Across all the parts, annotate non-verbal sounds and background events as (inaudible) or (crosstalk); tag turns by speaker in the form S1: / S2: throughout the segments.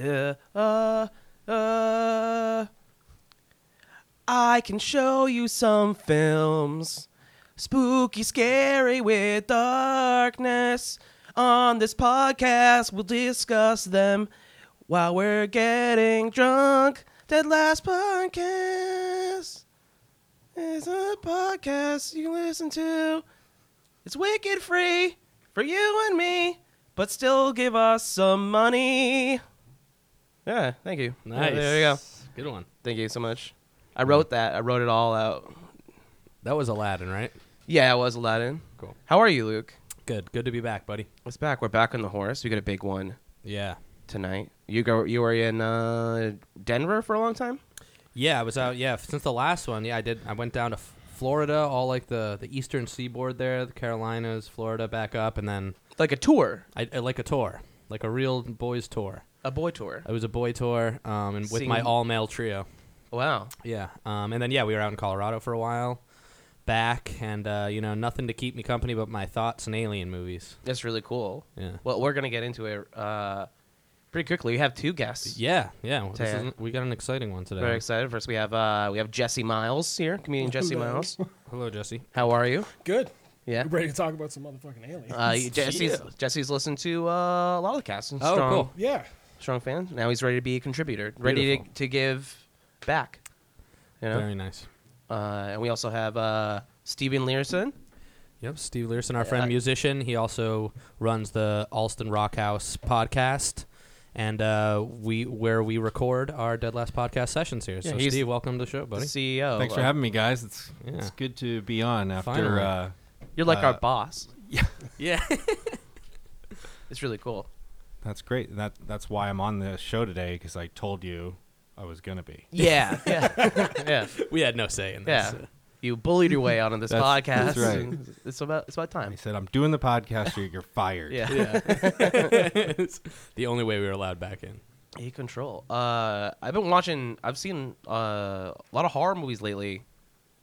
S1: Uh, uh, uh, I can show you some films. Spooky, scary with darkness. On this podcast, we'll discuss them while we're getting drunk. That last podcast is a podcast you can listen to. It's wicked free for you and me, but still give us some money. Yeah, thank you. Yeah,
S2: Nice.
S1: there you go.
S2: Good one.
S1: Thank you so much. I wrote that. I wrote it all out.
S2: That was Aladdin, right?
S1: Yeah, it was Aladdin.
S2: Cool.
S1: How are you, Luke?
S2: Good. Good to be back, buddy.
S1: It's back. We're back on the horse. We got a big one
S2: Yeah.
S1: tonight. You go. You were in uh, Denver for a long time.
S2: Yeah, I was out. Yeah, f- since the last one, yeah, I did. I went down to F- Florida, all like the the eastern seaboard there, the Carolinas, Florida, back up, and then
S1: Like a tour,
S2: I, I like a tour, like a real boys tour.
S1: a boy tour.
S2: It was a boy tour, um, and with my
S1: Sing-
S2: all male trio.
S1: Wow.
S2: Yeah, um, and then yeah, we were out in Colorado for a while, back, and uh, you know nothing to keep me company but my thoughts and alien movies.
S1: That's really cool.
S2: Yeah.
S1: Well, we're gonna get into it uh, pretty quickly. We have two guests.
S2: Yeah, yeah. well, this
S1: Tan.
S2: isn't- we got an exciting one today.
S1: Very excited. First, we have uh, we have Jesse Miles here, comedian Jesse
S3: Hello.
S1: Miles.
S2: Hello, Jesse.
S1: How are you?
S3: (laughs) Good.
S1: Yeah.
S3: I'm ready to talk about some motherfucking aliens. (laughs)
S1: Uh, Jesse's Jesse's listened to uh, a lot of the casts. and
S2: Oh,
S1: strong-
S2: cool.
S3: yeah.
S1: strong fan. Now he's ready to be a contributor, ready to,
S2: Beautiful.
S1: to give back. You know?
S2: Very nice.
S1: Uh, and we also have uh, Steven Learson.
S2: Yep, Steve Learson, our
S1: I-
S2: friend musician. He also runs the Alston Rock House podcast, and uh, we where we record our Dead Last podcast sessions here. so,
S1: he's-
S2: Steve, welcome to the show,
S1: the
S2: buddy.
S1: CEO.
S4: Thanks for having me, guys. It's it's
S2: Yeah.
S4: good to be on after.
S2: Finally.
S4: Uh,
S1: You're like our
S4: Uh,
S1: boss.
S2: Yeah,
S1: It's really cool.
S4: that's great. That that's why I'm on the show today because I told you I was gonna be.
S1: (laughs) Yeah, yeah, yeah,
S2: (laughs) we had no say in
S1: yeah.
S2: this.
S1: You bullied your way out on this
S4: That's-
S1: podcast.
S4: that's right.
S1: It's about it's about
S4: I
S1: time.
S4: said I'm doing the podcast, or you're fired.
S1: (laughs) Yeah.
S2: (laughs) It's the only way we were allowed back in.
S1: A control. Uh, I've been watching. I've seen uh, a lot of horror movies lately.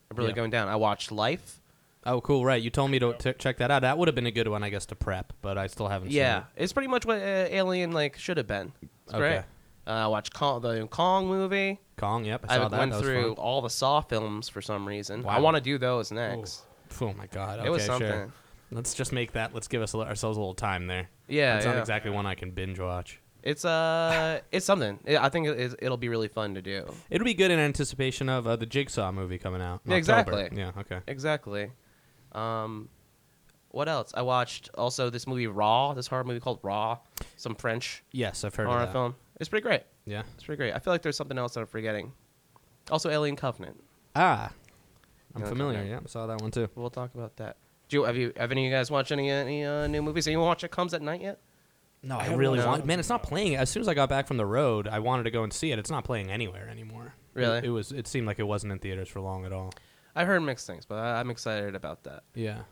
S1: I'm really
S2: Yeah.
S1: going down. I watched Life.
S2: Oh, cool! Right, you told me to t- check that out. That would have been a good one, I guess, to prep, but I still haven't.
S1: Yeah, it's pretty much what uh, Alien like should have been. It's
S2: Okay.
S1: great. Uh, I watched Kong, the Kong movie.
S2: seen it. Kong. Yep, I
S1: I,
S2: saw that.
S1: went
S2: that was
S1: through
S2: fun.
S1: all the Saw films for some reason. I
S2: Wow.
S1: want to do those next.
S2: Oh my god! Okay,
S1: It was something.
S2: Sure. Let's just make that. Let's give us a, li- ourselves a little time there.
S1: Yeah,
S2: it's not
S1: yeah.
S2: exactly one I can binge watch.
S1: It's uh, (laughs) it's something. I I think it, is- it'll be really fun to do.
S2: It'll be good in anticipation of uh, the Jigsaw movie coming out. in
S1: Yeah,
S2: October.
S1: exactly.
S2: Yeah. Okay.
S1: Exactly. Um, what else? I watched also this movie Raw. This horror movie called Raw. Some French
S2: Yes, I've heard
S1: horror
S2: of that.
S1: film. It's pretty great.
S2: Yeah.
S1: It's pretty great. I feel like there's something else I'm forgetting. Also, Alien Covenant.
S2: Ah, I'm
S1: Yeah, that's
S2: familiar.
S1: okay.
S2: Yeah, I saw that one too.
S1: We'll talk about that. Do you, have you have any of you guys watched any any uh, new movies? Anyone watch It Comes at Night yet?
S2: No,
S3: I
S2: I,
S3: haven't
S2: really
S3: watched
S2: want.
S3: it.
S2: Man, it's not playing. As soon as I got back from the road, I wanted to go and see it. It's not playing anywhere anymore.
S1: Really?
S2: It, it was. It seemed like it wasn't in theaters for long at all.
S1: I heard mixed things, but I, I'm excited about that.
S2: Yeah.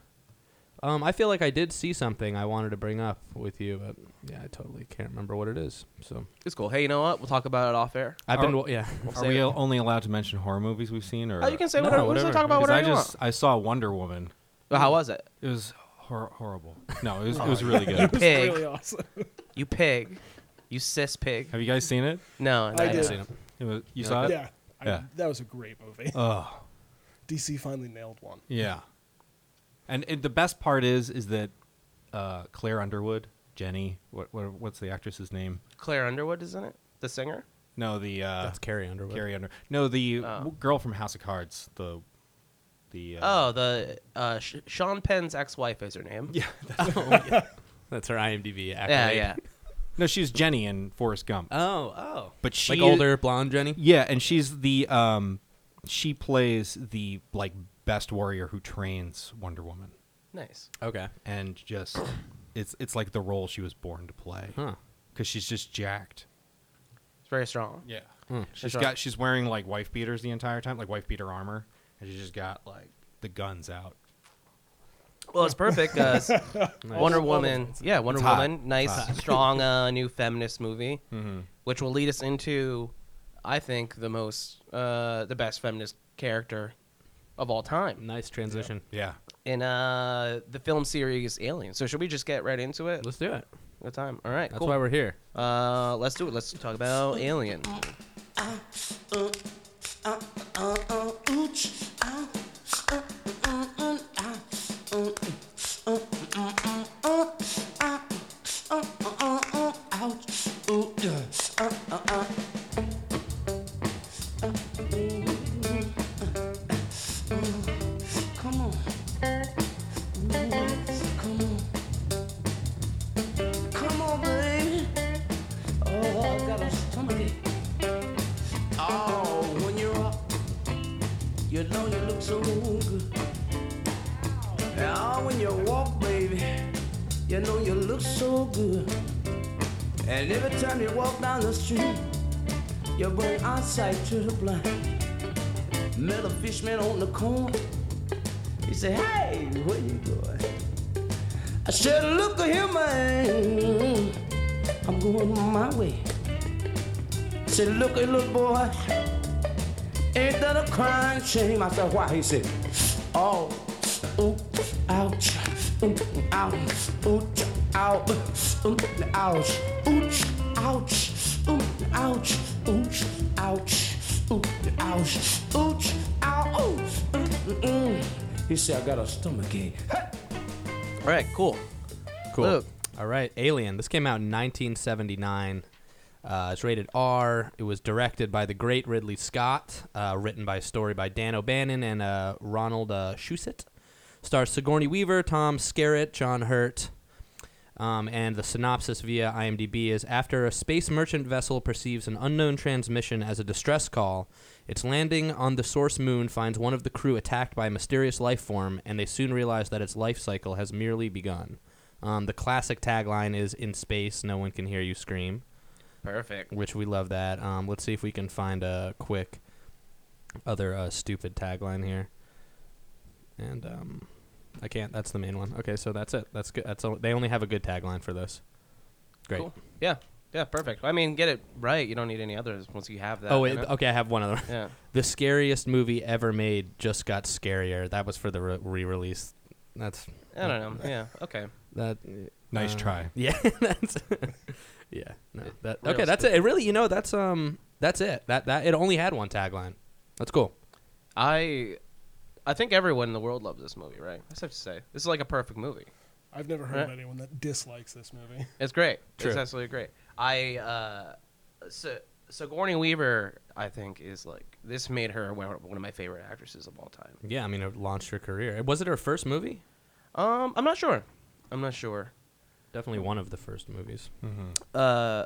S2: Um, I feel like I did see something I wanted to bring up with you, but yeah, I totally can't remember what it is. So
S1: It's cool. Hey, you know what? We'll talk about it off air.
S2: I've
S4: Are-
S2: been. wa- Yeah.
S4: Are we al- only allowed to mention horror movies we've seen, or
S1: Oh, you can say
S2: No,
S1: whatever. We'll just
S2: whatever.
S1: talk about
S4: 'Cause
S1: whatever
S4: I
S1: you
S4: just
S1: want.
S4: I saw Wonder Woman.
S1: Well, how was it?
S4: It was hor- horrible. No, it was it was
S1: Oh,
S4: really
S1: (laughs)
S4: good.
S3: It's
S1: Pig.
S3: really awesome. (laughs)
S1: You pig. You cis pig.
S4: Have you guys seen it?
S1: No, no,
S3: I
S1: no.
S2: I've
S3: did.
S2: seen it.
S4: It was you saw
S1: Uh,
S4: it.
S3: yeah. I-
S4: Yeah.
S3: that was a great movie. (laughs)
S4: Oh
S3: DC finally nailed one.
S4: yeah. And it, the best part is is that uh, Claire Underwood, Jenny, what, what what's the actress's name?
S1: Claire Underwood is in it. The singer.
S4: No, the uh,
S2: That's Carrie Underwood.
S4: Carrie Under. No, the
S1: Oh.
S4: w- girl from House of Cards. The the.
S1: Oh,
S4: Uh,
S1: the uh, Sh- Sean Penn's ex-wife is her name.
S4: yeah.
S2: That's her IMDb.
S1: yeah,
S2: accolade.
S1: yeah.
S4: No, she's Jenny in Forrest Gump.
S2: Oh, oh.
S4: but she
S2: like older blonde Jenny.
S4: Yeah, and she's the um, she plays the like best warrior who trains Wonder Woman,
S1: Nice.
S2: Okay.
S4: and just it's it's like the role she was born to play because
S2: Huh.
S4: she's just jacked.
S1: It's very strong.
S4: Yeah,
S2: Hmm.
S1: She's
S4: she's
S1: right.
S4: got she's wearing like wife beaters the entire time, like wife beater armor, and she's just got like the guns out.
S1: Well, it's perfect because Wonder
S3: Well,
S1: Woman. Yeah, Wonder
S4: It's hot.
S1: Woman. Nice, strong, uh, new feminist movie, which will lead us into, I think, the most, uh, the best feminist character of all time
S2: Nice transition.
S4: Yeah,
S1: in uh, the film series Alien. So should we just get right into it?
S2: Let's do it.
S1: Good time. All right,
S2: That's
S1: cool.
S2: why we're here.
S1: Uh, let's do it. Let's talk about Alien.
S5: Come on. Come on. Come on, baby. Oh, I got a stomachache. Oh, when you're up, you know you look so good. Oh, when you walk, baby, you know you look so good. And every time you walk down the street, you bring eyesight to the blind. Met a fishman on the corner. He said, Hey, where you going? I said, Look at here, man. I'm going my way. Said, look at little boy. Ain't that a crying shame? I said, why? He said, oh, ooh, ouch, ooh, ouch, ooh, ouch, ooh, ouch, ooh, ouch, ooh, ouch, ooh, ouch, ooh, ouch, ooh, ow, ooh, mm, mm. He said, I got a stomach ache.
S1: All right, cool.
S2: Cool.
S1: Luke.
S2: All right, Alien. This came out in 1979. Uh, it's rated R. It was directed by the great Ridley Scott, uh, written by a story by Dan O'Bannon and uh, Ronald uh, Shusett. Stars Sigourney Weaver, Tom Skerritt, John Hurt. Um, and the synopsis via IMDb is After a space merchant vessel perceives an unknown transmission as a distress call, its landing on the source moon finds one of the crew attacked by a mysterious life form, and they soon realize that its life cycle has merely begun. Um, the classic tagline is In space, no one can hear you scream,
S1: Perfect.
S2: which we love that. Um, let's see if we can find a quick other uh, stupid tagline here. And um, I can't. That's the main one. Okay, so that's it. That's good. That's all, they only have a good tagline for this. Great.
S1: Cool. Yeah. Yeah. Perfect. I mean, get it right. You don't need any others once you have that.
S2: Oh
S1: you
S2: wait.
S1: know?
S2: Okay, I have one other. one.
S1: Yeah.
S2: The scariest movie ever made just got scarier. That was for the re- re-release. That's
S1: I don't know. Yeah. Okay.
S2: that.
S4: Nice
S2: uh,
S4: try.
S2: (laughs) Yeah. That's. yeah. No. That.
S1: real
S2: Okay. That's it. it. Really, you know, that's um. That's it. That that it only had one tagline. That's cool.
S1: I, I think everyone in the world loves this movie, right? I just have to say, this is like a perfect movie.
S3: I've never heard of
S1: Right.
S3: anyone that dislikes this movie.
S1: It's great.
S2: True.
S1: It's absolutely great. I uh, so Sigourney Weaver, I think, is like this made her one one of my favorite actresses of all time.
S2: Yeah. I mean, it launched her career. Was it her first movie?
S1: Um, I'm not sure. I'm not sure.
S2: Definitely one of the first movies.
S1: Uh,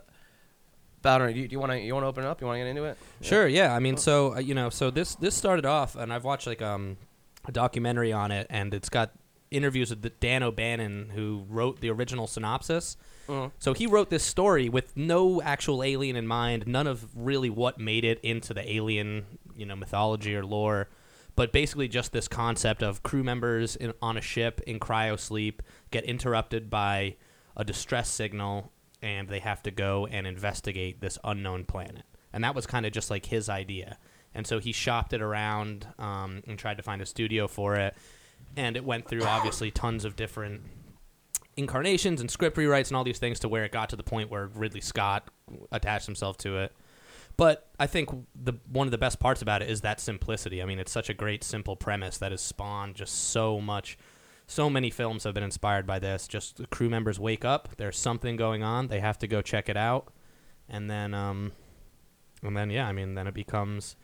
S1: Bowden, do you, do you want to you want to open it up? You want to get into it?
S2: Sure. Yeah. I mean, so uh, you know, so this this started off, and I've watched like um a documentary on it, and it's got interviews with the Dan O'Bannon who wrote the original synopsis.
S1: Mhm.
S2: So he wrote this story with no actual alien in mind, none of really what made it into the alien, you know, mythology or lore, but basically just this concept of crew members in, on a ship in cryo sleep get interrupted by a distress signal and they have to go and investigate this unknown planet. And that was kind of just like his idea. And so he shopped it around um, and tried to find a studio for it. And it went through obviously tons of different incarnations and script rewrites and all these things to where it got to the point where Ridley Scott attached himself to it. But I think the one of the best parts about it is that simplicity. I mean, it's such a great simple premise that has spawned just so much so many films have been inspired by this. Just the crew members wake up, there's something going on, they have to go check it out. And then um and then yeah, I mean, then it becomes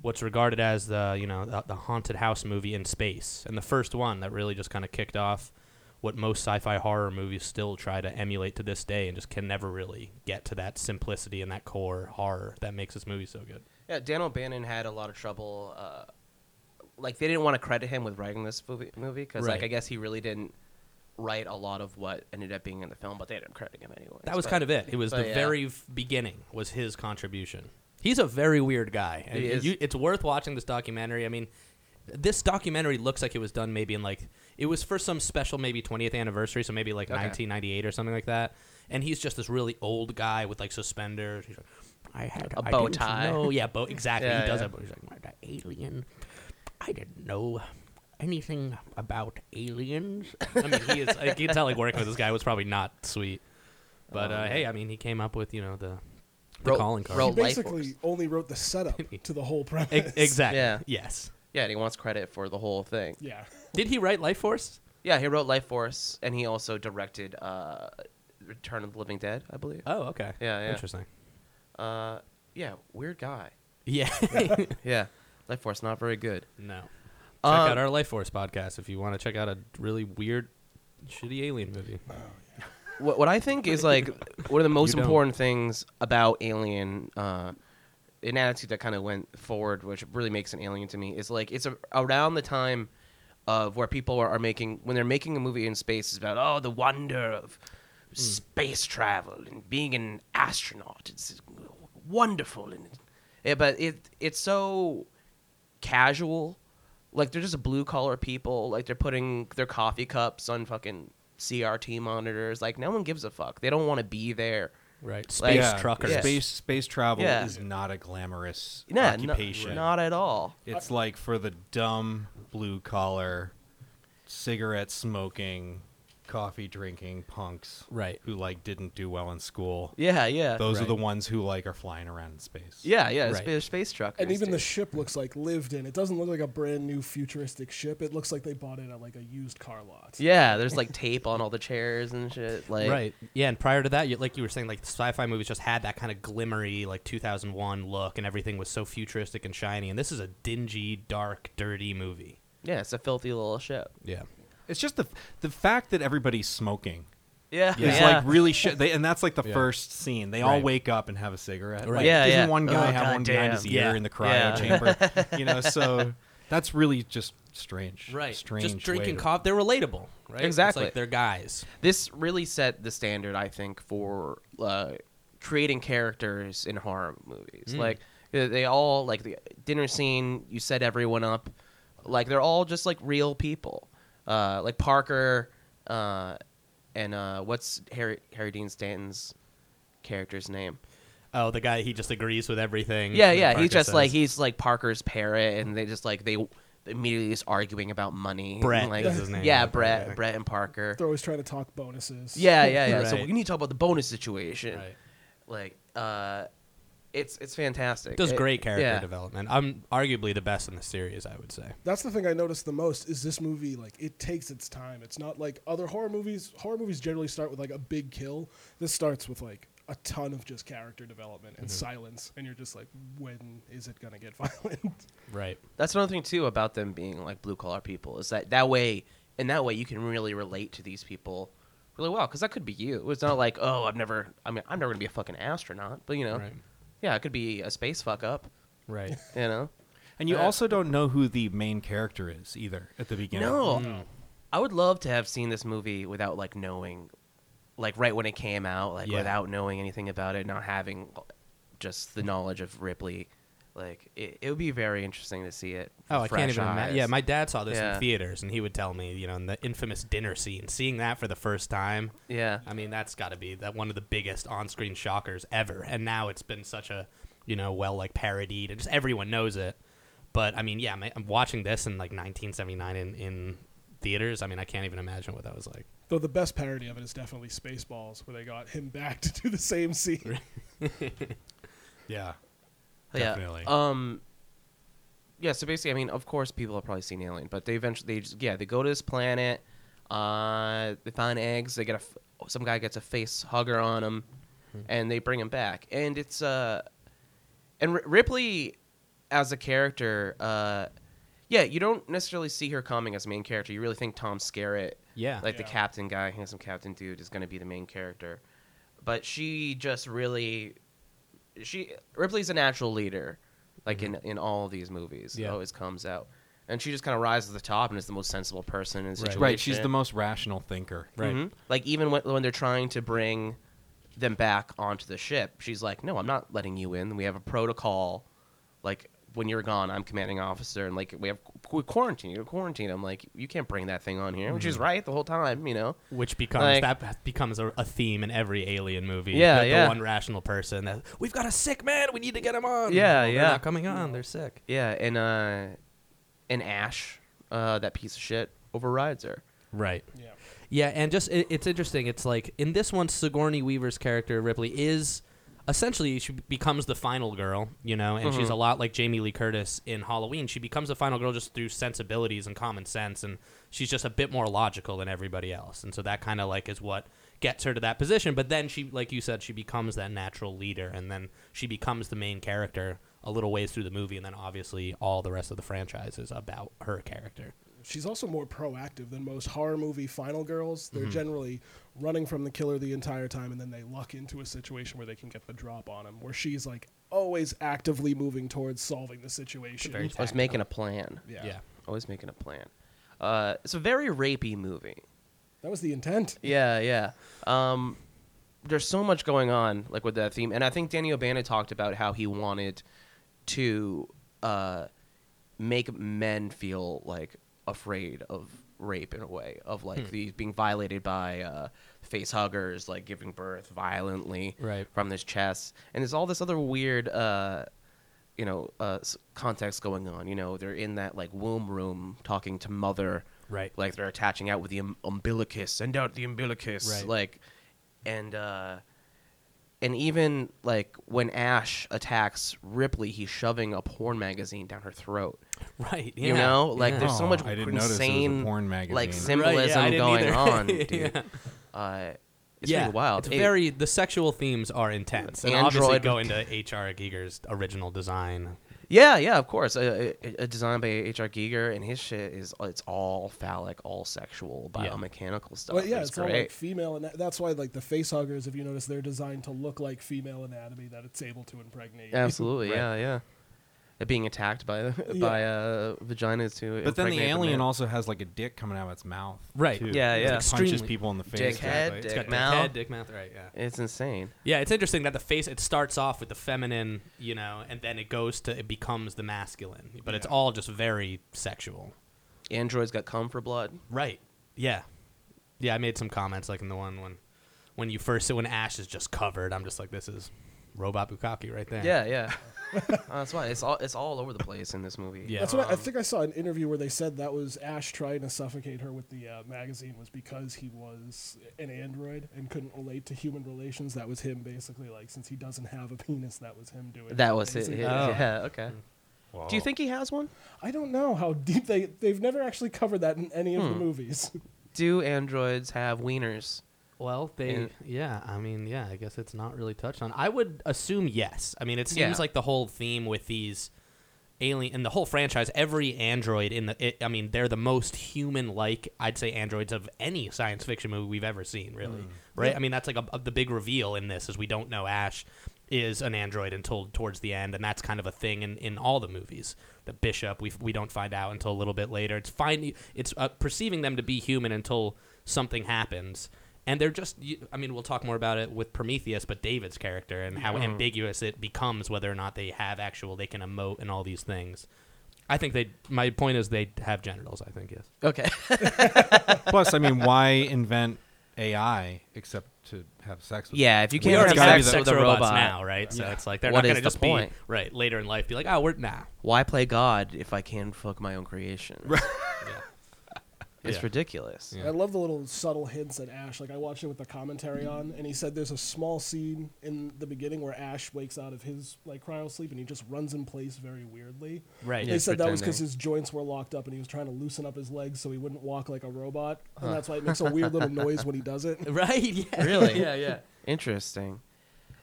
S2: what's regarded as the, you know, the, the haunted house movie in space. And the first one that really just kind of kicked off what most sci-fi horror movies still try to emulate to this day and just can never really get to that simplicity and that core horror that makes this movie so good.
S1: Yeah, Dan O'Bannon had a lot of trouble. Uh, like they didn't want to credit him with writing this movie because like
S2: Right.
S1: I guess he really didn't write a lot of what ended up being in the film, but they ended up crediting him anyway.
S2: That was kind of it. It was
S1: but
S2: the
S1: yeah.
S2: very f- beginning was his contribution. He's a very weird guy. And
S1: He is.
S2: you- it's worth watching this documentary. I mean, this documentary looks like it was done maybe in like it was for some special maybe 20th anniversary, so maybe like
S1: Okay.
S2: 1998 or something like that. And he's just this really old guy with like suspenders. He's like, I had
S1: A
S2: I
S1: bow
S2: didn't
S1: tie.
S2: Know. Yeah, bow exactly.
S1: Yeah,
S2: he does
S1: yeah.
S2: that. But he's like, "What, the alien. I didn't know anything
S1: (laughs)
S2: about aliens. I mean, he is. I can tell like working with this guy was probably not sweet. But uh, hey, I mean, he came up with you know the the
S1: Ro-
S2: calling card.
S1: ro-
S3: (laughs) He
S1: Life Force.
S3: basically only wrote
S1: (laughs)
S3: the setup to the whole premise.
S2: E- exactly.
S1: Yeah.
S2: Yes.
S1: Yeah, and he wants credit for the whole thing.
S3: (laughs) Yeah.
S2: Did he write Life Force?
S1: Yeah, he wrote Life Force, and he also directed uh, Return of the Living Dead, I believe.
S2: Oh, okay.
S1: Yeah, yeah.
S2: Interesting. (laughs)
S1: Uh, yeah, weird guy. (laughs)
S2: Yeah.
S1: Yeah, Life Force not very good.
S2: (laughs) no. Check
S1: Um,
S2: out our Life Force podcast if you want to check out a really weird, shitty alien movie.
S1: What, what I think is like one of the most
S2: (laughs) You don't.
S1: important things about Alien, uh, an attitude that kind of went forward, which really makes an Alien to me, is like it's a, around the time of where people are, are making when they're making a movie in space is about oh the wonder of
S2: Hmm.
S1: space travel and being an astronaut. It's wonderful and yeah, but it it's so casual. Like they're just blue collar people. Like they're putting their coffee cups on fucking CRT monitors. Like no one gives a fuck. They don't want to be there.
S2: Right.
S1: Like-
S2: Space
S1: Yeah.
S2: truckers.
S1: Yeah.
S4: Space space travel
S1: Yeah.
S4: is not a glamorous
S1: No, n-
S4: occupation.
S1: not at all.
S4: It's like for the dumb blue collar, cigarette smoking, coffee drinking punks,
S2: Right.
S4: Who like didn't do well in school.
S1: Yeah, yeah.
S4: Those are
S2: Right.
S4: the ones who like are flying around in space.
S1: yeah, yeah.
S2: Right.
S1: Space, space truckers.
S3: And even the
S1: dude.
S3: ship looks like lived in. It doesn't look like a brand new futuristic ship. It looks like they bought it at like a used car lot.
S1: yeah, there's like tape on all the chairs and shit. Like
S2: Right. Yeah, and prior to that, you, like you were saying, like the sci-fi movies just had that kind of glimmery, like 2001 look, and everything was so futuristic and shiny. And this is a dingy, dark, dirty movie.
S1: Yeah, it's a filthy little ship.
S2: Yeah.
S4: It's just the the fact that everybody's smoking.
S1: Yeah,
S4: It's
S1: yeah.
S4: like really shit. They, and that's like the
S2: Yeah.
S4: first scene. They all
S2: Right.
S4: wake up and have a cigarette.
S2: Right.
S4: Like,
S1: Yeah,
S4: doesn't
S1: yeah.
S4: one guy
S1: Oh,
S4: have one
S1: goddamn.
S4: behind his ear
S2: Yeah.
S4: in the cryo
S1: Yeah.
S4: chamber?
S1: (laughs)
S4: you know, so that's really just strange.
S2: Right.
S4: Strange.
S2: just drinking
S4: way to-
S2: coffee. They're relatable. Right. It's
S1: Exactly.
S2: like they're guys.
S1: this really set the standard, I think, for uh, creating characters in horror
S2: Hmm.
S1: movies. Like they- they all like the dinner scene. You set everyone up, like they're all just like real people. Uh, like Parker, uh, and uh, what's Harry Harry Dean Stanton's character's name?
S2: Oh, the guy he just agrees with everything.
S1: Yeah,
S2: that
S1: yeah.
S2: Hmm. Parker
S1: He's just like
S2: says.
S1: he's like Parker's parrot, and they just like they immediately is arguing about money.
S2: Brett
S1: and, like,
S2: is his name.
S1: Yeah,
S2: Okay,
S1: Brett,
S2: okay.
S1: Brett and Parker.
S3: They're always trying to talk
S1: (laughs)
S3: bonuses.
S1: Yeah, yeah, yeah. So
S2: Right.
S1: we need to talk about the bonus situation.
S2: Right.
S1: Like, uh, it's it's fantastic.
S2: does
S1: It-
S2: great character
S1: yeah.
S2: development. I'm arguably the best in the series, I would say.
S3: That's the thing I noticed the most is this movie like it takes its time. It's not like other horror movies. Horror movies generally start with like a big kill. This starts with like a ton of just character development and silence and you're just like when is it going to get (laughs) violent?
S2: Right.
S1: That's another thing too about them being like blue collar people is that that way in that way you can really relate to these people really well because that could be you. It's not like oh I've never I mean I'm never gonna be a fucking astronaut, but you know,
S2: Right.
S1: yeah, it could be a space fuck up,
S2: Right.
S1: you know.
S4: And you
S1: Uh,
S4: also don't know who the main character is either at the beginning.
S1: No. I would love to have seen this movie without like knowing, like right when it came out, like
S2: Yeah.
S1: without knowing anything about it, not having just the knowledge of Ripley. Like it, it would be very interesting to see it.
S2: Oh, I
S1: with
S2: can't
S1: fresh
S2: even imagine.
S1: eyes.
S2: Yeah, my dad saw this
S1: Yeah.
S2: in theaters, and he would tell me, you know, in the infamous dinner scene, seeing that for the first time.
S1: yeah,
S2: I mean, that's got to be that one of the biggest on-screen shockers ever. And now it's been such a, you know, well like parodied, and just everyone knows it. But I mean, yeah, ma- I'm watching this in like 1979 in in theaters. I mean, I can't even imagine what that was like.
S3: Though the best parody of it is definitely Spaceballs where they got him back to do the same scene.
S4: Yeah.
S1: yeah.
S4: definitely.
S1: Um, yeah. So basically, I mean, of course, people have probably seen Alien, but they eventually, they just, yeah, they go to this planet. Uh, they find eggs. They get a f- some guy gets a face hugger on him, and they bring him back. And it's uh, and R- Ripley as a character, uh, yeah, you don't necessarily see her coming as main character. You really think Tom Skerritt,
S2: Yeah.
S1: like the
S3: Yeah.
S1: captain guy, handsome captain dude, is going to be the main character, but she just really, she Ripley's a natural leader, like in in all these movies. It
S2: Mm-hmm. Yeah.
S1: always comes out, and she just kind of rises to the top and is the most sensible person in the
S2: Right. Mm-hmm.
S1: situation.
S4: Right. She's the most rational thinker.
S2: Right.
S1: Mhm. Like even when, when they're trying to bring them back onto the ship, she's like, "No, I'm not letting you in. We have a protocol. Like when you're gone, I'm commanding officer, and like we have we quarantine. You're quarantined. I'm like, you can't bring that thing on here, which
S2: Mm-hmm.
S1: is right the whole time, you know.
S2: Which becomes
S1: Like-
S2: that becomes a, a theme in every alien movie.
S1: Yeah,
S2: the,
S1: yeah.
S2: The one rational person that we've got a sick man, we need to get him on.
S1: Yeah,
S2: they're
S1: yeah.
S2: not coming on. They're sick.
S1: Yeah, and uh, and Ash, uh, that piece of shit overrides her.
S2: Right.
S3: Yeah.
S2: Yeah, and just it, it's interesting. It's like in this one, Sigourney Weaver's character Ripley is essentially she becomes the final girl, you know, and
S1: Mm-hmm.
S2: she's a lot like Jamie Lee Curtis in Halloween. She becomes the final girl just through sensibilities and common sense, and she's just a bit more logical than everybody else, and so that kind of like is what gets her to that position. But then she, like you said, she becomes that natural leader, and then she becomes the main character a little ways through the movie, and then obviously all the rest of the franchise is about her character.
S3: She's also more proactive than most horror movie final girls. They're
S1: Mm-hmm.
S3: generally running from the killer the entire time, and then they luck into a situation where they can get the drop on him. Where she's like always actively moving towards solving the situation.
S2: very
S1: Always making a plan.
S3: yeah.
S2: yeah. (laughs)
S1: Always making a plan. Uh, it's a very rapey movie.
S3: that was the intent.
S1: Yeah, yeah. Um, there's so much going on like with that theme, and I think Danny O'Bannon talked about how he wanted to uh, make men feel like afraid of rape in a way of like these being violated by uh, face huggers, like giving birth violently
S2: Right.
S1: from this chest, and there's all this other weird. Uh, you know, uh, s- context going on. You know, they're in that like womb room talking to mother,
S2: Right.
S1: Like they're attaching out with the um- umbilicus. Send out the umbilicus,
S2: Right.
S1: like, and uh, and even like when Ash attacks Ripley, he's shoving a porn magazine down her throat.
S2: Right.
S1: You know, like
S2: yeah.
S1: there's so
S4: Oh,
S1: much
S4: I didn't notice it was a
S1: insane
S4: porn
S1: like
S4: magazine.
S2: Right, yeah,
S1: symbolism
S2: I didn't
S1: going
S2: either. (laughs)
S1: on, dude. Uh, it's
S2: yeah,
S1: pretty wild.
S2: It's
S1: It-
S2: very the sexual themes are intense, and obviously
S1: Android-
S2: go into H.R. Giger's original design.
S1: Yeah, yeah, of course. A, a, a design by H.R. Giger, and his shit is it's all phallic, all sexual,
S2: Yeah.
S1: biomechanical stuff.
S3: But yeah,
S1: it's
S3: it's all like
S1: great. (laughs)
S3: female, and that's why like the facehuggers, if you notice, they're designed to look like female anatomy that it's able to impregnate.
S1: Absolutely, yeah, yeah. Uh, Being attacked by (laughs) by uh, vaginas too.
S4: But then the
S1: impregnate
S4: alien
S1: man.
S4: also has like a dick coming out of its mouth.
S2: Right.
S4: too.
S1: Yeah,
S4: It,
S1: yeah.
S4: like, punches
S2: Extremely-
S4: people in the face.
S1: Dickhead,
S4: exactly.
S1: dick.
S4: It's
S2: It's got dick
S1: mouth.
S2: head, dick mouth, right? Yeah.
S1: It's insane.
S2: Yeah, it's interesting that the face it starts off with the feminine, you know, and then it goes to it becomes the masculine, but it's all just very sexual.
S1: Androids got cum for blood.
S2: Right. Yeah. Yeah, I made some comments like in the one when when you first when Ash is just covered, I'm just like this is Robot Bukaki right there.
S1: Yeah, (laughs) yeah. Uh, that's why it's all it's all over the place in this movie.
S2: Yeah.
S3: That's what I, I think I saw an interview where they said that was Ash trying to suffocate her with the uh, magazine was because he was an android and couldn't relate to human relations. That was him basically like since he doesn't have a penis, that was him doing.
S1: that was it.
S3: basically.
S1: Yeah, yeah, okay. Do you
S4: Whoa.
S1: think he has one?
S3: I don't know how deep they they've never actually covered that in any
S1: Hmm.
S3: of the movies.
S1: Do androids have wieners?
S2: Well, they
S1: And-
S2: yeah, I mean, yeah, I guess it's not really touched on. I would assume yes. I mean, it seems
S1: Yeah.
S2: like the whole theme with these alien and the whole franchise, every android in the it, I mean, they're the most human-like I'd say androids of any science fiction movie we've ever seen, really.
S1: Mm.
S2: Right? I mean, that's like a, a- the big reveal in this is we don't know Ash is an android until towards the end, and that's kind of a thing in, in all the movies. The bishop, we we don't find out until a little bit later. It's finding it's uh, perceiving them to be human until something happens and they're just you- i mean we'll talk more about it with prometheus but david's character and how ambiguous it becomes whether or not they have actual they can emote and all these things i think they my point is they have genitals i think yes
S1: Okay.
S4: (laughs) Plus, I mean, why invent AI except to have sex with
S1: (laughs) yeah, if you
S4: We
S1: can't
S4: already
S1: have
S4: gotta
S1: sex
S4: be the-
S1: with a
S2: robots
S1: robot
S2: now right so it's like they're
S1: What
S2: not
S1: is
S2: going to
S1: the
S2: just
S1: point?
S2: be right later in life be like oh we're nah
S1: why play God if I can fuck my own
S3: (laughs)
S1: creation?
S2: yeah.
S1: It's
S2: Yeah.
S1: ridiculous.
S2: Yeah.
S3: I love the little subtle hints at Ash. Like I watched it with the commentary on, and he said there's a small scene in the beginning where Ash wakes out of his like cryo sleep, and he just runs in place very weirdly.
S2: Right.
S3: They
S2: He's
S3: said that was because
S1: pretending.
S3: his joints were locked up, and he was trying to loosen up his legs so he wouldn't walk like a robot, and that's why it makes a weird little noise when he
S1: (laughs)
S3: does it.
S2: (laughs) right (laughs) yeah
S1: Really?
S2: yeah yeah
S1: Interesting.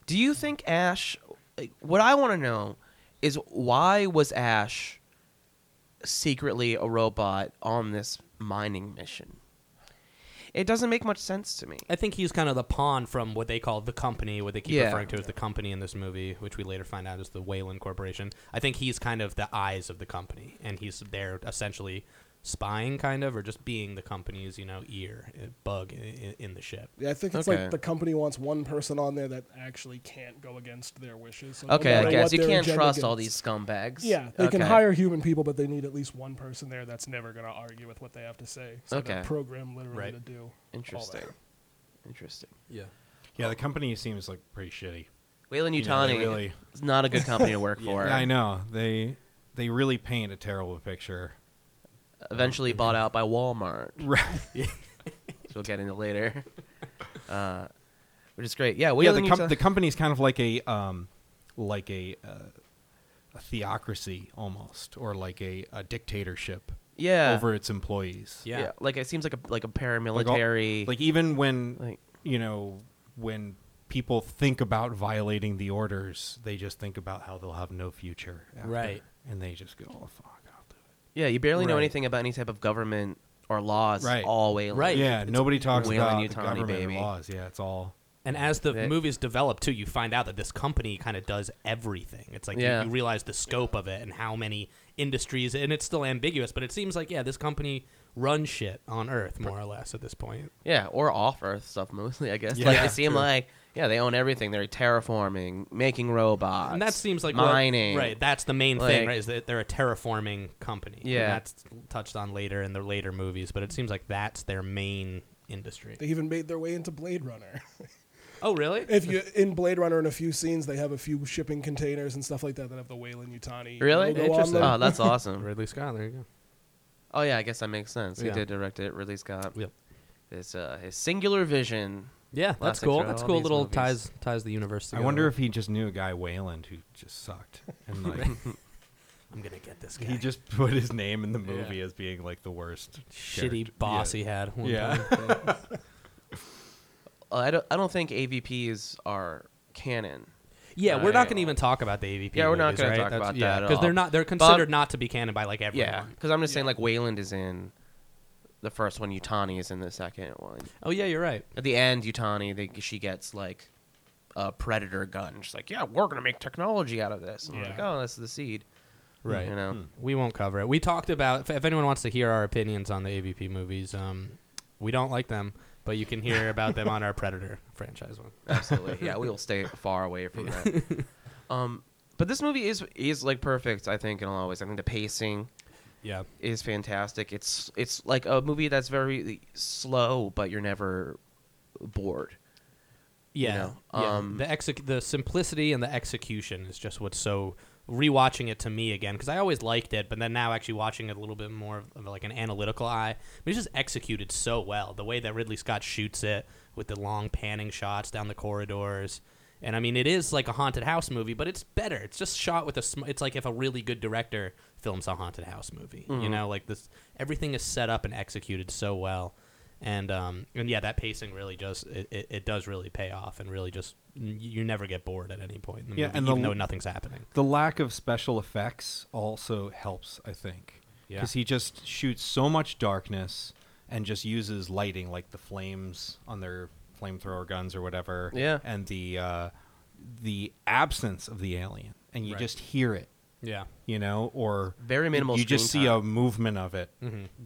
S1: Do you think Ash? like, What I want to know is why was Ash secretly a robot on this mining mission? It doesn't make much sense to me.
S2: I think he's kind of the pawn from what they call the company, what they keep
S1: Yeah.
S2: referring to as the company in this movie, which we later find out is the Wayland Corporation. I think he's kind of the eyes of the company, and he's there essentially spying, kind of, or just being the company's, you know, ear uh, bug in, in the ship.
S3: Yeah, I think it's
S1: Okay.
S3: like the company wants one person on there that actually can't go against their wishes. So no
S1: Okay,
S3: matter
S1: I guess
S3: what
S1: you
S3: their
S1: can't
S3: agenda
S1: trust all
S3: gets-
S1: these scumbags.
S3: Yeah, they can
S1: Okay.
S3: hire human people, but they need at least one person there that's never going to argue with what they have to say. So they're
S1: Okay.
S3: programmed literally
S2: Right.
S3: to do. all that.
S1: Interesting. Interesting.
S2: Yeah.
S4: Yeah, the company seems like pretty shitty.
S1: Wayland
S4: You know,
S1: Utani
S4: they really-
S1: is not a good company to
S3: (laughs)
S1: work for.
S4: Yeah, I know they they really paint a terrible picture.
S1: (laughs) Eventually bought out by Walmart.
S4: Right.
S1: which we'll get into later. Uh, which is great. Yeah, we
S4: yeah, the, com- the company's kind of like a um, like a, uh, a theocracy almost, or like a, a dictatorship
S1: yeah.
S4: over its employees.
S2: Yeah.
S1: like it seems like a like a
S4: Like all-
S1: paramilitary.
S4: like even when
S1: like-
S4: you know when people think about violating the orders, they just think about how they'll have no future, after,
S2: Right.
S4: And they just go, "Oh fuck, I'll do it."
S1: yeah, you barely know
S4: Right.
S1: anything about any type of government or laws.
S4: Right.
S1: all way. along.
S2: Right. Hey,
S4: yeah, nobody talks
S1: Whalen
S4: about the
S1: Utani,
S4: government or
S1: baby.
S4: laws. Yeah, it's all
S2: And as the
S1: They-
S2: movies develop too, you find out that this company kind of does everything. It's like you-
S1: Yeah.
S2: you, realize the scope of it and how many industries, and it's still ambiguous. But it seems like yeah, this company runs shit on Earth more or less at this point.
S1: Yeah, or off Earth stuff mostly, I guess.
S4: Yeah,
S1: like they seem
S4: true.
S1: like yeah, they own everything. They're terraforming, making robots,
S2: And that seems like what-
S1: Uh, mining.
S2: right? That's the main
S1: Like-
S2: thing, right? Is that they're a terraforming company. And
S1: Yeah.
S2: that's touched on later in the later movies, but it seems like that's their main industry.
S3: They even made their way into Blade Runner. (laughs)
S2: oh, really?
S3: if you in Blade Runner in a few scenes, they have a few shipping containers and stuff like that that have the Wayland Utani
S1: Really?
S3: logo on
S1: Interesting.
S3: them.
S1: Oh, that's
S2: (laughs)
S1: awesome.
S2: Ridley Scott. There you go.
S1: Oh yeah, I guess that makes sense. He
S2: Yeah.
S1: did direct it. Ridley Scott.
S2: Yep.
S1: His uh, his singular vision.
S2: Yeah, that's
S1: Classics
S2: cool.
S1: are
S2: That's
S1: all
S2: cool.
S1: these
S2: Little
S1: movies.
S2: ties ties the universe.
S4: I
S2: Together.
S4: wonder if he just knew a guy Wayland who just sucked,
S2: (laughs)
S4: and like
S2: I'm gonna get this guy.
S4: he just put his name in the
S2: Yeah.
S4: movie as being like the worst
S2: shitty
S4: character.
S2: boss
S4: Yeah.
S2: he had. One
S4: Yeah.
S2: time.
S1: Uh, I don't I don't think AVPs are canon.
S2: yeah,
S1: Uh,
S2: we're not
S1: yeah.
S2: going to even talk about the AVP.
S1: Yeah, we're not
S2: movies,
S1: gonna
S2: right?
S1: talk about that at
S2: because
S1: all.
S2: they're not. They're considered not to be canon by like everyone.
S1: Yeah, because I'm just saying like Wayland is in the first one. Utani is in the second one.
S2: Oh yeah, you're right.
S1: At the end, Utani, they, she gets like a predator gun. She's like, "Yeah, we're gonna make technology out of this." And we're like,
S3: Yeah.
S1: "Oh, that's the seed."
S2: Right. Hmm.
S1: You know.
S2: We won't cover it. We talked about if, if anyone wants to hear our opinions on the AVP movies. Um, we don't like them, but you can hear about them on our Predator franchise one.
S1: Absolutely. Yeah, we will stay far away from that. um, but this movie is is like perfect. I think in a lot of ways. I think the pacing
S2: Yeah.
S1: is fantastic. It's it's like a movie that's very slow, but you're never bored.
S2: Yeah.
S1: know,
S2: yeah.
S1: um,
S2: the exec- the simplicity and the execution is just what's so rewatching it to me again because I always liked it, but then now actually watching it a little bit more of- of like an analytical eye, but it's just executed so well. The way that Ridley Scott shoots it with the long panning shots down the corridors. And I mean, it is like a haunted house movie, but it's better. It's just shot with a. Sm- it's like if a really good director films a haunted house movie. You
S1: Mm-hmm.
S2: know, like this, everything is set up and executed so well and um and yeah that pacing really just it, it, it does really pay off and really just n- you never get bored at any point in the
S4: Yeah,
S2: movie,
S4: and the
S2: even
S4: l-
S2: though nothing's happening
S4: (laughs) The lack of special effects also helps, I think.
S2: Yeah.
S4: Because he just shoots so much darkness and just uses lighting, like the flames on their flamethrower guns or whatever.
S1: Yeah.
S4: And the uh, the absence of the alien, and you
S2: Right.
S4: just hear it,
S2: yeah
S4: you know, or
S1: Very minimal
S4: You just
S1: screen
S4: see
S1: time. Mm-hmm.
S4: a movement of it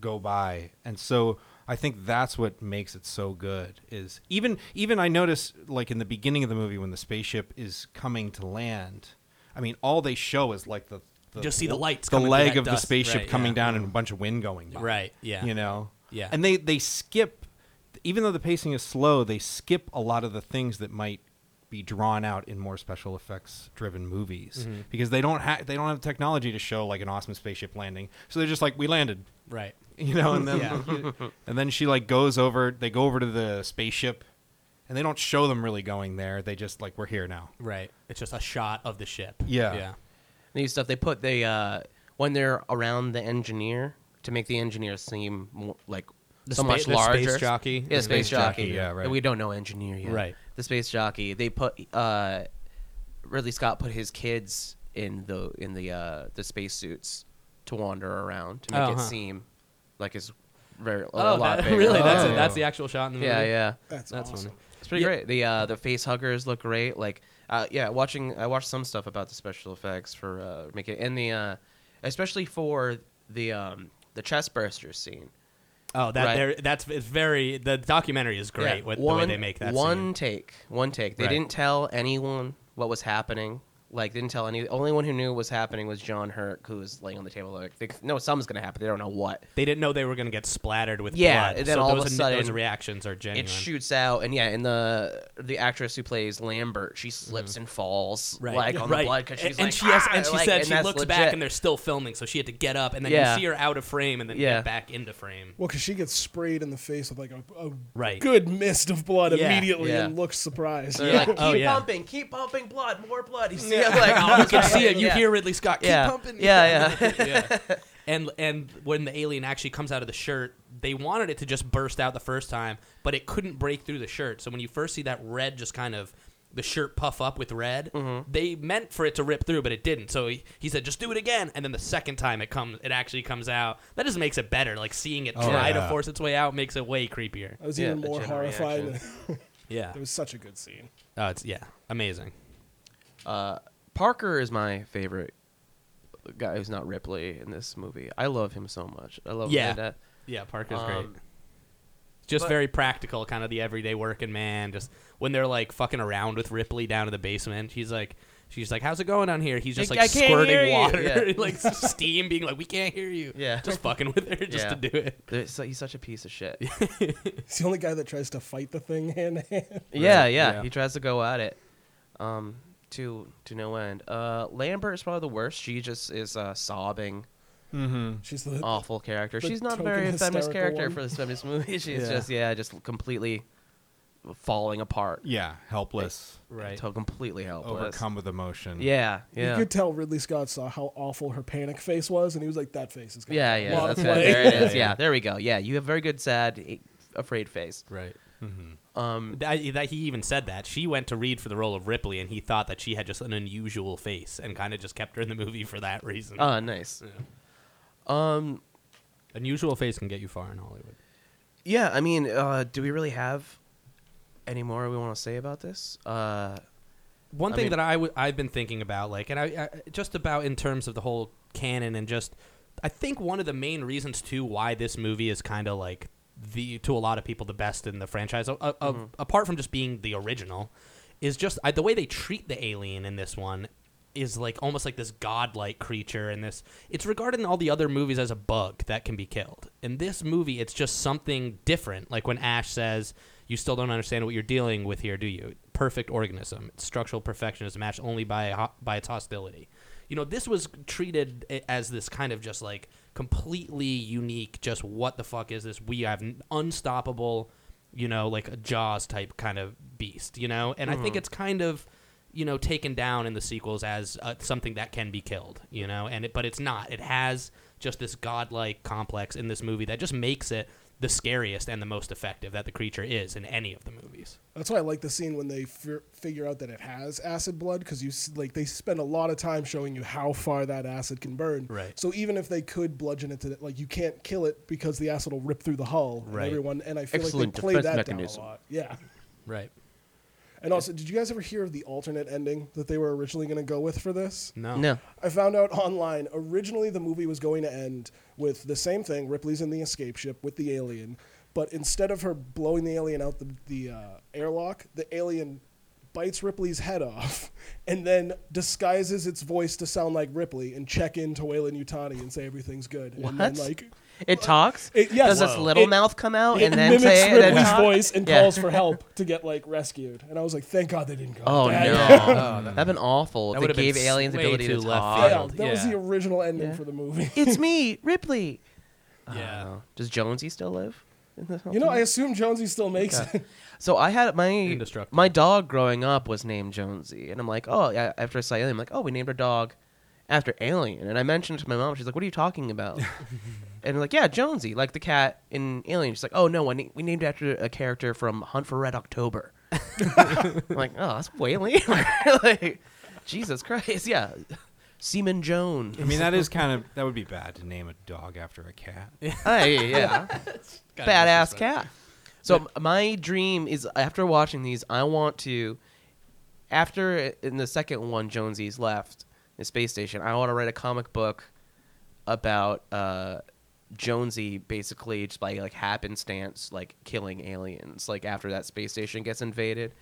S4: go by, and so I think that's what makes it so good. Is even even I notice like in the beginning of the movie when the spaceship is coming to land. I mean, all they show is like the, the
S2: Just see the lights
S4: the
S2: coming through
S4: leg
S2: that
S4: of the
S2: dust.
S4: spaceship
S2: Right,
S4: coming
S2: yeah.
S4: down and a bunch of wind going by.
S2: Right, yeah.
S4: You know.
S2: Yeah.
S4: And they they skip, even though the pacing is slow, they skip a lot of the things that might be drawn out in more special effects driven movies
S2: Mm-hmm.
S4: because they don't have they don't have the technology to show like an awesome spaceship landing. So they're just like we landed, (laughs)
S2: right
S4: you know, and then
S2: Yeah.
S4: you- (laughs) and then she like goes over. They go over to the spaceship, and they don't show them really going there. They just like we're here now.
S2: right it's just a shot of the ship
S4: Yeah.
S2: yeah
S1: These stuff they put they uh when they're around the engineer to make the engineer seem more, like
S2: The
S1: so
S2: spa-
S1: much
S2: the space
S1: larger.
S2: jockey.
S1: Yeah,
S2: The
S1: space,
S2: space
S1: jockey.
S4: jockey, yeah, right.
S1: We don't know engineer yet.
S2: Right.
S1: The space jockey. They put uh Ridley Scott put his kids in the in the uh the spacesuits to wander around to make
S2: Oh,
S1: it
S2: huh.
S1: seem like it's very a
S2: oh
S1: lot
S2: that-
S1: bigger.
S2: (laughs) really that's
S4: Oh.
S2: it that's the actual shot in the
S1: yeah,
S2: movie
S1: yeah.
S3: That's,
S2: that's
S3: awesome.
S2: funny
S1: It's pretty
S2: Yeah.
S1: great. The uh, the face huggers look great. Like, uh, yeah, watching I watched some stuff about the special effects for uh, make it and the uh, especially for the um, the chest burster scene.
S2: oh that
S1: Right.
S2: there that's it's very the documentary is great
S1: Yeah,
S2: with the
S1: one,
S2: way they make that
S1: one
S2: scene.
S1: take, one take. They
S2: Right.
S1: didn't tell anyone what was happening Like didn't tell any. The only one who knew what was happening was John Hurt, who was laying on the table. Like, they, no, something's gonna happen. They don't know what.
S2: They didn't know they were going to get splattered with
S1: Yeah,
S2: blood.
S1: and then
S2: so
S1: all of
S2: those,
S1: a
S2: in-
S1: sudden,
S2: those reactions are genuine.
S1: It shoots out, and yeah, and the the actress who plays Lambert, she slips and falls
S2: Mm-hmm. Right,
S1: like on the
S2: right.
S1: blood because she's
S2: and, and
S1: like,
S2: she has,
S1: "Ah,"
S2: and she
S1: like,
S2: said she
S1: that's
S2: looks back
S1: legit.
S2: and they're still filming, so she had to get up and then
S1: Yeah.
S2: you see her out of frame and then
S1: Yeah.
S2: get back into
S1: (laughs)
S2: frame.
S3: Well, because she gets sprayed in the face with like a, a
S2: Right.
S3: good mist of blood
S2: Yeah,
S1: (laughs)
S3: immediately
S1: yeah.
S3: and looks surprised.
S1: They're
S3: (laughs)
S1: like, keep
S2: Oh, yeah.
S1: pumping, keep pumping blood, more blood. You see, it, like, (laughs)
S2: Oh, you can
S1: yeah,
S2: see it. You
S1: yeah.
S2: hear Ridley Scott. Keep
S1: yeah.
S2: pumping.
S1: Yeah,
S2: (laughs)
S1: yeah.
S4: (laughs)
S2: yeah. And and when the alien actually comes out of the shirt, they wanted it to just burst out the first time, but it couldn't break through the shirt. So when you first see that red, just kind of the shirt puff up with red,
S4: Mm-hmm.
S2: they meant for it to rip through, but it didn't. So he, he said, just do it again. And then the second time it comes, it actually comes out. That just makes it better. Like seeing it
S4: Oh,
S2: try
S4: yeah.
S2: to force its way out makes it way creepier.
S3: I was
S1: Yeah,
S3: even
S1: the
S3: more
S1: general
S3: horrified.
S1: reaction.
S2: Yeah.
S3: (laughs) it was such a good scene.
S2: Oh, it's yeah, amazing.
S1: Parker is my favorite guy who's not Ripley in this movie. I love him so much. I love
S2: Yeah.
S1: him. that-
S2: Yeah, Parker's
S1: Um,
S2: great. Just
S1: but-
S2: very practical, kind of the everyday working man. Just when they're like fucking around with Ripley down in the basement, she's like, she's like, "How's it going down here?" He's just
S1: I-
S2: like
S1: I can't hear
S2: squirting
S1: you.
S2: water,
S1: Yeah.
S2: (laughs) like steam, being like, "We can't hear you."
S1: Yeah.
S2: just fucking with her just
S1: Yeah.
S2: to do it.
S1: There's- so- he's such a piece of
S2: (laughs)
S1: shit. Yeah,
S3: He's the only guy that tries to fight the thing hand to hand.
S1: (laughs) yeah,
S4: yeah.
S1: He tries to go at it, um, to to no end. Uh, Lambert is probably the worst. She just is a sobbing,
S4: Mm-hmm.
S3: She's the
S1: awful character.
S3: The
S1: She's not a
S3: token
S1: very feminist
S3: hysterical
S1: character
S3: one.
S1: for this feminist movie. She's
S4: Yeah.
S1: just yeah, just completely falling apart.
S4: Yeah, helpless,
S2: Right.
S1: To- completely helpless.
S4: overcome with emotion.
S1: Yeah, yeah.
S3: You could tell Ridley Scott saw how awful her panic face was, and he was like, "That face is." gonna
S1: Yeah,
S3: be a
S1: yeah,
S3: lot of (laughs)
S1: that's it.
S3: play."
S1: There it is.
S4: Yeah, yeah.
S1: Yeah, there we go. Yeah, you have very good, sad, a- afraid face.
S2: Right. Mm-hmm.
S1: Um,
S2: That, that he even said that she went to read for the role of Ripley, and he thought that she had just an unusual face, and kind of just kept her in the movie for that reason.
S1: ah, nice. Um,
S2: unusual face can get you far in Hollywood.
S1: yeah, I mean, uh, do we really have any more we want to say about this? Uh,
S2: One
S1: I
S2: thing
S1: mean-
S2: that I w- I've been thinking about, like, and I, I just about in terms of the whole canon and just, I think one of the main reasons too why this movie is kind of like the to a lot of people the best in the franchise, uh, uh,
S1: Mm-hmm.
S2: apart from just being the original, is just I, the way they treat the alien in this one is like almost like this godlike creature and this it's regarded in all the other movies as a bug that can be killed in this movie it's just something different like when ash says you still don't understand what you're dealing with here do you perfect organism its structural perfection is matched only by ho- by its hostility you know this was treated a- as this kind of just like completely unique just what the fuck is this we have an unstoppable you know like a jaws type kind of beast you know and i think it's kind of you know taken down in the sequels as uh, something that can be killed you know and it, but it's not it has just this godlike complex in this movie that just makes it the scariest and the most effective that the creature is in any of the movies
S3: That's why I like the scene when they fi- figure out that it has acid blood because you s- like they spend a lot of time showing you how far that acid can burn.
S2: Right.
S3: So even if they could bludgeon it to the, like you can't kill it because the acid will rip through the hull. and
S2: Right.
S3: everyone and I feel
S1: Excellent
S3: like they play
S1: defense
S3: that
S1: mechanism.
S3: down a lot. Yeah.
S2: right
S3: And also, did you guys ever hear of the alternate ending that they were originally going to go with for this?
S2: no
S1: no.
S3: I found out online. Originally, the movie was going to end with the same thing: Ripley's in the escape ship with the alien, but instead of her blowing the alien out the the uh, airlock, the alien bites Ripley's head off, (laughs) and then disguises its voice to sound like Ripley and check in to Wayland Utani and say everything's good. And then,
S1: What?
S3: like
S1: It talks.
S3: It- yes.
S1: Does its
S3: Whoa.
S1: little
S3: It-
S1: mouth come out
S3: it
S1: and then
S3: mimics
S1: say it?
S3: Ripley's
S1: talk?
S3: voice and
S1: Yeah. (laughs)
S3: calls for help to get like rescued. And I was like, thank God they didn't go.
S1: Oh
S3: that.
S1: no,
S3: (laughs)
S1: that'd been awful.
S2: That
S1: if
S2: would've
S1: they
S2: been
S1: gave aliens
S2: way
S1: ability to
S2: too left
S3: Yeah,
S1: talk.
S2: field.
S3: that was
S2: Yeah.
S3: the original ending
S1: Yeah.
S3: for the movie.
S1: it's me, Ripley.
S2: yeah
S1: Oh, does Jonesy still live? in this
S3: (laughs) You know, I assume Jonesy still makes
S1: Yeah.
S3: it.
S1: (laughs) So I had my
S2: Indestructible.
S1: my dog growing up was named Jonesy, and I'm like, oh, yeah, after I saw Alien, I'm like, oh, we named our dog after Alien, and I mentioned it to my mom. She's like, what are you talking
S2: (laughs)
S1: about? and I'm like, yeah, Jonesy, like the cat in Alien. She's like, oh no, I na- we named it after a character from Hunt for Red
S2: (laughs)
S1: October. I'm like, oh, that's way later. (laughs) like, Jesus Christ, yeah, Seaman Jones.
S4: I mean, that is kind of that would be bad to name a dog after a cat.
S1: (laughs) Hey, yeah.
S2: (laughs) Gotta be
S1: badass
S2: disrespectful.
S1: cat. So m- my dream is after watching these, I want to, after in the second one, Jonesy's left the space station. I want to write a comic book about uh, Jonesy basically just by like happenstance, like killing aliens. Like after that space station gets invaded,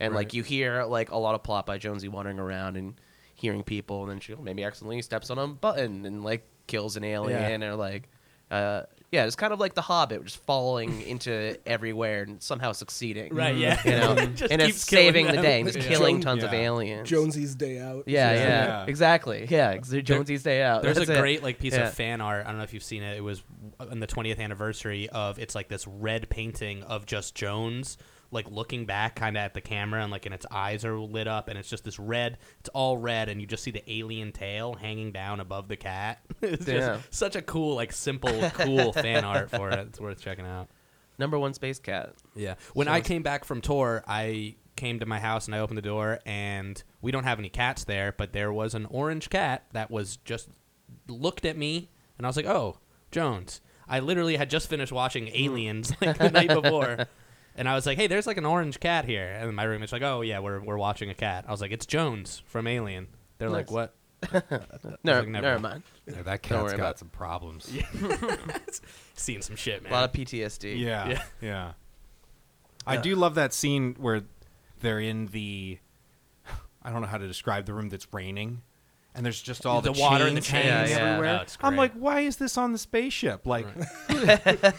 S1: and like you hear like a lot of plot by Jonesy wandering around and. hearing people, and then she maybe accidentally steps on a button and like kills an alien or like, uh, yeah, it's kind of like The Hobbit, just falling into everywhere and somehow succeeding.
S2: Right, yeah.
S1: Mm, You know,
S2: (laughs) Just
S1: and it's
S2: keeps killing
S1: saving the
S2: them.
S1: day, and just
S3: Yeah.
S1: killing
S3: Joan-
S1: tons of
S4: yeah.
S1: aliens.
S3: Jonesy's Day Out.
S1: Yeah, yeah,
S4: Yeah. Yeah.
S1: exactly. Yeah, ex- Jonesy's Day Out.
S2: There's
S1: uh, That's
S2: a
S1: it.
S2: great like piece
S1: Yeah.
S2: of fan art. I don't know if you've seen it. It was on the 20th anniversary of it's like this red painting of just Jones like looking back kind of at the camera and like and its eyes are lit up and it's just this red it's all red and you just see the alien tail hanging down above the cat (laughs) it's
S1: Yeah.
S2: just such a cool like simple cool fan art for it it's worth checking out
S1: number one space cat.
S2: yeah. When I came back from tour, I came to my house and I opened the door, and we don't have any cats there, but there was an orange cat that was just looked at me, and I was like, "Oh, Jones." I literally had just finished
S1: Hmm.
S2: watching
S1: (laughs)
S2: Aliens like the night before. And I was like, "Hey, there's like an orange cat here." And my roommate's like, "Oh yeah, we're we're watching a cat." I was like, "It's Jones from Alien." They're like,
S1: Nice.
S2: "What?"
S1: No,
S2: like, never.
S1: never mind.
S4: Yeah, that
S1: Don't
S4: cat's
S1: worry
S4: got
S1: about it. (laughs)
S4: some problems.
S2: Seeing some shit, man.
S1: A lot of PTSD.
S4: Yeah.
S2: Yeah.
S4: Yeah. I do love that scene where they're in the I don't know how to describe the room that's raining and there's just all the,
S2: The water and the
S4: chains
S1: chains. Yeah, yeah.
S4: everywhere.
S2: No, it's
S4: I'm
S2: great.
S4: like, why is this on the spaceship? Like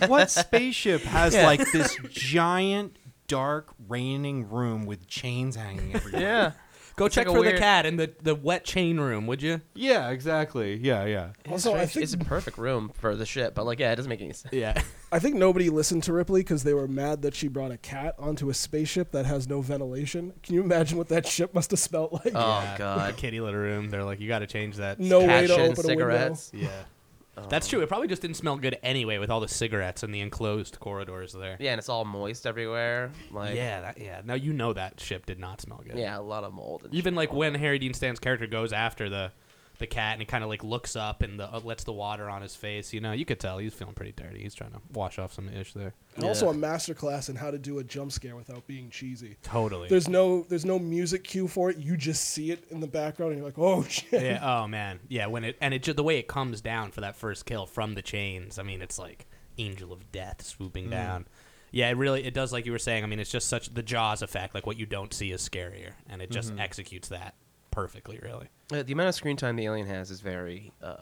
S4: what spaceship has
S1: Yeah.
S4: like this giant dark raining room with chains hanging everywhere?
S1: Yeah.
S2: Go
S1: It's
S2: check
S1: like a
S2: for
S1: weird-
S2: the cat in the the wet chain room, would you?
S4: Yeah, exactly. Yeah, yeah.
S3: Also, I
S1: it's,
S3: think
S1: it's a perfect room for the ship, but like, yeah, it doesn't make any sense.
S2: (laughs) Yeah.
S3: I think nobody listened to Ripley because they were mad that she brought a cat onto a spaceship that has no ventilation. Can you imagine what that (laughs) ship must have smelled like?
S1: Oh
S2: Yeah,
S1: god.
S2: Uh, (laughs) the kitty litter room. They're like, you got to change that.
S3: no way
S1: Cash
S3: to
S1: and
S3: open
S1: cigarettes.
S2: Yeah. (laughs) That's true. It probably just didn't smell good anyway with all the cigarettes and the enclosed corridors there.
S1: Yeah, and it's all moist everywhere. Like yeah,
S2: yeah, that, yeah. Now you know that ship did not smell good.
S1: a lot of mold. And
S2: Even like when Harry Dean Stanton's character goes after the the cat and he kind of like looks up and the, uh, lets the water on his face, you know, you could tell he's feeling pretty dirty. He's trying to wash off some ish there.
S3: window. And also a masterclass in how to do a jump scare without being cheesy.
S2: Totally.
S3: There's no there's no music cue for it. You just see it in the background and you're like, oh shit.
S2: yeah. Oh man. Yeah. When it and it just the way it comes down for that first kill from the chains. I mean, it's like angel of death swooping down. Yeah. It really it does like you were saying. I mean, it's just such the Jaws effect. Like what you don't see is scarier, and it just executes that perfectly. Really.
S1: uh, the amount of screen time the alien has is very uh,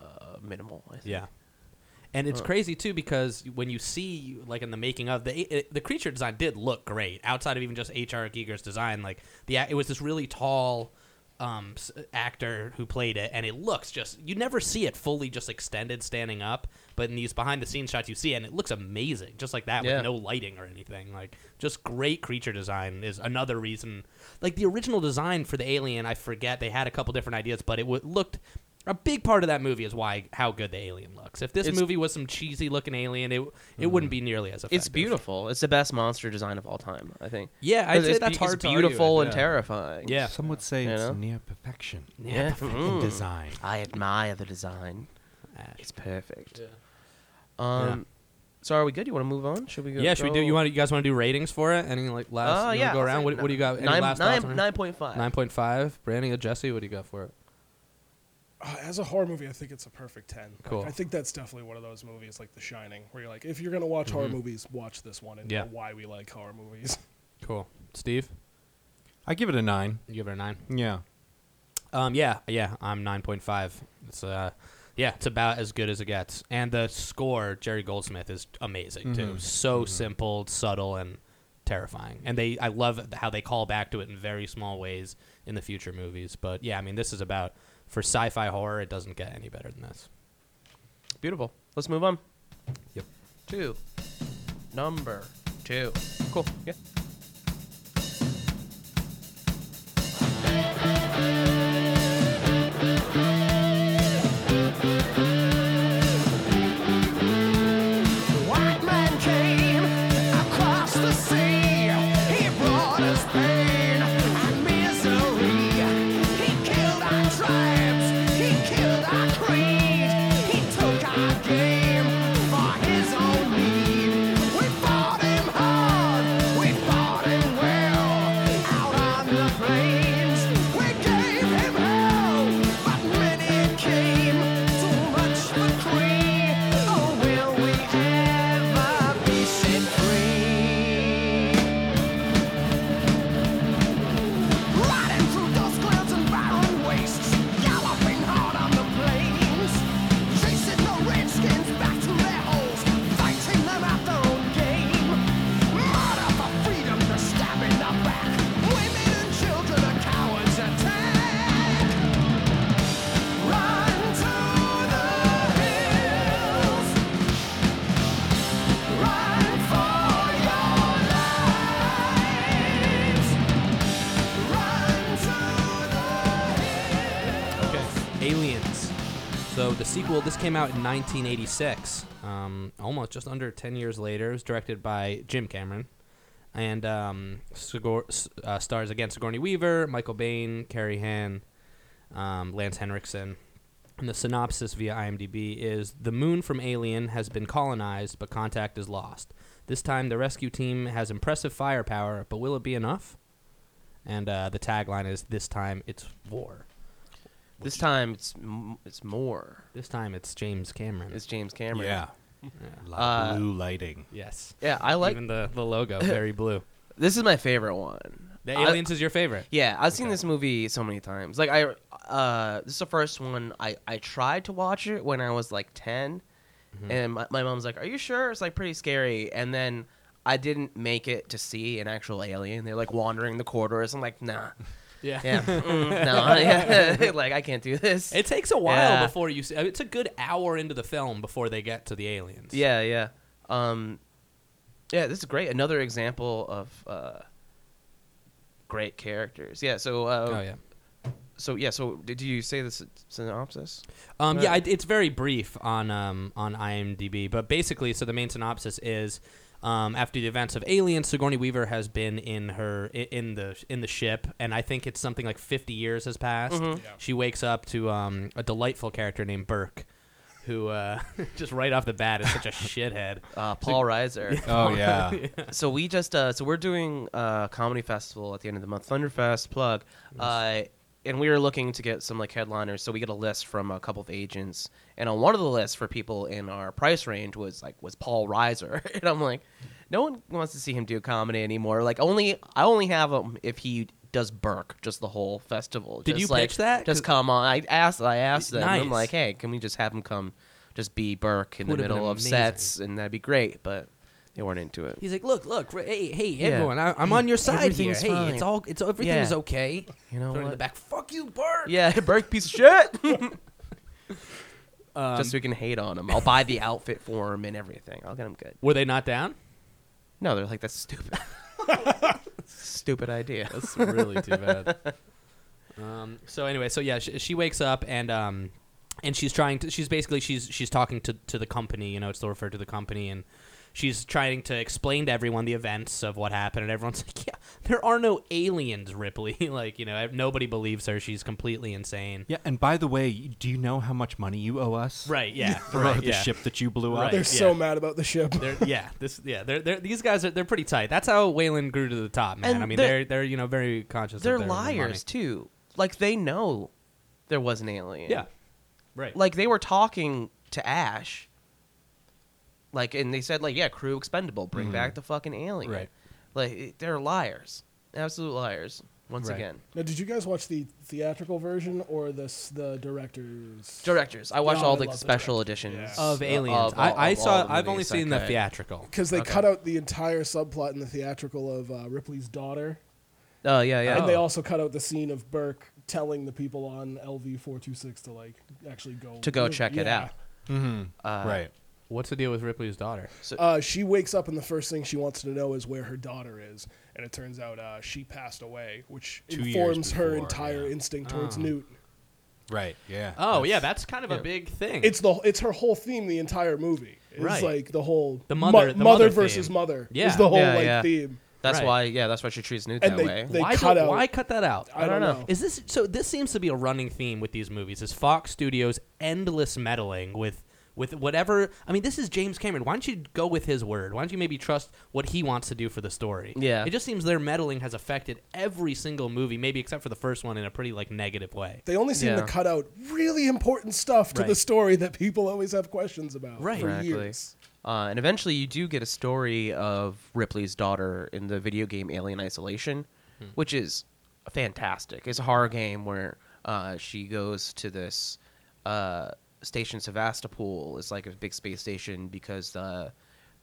S1: minimal. I think.
S2: Yeah. And it's crazy too because when you see like in the making of the it, the creature design did look great outside of even just H.R. Giger's design like the a- it was this really tall um, s- actor who played it and it looks just you never see it fully just extended standing up but in these behind the scenes shots you see it and it looks amazing just like that
S1: Yeah.
S2: with no lighting or anything like just great creature design is another reason like the original design for the alien I forget they had a couple different ideas but it w- looked a big part of that movie is why how good the alien looks. If this
S1: It's-
S2: movie was some cheesy looking alien, it it wouldn't be nearly as effective.
S1: It's beautiful. It's the best monster design of all time, I think.
S2: Yeah, I'd
S1: It's-
S2: say
S1: it's
S2: that's
S1: be-
S2: hard
S1: It's
S2: to argue
S1: beautiful
S2: with,
S1: and
S2: yeah.
S1: terrifying.
S2: Yeah.
S4: Some would say
S1: You
S4: it's
S1: know?
S4: near perfection
S1: Yeah.
S4: in
S1: Mm.
S4: design.
S1: I admire the design. It's perfect. Um
S2: Uh, Yeah.
S1: so are we good? You want to move on? Should we go?
S2: Yeah, should we do?
S1: go-
S2: You want you guys want to do ratings for it? Any like last?
S1: Uh,
S2: you wanna
S1: yeah.
S2: Go
S1: I'll
S2: around.
S1: say
S2: What, what do you got? Any
S1: nine-
S2: last
S1: nine-
S2: thoughts on it?
S1: 9.5.
S2: Nine point five. Brandy or Jesse? What do you got for it?
S3: Uh, as a horror movie, I think it's a perfect ten. Like,
S2: Cool.
S3: I think that's definitely one of those movies like The Shining, where you're like, if you're gonna watch horror movies, watch this one and
S2: Mm-hmm. Yeah.
S3: know why we like horror movies.
S2: Cool. Steve,
S4: I give it a 9.
S2: you give it a nine.
S4: Yeah.
S2: Um, yeah, yeah, I'm nine point five. It's uh, yeah, it's about as good as it gets. And the score, Jerry Goldsmith, is amazing too. So simple, subtle, and terrifying. And they, I love how they call back to it in very small ways in the future movies. But yeah, I mean, this is about for sci-fi horror. It doesn't get any better than this.
S1: Beautiful. Let's move on.
S2: Yep.
S1: Two. Number two. Cool. Yeah.
S5: White man came across the sea. He brought us pain and misery. He killed our tribes. He killed our creed. He took our game for his own need. We fought him hard. We fought.
S2: So the sequel, this came out in 1986, um, almost just under 10 years later. It was directed by Jim Cameron, and um, Sigor- s- uh, stars again Sigourney Weaver, Michael Bain, Carrie Han, um, Lance Henriksen. And the synopsis via IMDb is The moon from Alien has been colonized, but contact is lost. This time, the rescue team has impressive firepower, but will it be enough? And uh, the tagline is This time it's war.
S1: This time it's m- it's more.
S2: This time it's James Cameron.
S1: It's James Cameron.
S4: Yeah.
S1: Uh,
S4: blue lighting.
S2: yes.
S1: Yeah, I like
S2: Even the,
S1: (laughs)
S2: the logo, very blue.
S1: this is my favorite one.
S2: The
S1: I-
S2: Aliens is your favorite.
S1: Yeah, I've seen this movie so many times. Like I, uh, this is the first one I I tried to watch it when I was like 10
S2: Mm-hmm.
S1: and my, my mom's like, "Are you sure?" It's like pretty scary, and then I didn't make it to see an actual alien. They're like wandering the corridors. I'm like, nah,
S2: Yeah.
S1: yeah, mm, no, (laughs) yeah. like I can't do this.
S2: (laughs) It takes a while
S1: Yeah.
S2: before you see. I mean, it's a good hour into the film before they get to the aliens.
S1: Yeah, yeah. Um, yeah, this is great. Another example of uh, great characters. Yeah. So. Uh,
S2: Oh yeah.
S1: So yeah. So did you say the s- synopsis?
S2: Um,
S1: Right.
S2: yeah, it, it's very brief on um, on IMDb, but basically, so the main synopsis is um, after the events of Alien, Sigourney Weaver has been in her i- in the in the ship, and I think it's something like fifty years has passed.
S3: Yeah.
S2: She wakes up to um, a delightful character named Burke, who uh, (laughs) just right off the bat is such (laughs) a shithead.
S1: Uh, Paul Reiser.
S4: Oh yeah.
S1: So we just uh, so we're doing a comedy festival at the end of the month, Thunderfest plug, uh, and we were looking to get some like headliners. So we get a list from a couple of agents, and on one of the lists for people in our price range was like was Paul Reiser, (laughs) and I'm like, no one wants to see him do comedy anymore. Like only I only have him if he does Burke just the whole festival.
S2: Did
S1: Just,
S2: you
S1: like,
S2: pitch that?
S1: Just come on. I asked I asked them.
S2: Nice.
S1: I'm like, hey, can we just have him come? Just be Burke in the
S2: Would've been
S1: middle of
S2: amazing.
S1: sets, and that'd be great. But they weren't into it.
S2: He's like, look, look, r- hey, hey,
S1: Yeah.
S2: everyone, I, I'm on your side here.
S1: Everything's
S2: Hey,
S1: fine.
S2: it's all, it's everything's
S1: Yeah.
S2: okay.
S1: You know
S2: Throw it in the
S1: what?
S2: back, fuck you, Burke.
S1: (laughs) Yeah, Burke piece of
S2: (laughs)
S1: shit.
S2: Um,
S1: Just so we can hate on him. I'll buy the outfit for him and everything. I'll get him good.
S2: Were they not down?
S1: No, they're like that's
S2: (laughs)
S1: stupid. stupid idea.
S2: That's really too bad.
S4: (laughs)
S2: Um, so anyway, so yeah, she, she wakes up and um, and she's trying to. She's basically she's she's talking to to the company. You know, it's still referred to the company, and she's trying to explain to everyone the events of what happened. And everyone's (laughs) like, "Yeah, there are no aliens, Ripley." (laughs) like you know, nobody believes her. She's completely insane.
S4: Yeah, and by the way, do you know how much money you owe us?
S2: Right.
S4: (laughs)
S2: Yeah.
S4: For
S2: right.
S4: the
S2: yeah.
S4: ship that you blew
S2: Right.
S4: up.
S3: They're so
S2: yeah.
S3: mad about the ship.
S2: They're, yeah, this yeah, they're, they're these guys are they're pretty tight. That's how Whalen grew to the top, man.
S1: And
S2: I mean,
S1: they're-
S2: they're, they're you know very conscious.
S1: They're
S2: of their money.
S1: liars too. Like they know there was an alien.
S2: Yeah, right.
S1: Like they were talking to Ash. Like and they said like yeah, crew expendable, bring back the fucking alien.
S2: Mm-hmm. Right.
S1: Like it- they're liars. Absolute liars. Once
S2: Right.
S1: again.
S3: Now, did you guys watch the theatrical version or this the director's?
S1: Directors. I watched
S3: Yeah, Oh, I
S1: all the
S3: love the
S1: special
S3: director.
S1: editions
S3: Yeah.
S2: of
S1: uh, of
S2: aliens.
S1: all-
S2: I, I
S1: of all
S2: saw.
S1: the
S2: I've only
S1: movies.
S2: seen the
S1: Okay.
S2: theatrical.
S3: Because they
S1: Okay.
S3: cut out the entire subplot in the theatrical of uh, Ripley's daughter,
S1: Oh yeah, yeah.
S3: and they
S2: Oh.
S3: also cut out the scene of Burke telling the people on LV four two six to like actually go
S1: To go check it out.
S4: right.
S2: What's the deal with Ripley's daughter?
S3: Uh, she wakes up, and the first thing she wants to know is where her daughter is. And it turns out uh, she passed away, which
S4: Two years
S3: informs her
S4: before,
S3: entire
S4: yeah.
S3: instinct towards
S1: Ah.
S3: Newt.
S4: Right. Yeah.
S2: Oh yeah, that's kind of
S1: yeah.
S2: a big thing.
S3: It's the it's her whole theme the entire movie. It's
S2: Right.
S3: like the whole
S2: The
S3: mo-
S2: mother- the mother
S3: versus
S2: theme.
S3: mother
S2: Yeah.
S3: is the whole
S1: Yeah,
S3: like
S1: yeah.
S3: theme.
S1: That's
S2: Right.
S1: why, yeah, that's why she treats Newt
S3: And
S1: that
S3: they-
S1: way.
S3: they-
S2: why
S3: cut
S2: don't-
S3: out-
S2: Why cut that out?
S3: I
S1: don't
S3: don't,
S1: know.
S3: know.
S2: Is this so? This seems to be a running theme with these movies: is Fox Studios endless meddling with with whatever. I mean, this is James Cameron. Why don't you go with his word? Why don't you maybe trust what he wants to do for the story?
S1: Yeah.
S2: it just seems their meddling has affected every single movie, maybe except for the first one, in a pretty like negative way.
S3: They only seem
S1: Yeah.
S3: to cut out really important stuff to the
S2: Right.
S3: story that people always have questions about
S2: Right.
S3: for
S1: Exactly.
S3: years.
S1: Uh, and eventually, you do get a story of Ripley's daughter in the video game Alien Isolation, which is fantastic. It's a horror game where uh, she goes to this uh, station Sevastopol. It's like a big space station because uh,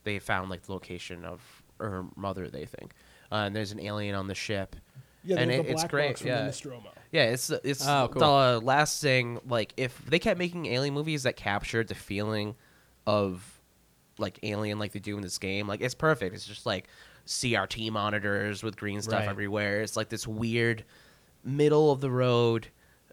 S1: they found like the location of her mother. They think, uh, and there's an alien on the ship.
S3: Yeah,
S1: and
S3: the,
S1: it-
S3: the black
S1: it's great.
S3: box from
S1: yeah.
S3: the Nostromo.
S1: Yeah, it's it's
S2: Oh, cool.
S1: the last thing. Like, if they kept making alien movies that captured the feeling of like alien, like they do in this game, like it's perfect. It's just like CRT monitors with green stuff
S2: Right.
S1: everywhere. It's like this weird middle of the road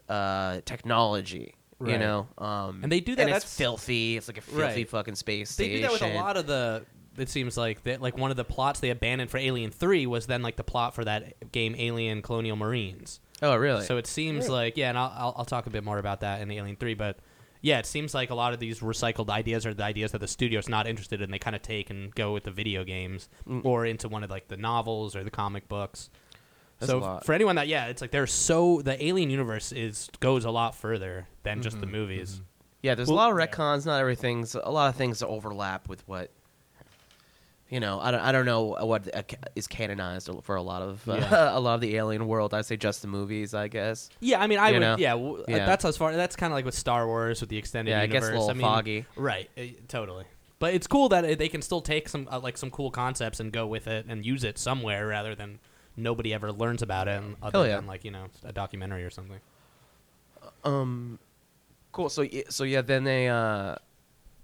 S1: uh, technology You
S2: Right.
S1: know, um,
S2: And they do that,
S1: And it's
S2: that's-
S1: filthy. It's like a filthy
S2: Right.
S1: fucking space
S2: They
S1: station.
S2: do that with a lot of the. It seems like that, like one of the plots they abandoned for Alien Three was then like the plot for that game Alien Colonial Marines.
S1: Oh, really?
S2: So it seems like yeah, and I'll, I'll I'll talk a bit more about that in Alien Three, but yeah, it seems like a lot of these recycled ideas are the ideas that the studio's not interested in. They kind of take and go with the video games
S1: Mm.
S2: or into one of like the novels or the comic books.
S1: That's
S2: so
S1: a lot.
S2: for anyone that yeah, it's like there's so the Alien universe is goes a lot further than just
S1: Mm-hmm.
S2: the movies.
S1: yeah, there's a lot of retcons. Not everything's a lot of things that overlap with what. You know, I don't, I don't know what uh, ca- is canonized for a lot of uh, (laughs) a lot of the alien world. I say just the movies, I guess.
S2: Yeah, I mean, I
S1: You
S2: would.
S1: know?
S2: Yeah, w- uh,
S1: Yeah.
S2: that's as far. That's kind of like with Star Wars with the extended
S1: Yeah, it
S2: universe.
S1: gets a little
S2: I mean,
S1: foggy.
S2: Right, uh, totally. But it's cool that uh, they can still take some uh, like some cool concepts and go with it and use it somewhere rather than nobody ever learns about it and other
S1: Hell yeah.
S2: than like you know a documentary or something.
S1: Um, cool. So y- so yeah, then they uh,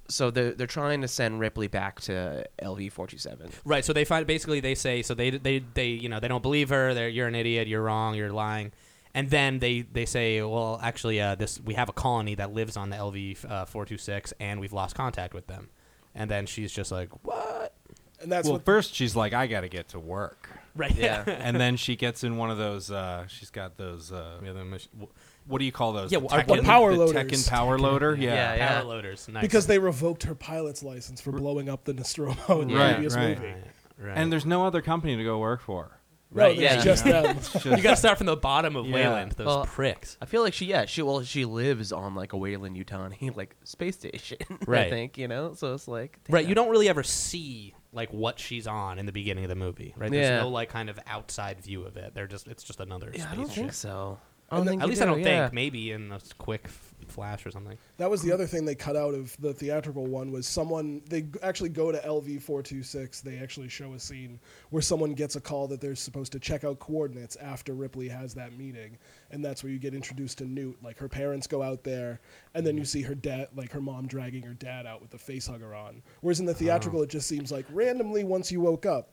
S1: so they're they're trying to send Ripley back to LV four two seven.
S2: Right. So they find basically they say so they they they you know they don't believe her. They're you're an idiot. You're wrong. You're lying. And then they they say well actually uh, this we have a colony that lives on the LV uh, four two six and we've lost contact with them. And then she's just like what.
S3: and that's
S4: well,
S3: what
S4: first she's like, I got to get to work,
S2: Right. (laughs)
S1: Yeah.
S4: and then she gets in one of those. Uh, she's got those. Uh,
S2: Yeah, the mach- w-
S4: what do you call those?
S2: Yeah,
S4: the
S2: well,
S4: Tekken,
S2: what power
S4: the
S3: loaders.
S4: Tekken power loader. Yeah.
S1: Yeah,
S2: power loaders. Nice.
S3: (laughs) because they revoked her pilot's license for blowing up the Nostromo in the
S4: Right,
S3: previous
S4: right.
S3: movie.
S2: right.
S4: And there's no other company to go work for.
S1: Right,
S3: no,
S1: yeah,
S3: it's
S1: you
S3: just them.
S4: It's
S2: you
S4: just-
S2: got to start from the bottom of
S4: Yeah.
S2: Wayland. Those
S1: Well-
S2: pricks.
S1: (laughs) I feel like she, yeah, she well, she lives on like a Wayland Utani (laughs) like space station. (laughs) I
S2: Right.
S1: think you know, so it's like
S2: Right. You
S1: damn.
S2: don't really ever see like what she's on in the beginning of the movie. Right. There's
S1: Yeah.
S2: no like kind of outside view of it. They're just it's just another
S1: Yeah, I
S2: space
S1: don't think
S2: ship.
S1: so. I don't
S3: And
S1: think
S2: At
S1: you
S2: least I
S1: do,
S2: don't
S1: yeah.
S2: think. Maybe in a s- quick f- flash or something.
S3: That was the other thing they cut out of the theatrical one was someone they g- actually go to LV four two six. They actually show a scene where someone gets a call that they're supposed to check out coordinates after Ripley has that meeting, and that's where you get introduced to Newt. Like her parents go out there, and then you see her dad, like her mom dragging her dad out with the facehugger on. Whereas in the theatrical, it just seems like randomly once you woke up,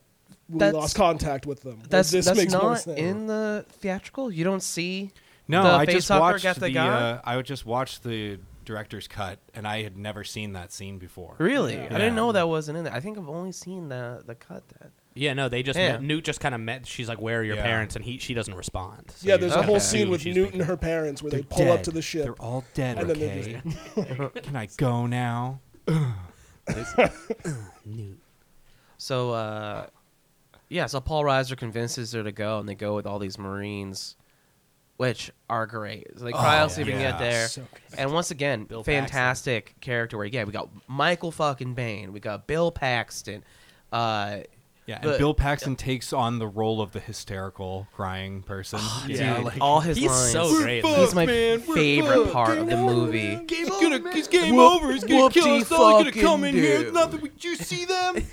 S3: we
S1: That's-
S3: lost contact with them. Or
S1: That's
S3: this
S1: that's
S3: makes more
S1: not
S3: sense.
S1: in the theatrical. You don't see.
S4: No,
S1: the
S4: I just
S1: facehugger
S4: watched
S1: get
S4: the.
S1: the guy?
S4: uh, I would just watch the director's cut, and I had never seen that scene before.
S1: Really, I
S4: Yeah.
S1: didn't know that wasn't in there. I think I've only seen the the cut. Then
S2: Yeah. No. They just
S1: Yeah.
S2: met, Newt just kind of met. She's like, "Where are your
S4: Yeah.
S2: parents?" And he she doesn't respond. So
S3: yeah,
S2: you
S3: there's
S2: just
S3: a whole
S2: kinda
S3: scene
S2: assume
S3: with
S2: she's
S3: Newt
S2: thinking-
S3: and her parents where they
S4: They're
S3: pull up
S4: dead.
S3: to the ship.
S4: They're all dead.
S3: And then they
S4: okay.
S1: (laughs)
S4: Can I go now?
S2: Newt.
S1: so uh, yeah, so Paul Reiser convinces her to go, and they go with all these Marines, which are great. So they cry out so you can
S4: yeah.
S1: get there.
S3: So good.
S1: And once again,
S2: Bill
S1: fantastic character work. Yeah, we got Michael fucking Bain. We got Bill Paxton. Uh,
S4: Yeah, and
S1: But-
S4: Bill Paxton takes on the role of the hysterical crying person.
S1: Oh,
S2: Yeah, like-
S1: all his
S2: He's
S1: lines.
S2: so great. in
S1: He's
S2: this.
S1: my favorite part of the movie.
S4: He's gonna, he's game
S1: Whoop-
S4: over. He's gonna kill us all. He's gonna come in here.
S1: whoopty-fucking-do.
S4: It's Nothing. but- Did you see them?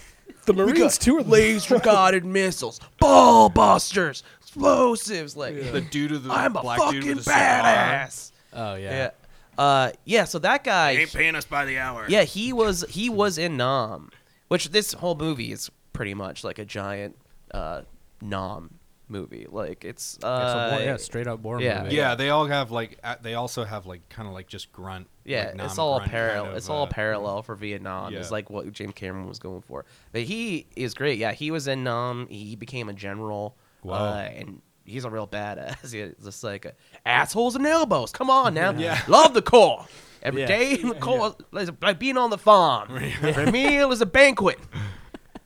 S3: The Marines too are
S1: Laser guided missiles, ball busters, explosives. Like
S4: the dude with the
S1: I'm a
S4: black dude
S1: fucking
S4: with the cigar.
S1: badass.
S2: Oh
S1: Yeah. Uh, yeah. So that guy.
S6: paying us by the hour.
S1: Yeah, he was he was in Nom, which this whole movie is pretty much like a giant uh, Nom movie. Like it's uh,
S2: It's a war- yeah, straight up war
S1: yeah.
S2: movie.
S4: Yeah, they all have like. uh, They also have like kind of like just grunt.
S1: Yeah,
S4: like,
S1: it's all
S4: non-grunt
S1: parallel.
S4: kind of,
S1: it's all
S4: uh,
S1: parallel for Vietnam.
S4: yeah.
S1: It's like what James Cameron was going for. But he is great. Yeah, he was in Nam. He became a general.
S4: Wow.
S1: Uh, and he's a real badass. (laughs) He's just like a, assholes and elbows. Come on now.
S4: Yeah.
S1: (laughs) Love the Corps. Every
S2: Yeah.
S1: day in the Corps is like being on the
S4: (laughs)
S1: farm. Every meal is a banquet.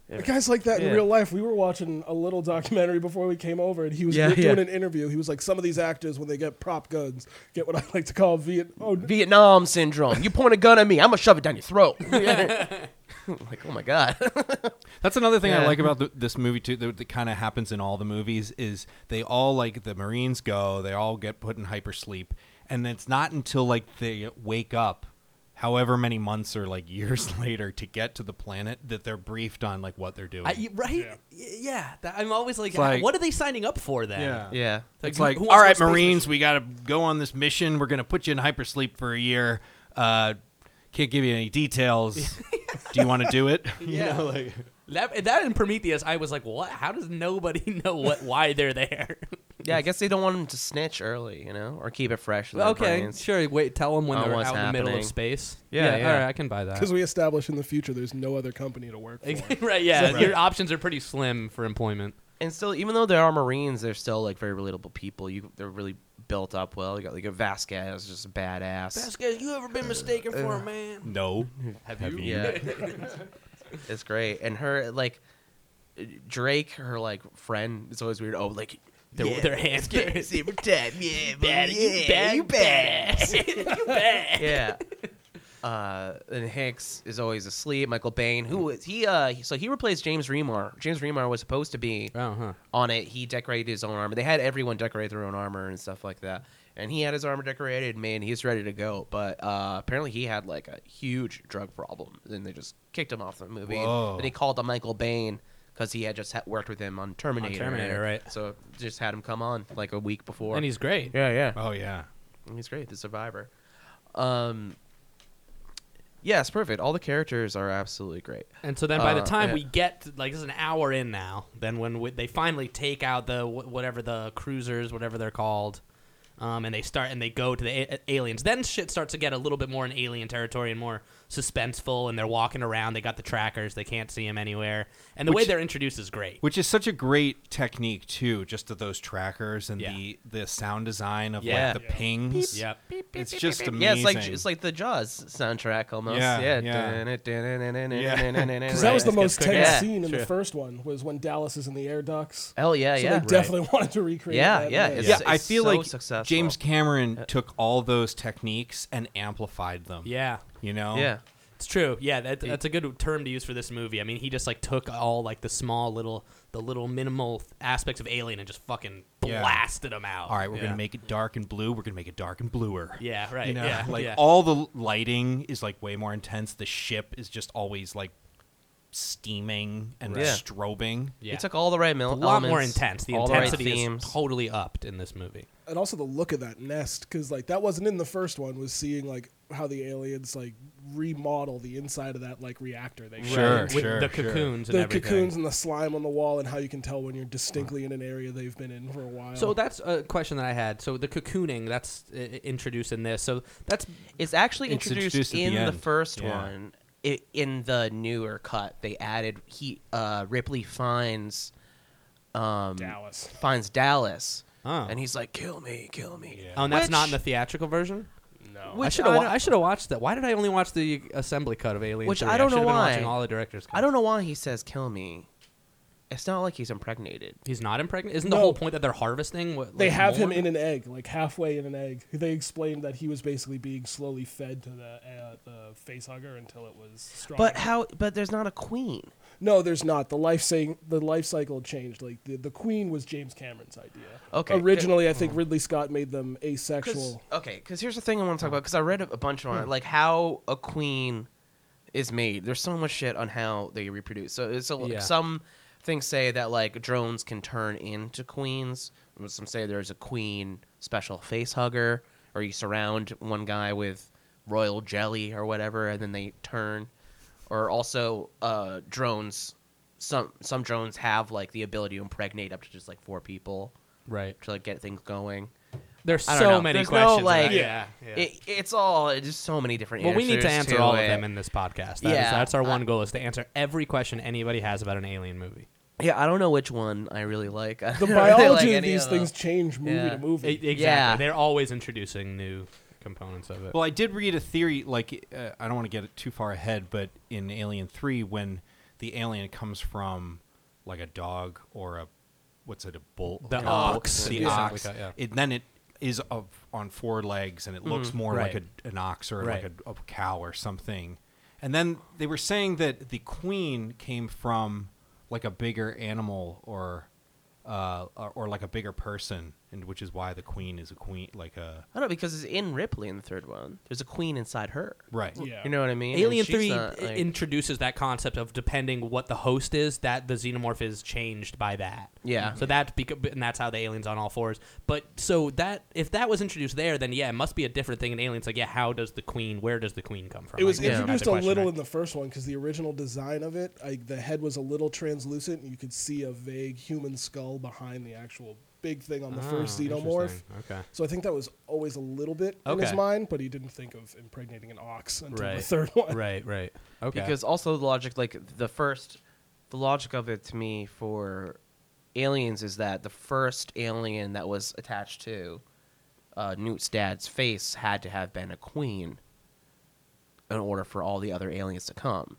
S3: The guy's like
S1: (laughs)
S3: that
S1: Yeah.
S3: in real life. We were watching a little documentary before we came over, and he was
S1: Yeah,
S3: doing
S1: yeah.
S3: an interview. He was like, "Some of these actors, when they get prop guns, get what I like to call Viet."
S1: (laughs)
S3: Oh,
S1: Vietnam syndrome. You point a gun at me, I'm gonna shove it down your
S2: (laughs)
S1: throat. (laughs) like, oh my god.
S4: That's another thing
S1: Yeah.
S4: I like about th this movie too. That, that kind of happens in all the movies is they all like the Marines go. They all get put in hypersleep, and it's not until like they wake up, however many months or like (laughs) years later, to get to the planet that they're briefed on like what they're doing.
S2: I, you- right?
S3: Yeah.
S2: Y- Yeah. that, I'm always like,
S4: like-
S2: what are they signing up for then?
S4: Yeah.
S1: (laughs) yeah.
S4: it's like,
S2: who- who
S4: all
S2: wants
S4: right,
S2: to go to space
S4: Marines,
S2: station?"
S4: we got to go on this mission. We're gonna put you in hypersleep for a year. Uh, can't give you
S2: (laughs)
S4: any details. do you want to do it?
S2: Yeah. (laughs)
S1: (laughs)
S2: that that in Prometheus, I was like, what? How does nobody know what why they're there?
S1: Yeah, I guess they don't want them to snitch early, you know, or keep it fresh. In their
S2: okay,
S1: brains.
S2: sure. Wait, tell them when
S1: On
S2: they're out
S1: what's
S2: in the middle
S1: happening.
S2: of space.
S1: Yeah, yeah.
S2: all right, I can buy that.
S3: Because we establish in the future there's no other company to work for.
S2: (laughs)
S3: (laughs)
S2: right, yeah, your options are pretty slim for employment.
S1: And still, even though they are Marines, they're still like very relatable people. You, they're really built up well. You got like a Vasquez, just a badass.
S2: Vasquez, you ever been mistaken for a man?
S4: No.
S2: Uh, Have,
S4: Have
S2: you?
S4: you?
S2: (laughs)
S1: Yeah, (laughs) it's great. And her like Drake, her like friend. It's always weird. Oh, like
S2: Their,
S1: yeah, (laughs)
S2: their hands. (laughs)
S1: every time. Yeah,
S2: bad,
S1: buddy,
S2: you
S1: yeah,
S2: bad,
S1: you bad.
S2: you bet.
S1: yeah. Uh, and Hanks is always asleep. Michael Bain, who is he? Uh, so he replaced James Remar. James Remar was supposed to be
S2: (laughs) Oh, huh.
S1: on it. He decorated his own armor. They had everyone decorate their own armor and stuff like that. And he had his armor decorated. Man, he's ready to go. But uh, apparently, he had like a huge drug problem, and they just kicked him off the movie.
S4: Whoa.
S1: And he called on Michael Bain because he had just ha- worked with him on Terminator.
S2: Terminator, right.
S1: So just had him come on like a week before.
S2: And he's great.
S1: yeah, yeah.
S4: Oh yeah.
S1: He's great, the survivor. Um, yes, perfect. All the characters are absolutely great.
S2: And so then by the
S1: Uh,
S2: time
S1: yeah.
S2: we get to- like this is an hour in now, then when we, they finally take out the wh- whatever the cruisers, whatever they're called, um, and they start and they go to the a- aliens. Then shit starts to get a little bit more in alien territory and more suspenseful. And they're walking around. They got the trackers. They can't see them anywhere. And the way
S4: Which-
S2: they're introduced is great.
S4: Which is such a great technique too, just of those trackers and
S2: Yeah.
S4: the the sound design of
S2: Yeah.
S4: like the pings.
S2: Yep.
S4: It's just amazing.
S1: Yeah, it's like it's like the Jaws soundtrack almost.
S4: Yeah,
S1: Yeah,
S4: yeah.
S3: Because
S1: Because
S3: that was the most
S2: quicker.
S3: tense
S1: Yeah,
S3: scene in
S2: sure.
S3: the first one was when Dallas is in the air ducts.
S1: Hell yeah,
S3: So
S1: yeah.
S3: they definitely (laughs) wanted to recreate
S1: Yeah,
S3: that.
S1: yeah,
S3: in
S1: it's-
S3: the-
S4: yeah, I
S1: it's
S4: feel
S1: so
S4: like
S1: successful. Uh,
S4: James Cameron took all those techniques and amplified them.
S2: Yeah.
S4: You know?
S1: Yeah.
S2: It's true. Yeah, that, that's a good term to use for this movie. I mean, he just like took all like the small little, the little minimal aspects of Alien and just fucking
S4: Yeah.
S2: blasted them out.
S4: All right, we're
S2: yeah.
S4: gonna make it dark and blue. We're gonna make it dark and bluer.
S2: Yeah, right.
S4: You know,
S2: yeah,
S4: like
S2: yeah.
S4: all the lighting is like way more intense. The ship is just always like steaming and
S1: Right. Yeah.
S4: strobing.
S2: yeah.
S1: He took all the right mil-
S2: a lot more
S1: elements,
S2: intense. The
S1: all
S2: intensity
S1: right
S2: is
S1: themes.
S2: totally upped in this movie.
S3: and also the look of that nest because like that wasn't in the first one was seeing like how the aliens like remodel the inside of that like reactor they
S4: Sure,
S2: With the
S4: sure.
S2: cocoons and
S3: the
S2: everything.
S3: cocoons and the slime on the wall and how you can tell when you're distinctly in an area they've been in for a while
S2: So that's a question that I had. So the cocooning that's uh, introduced in this. So that's
S1: It's actually
S4: It's
S1: introduced,
S4: introduced at
S1: in
S4: the
S1: the,
S4: end.
S1: first
S4: Yeah.
S1: one. I in the newer cut, they added he uh, Ripley finds um,
S3: dallas
S1: finds Dallas,
S2: Oh.
S1: and he's like, "Kill me, kill me."
S4: Yeah.
S2: oh, and that's
S1: Which-
S2: not in the theatrical version.
S3: no
S1: Which
S2: I should
S1: I
S2: have.
S1: don't-
S2: I should have watched that. Why did I only watch the assembly cut of Alien?
S1: Which
S2: 3?
S1: I don't know
S2: should've been
S1: why.
S2: Watching all the directors.
S1: I don't know why he says "kill me." It's not like he's impregnated.
S2: He's not impregnated. Isn't the
S3: No.
S2: whole point that they're harvesting? What,
S3: they
S2: like,
S3: have him
S2: more?
S3: in an egg like halfway in an egg they explained that he was basically being slowly fed to the uh, the face hugger until it was strong
S1: But
S3: enough.
S1: how? But there's not a queen.
S3: No, there's not. The life saying the life cycle changed. Like the, the Queen was James Cameron's idea.
S1: Okay.
S3: Originally, I think Ridley Scott made them
S1: (laughs)
S3: asexual.
S1: okay, because here's the thing I want to talk about. Because I read a, a bunch on it, like how a queen is made. There's so much shit on how they reproduce. So it's a,
S2: Yeah.
S1: some things say that like drones can turn into queens. Some say there's a queen special face hugger, or you surround one guy with royal jelly or whatever, and then they turn. Or also uh, drones. Some some drones have like the ability to impregnate up to just like four people
S2: Right.
S1: to like get things going.
S2: There's
S1: I
S2: so
S1: don't know.
S2: many
S1: There's
S2: questions.
S1: No, like,
S2: that- yeah. yeah.
S1: It, it's all it's just so many different.
S2: well, we need to
S1: answers
S2: answer all
S1: it.
S2: of them in this podcast. That is
S1: Yeah. uh,
S2: that's our one
S1: I-
S2: goal: is to answer every question anybody has about an alien movie.
S1: yeah, I don't know which one I really like. (laughs) I
S3: The
S1: don't really like
S3: biology of
S1: any
S3: these
S1: them.
S3: things change movie
S1: Yeah.
S3: to movie.
S2: E- exactly.
S1: Yeah.
S2: They're always introducing new components of it.
S4: Well, I did read a theory. Like, uh, I don't want to get it too far ahead, but in Alien Three, when the alien comes from like a dog or a what's it, a bull,
S2: The
S4: like a bull-
S2: ox.
S4: the
S2: Yeah.
S4: ox,
S2: Something like that, yeah.
S4: it, then it is up on four legs and it looks more like
S2: Mm-hmm. Right.
S4: a, an ox or
S2: Right.
S4: like a, a cow or something. And then they were saying that the queen came from like a bigger animal or. Uh, or- or like a bigger person, and which is why the queen is a queen, like a
S1: I don't know because it's in Ripley in the third one. There's a queen inside her.
S4: right.
S3: yeah.
S1: You know what I mean? And
S2: Alien
S1: she's
S2: Three
S1: not, like-
S2: introduces that concept of depending what the host is, that the xenomorph is changed by that.
S1: Yeah.
S2: So that's because, and that's how the aliens on all fours. But so that if that was introduced there, then yeah, it must be a different thing in aliens. Like yeah, how does the queen? Where does the queen come from?
S3: it was
S2: Like, that's
S3: introduced
S2: the
S3: a
S2: question,
S3: little
S2: right?
S3: in the first one because the original design of it, like the head was a little translucent, and you could see a vague human skull behind the actual big thing on the
S2: Oh,
S3: first xenomorph.
S2: interesting. Okay.
S3: So I think that was always a little bit in his
S2: Okay.
S3: mind, but he didn't think of impregnating an ox until the
S2: Right.
S3: third one.
S2: Right,
S1: (laughs)
S2: right. Okay.
S1: Because also the logic, like the first, the logic of it to me for aliens is that the first alien that was attached to uh, Newt's dad's face had to have been a queen in order for all the other aliens to come.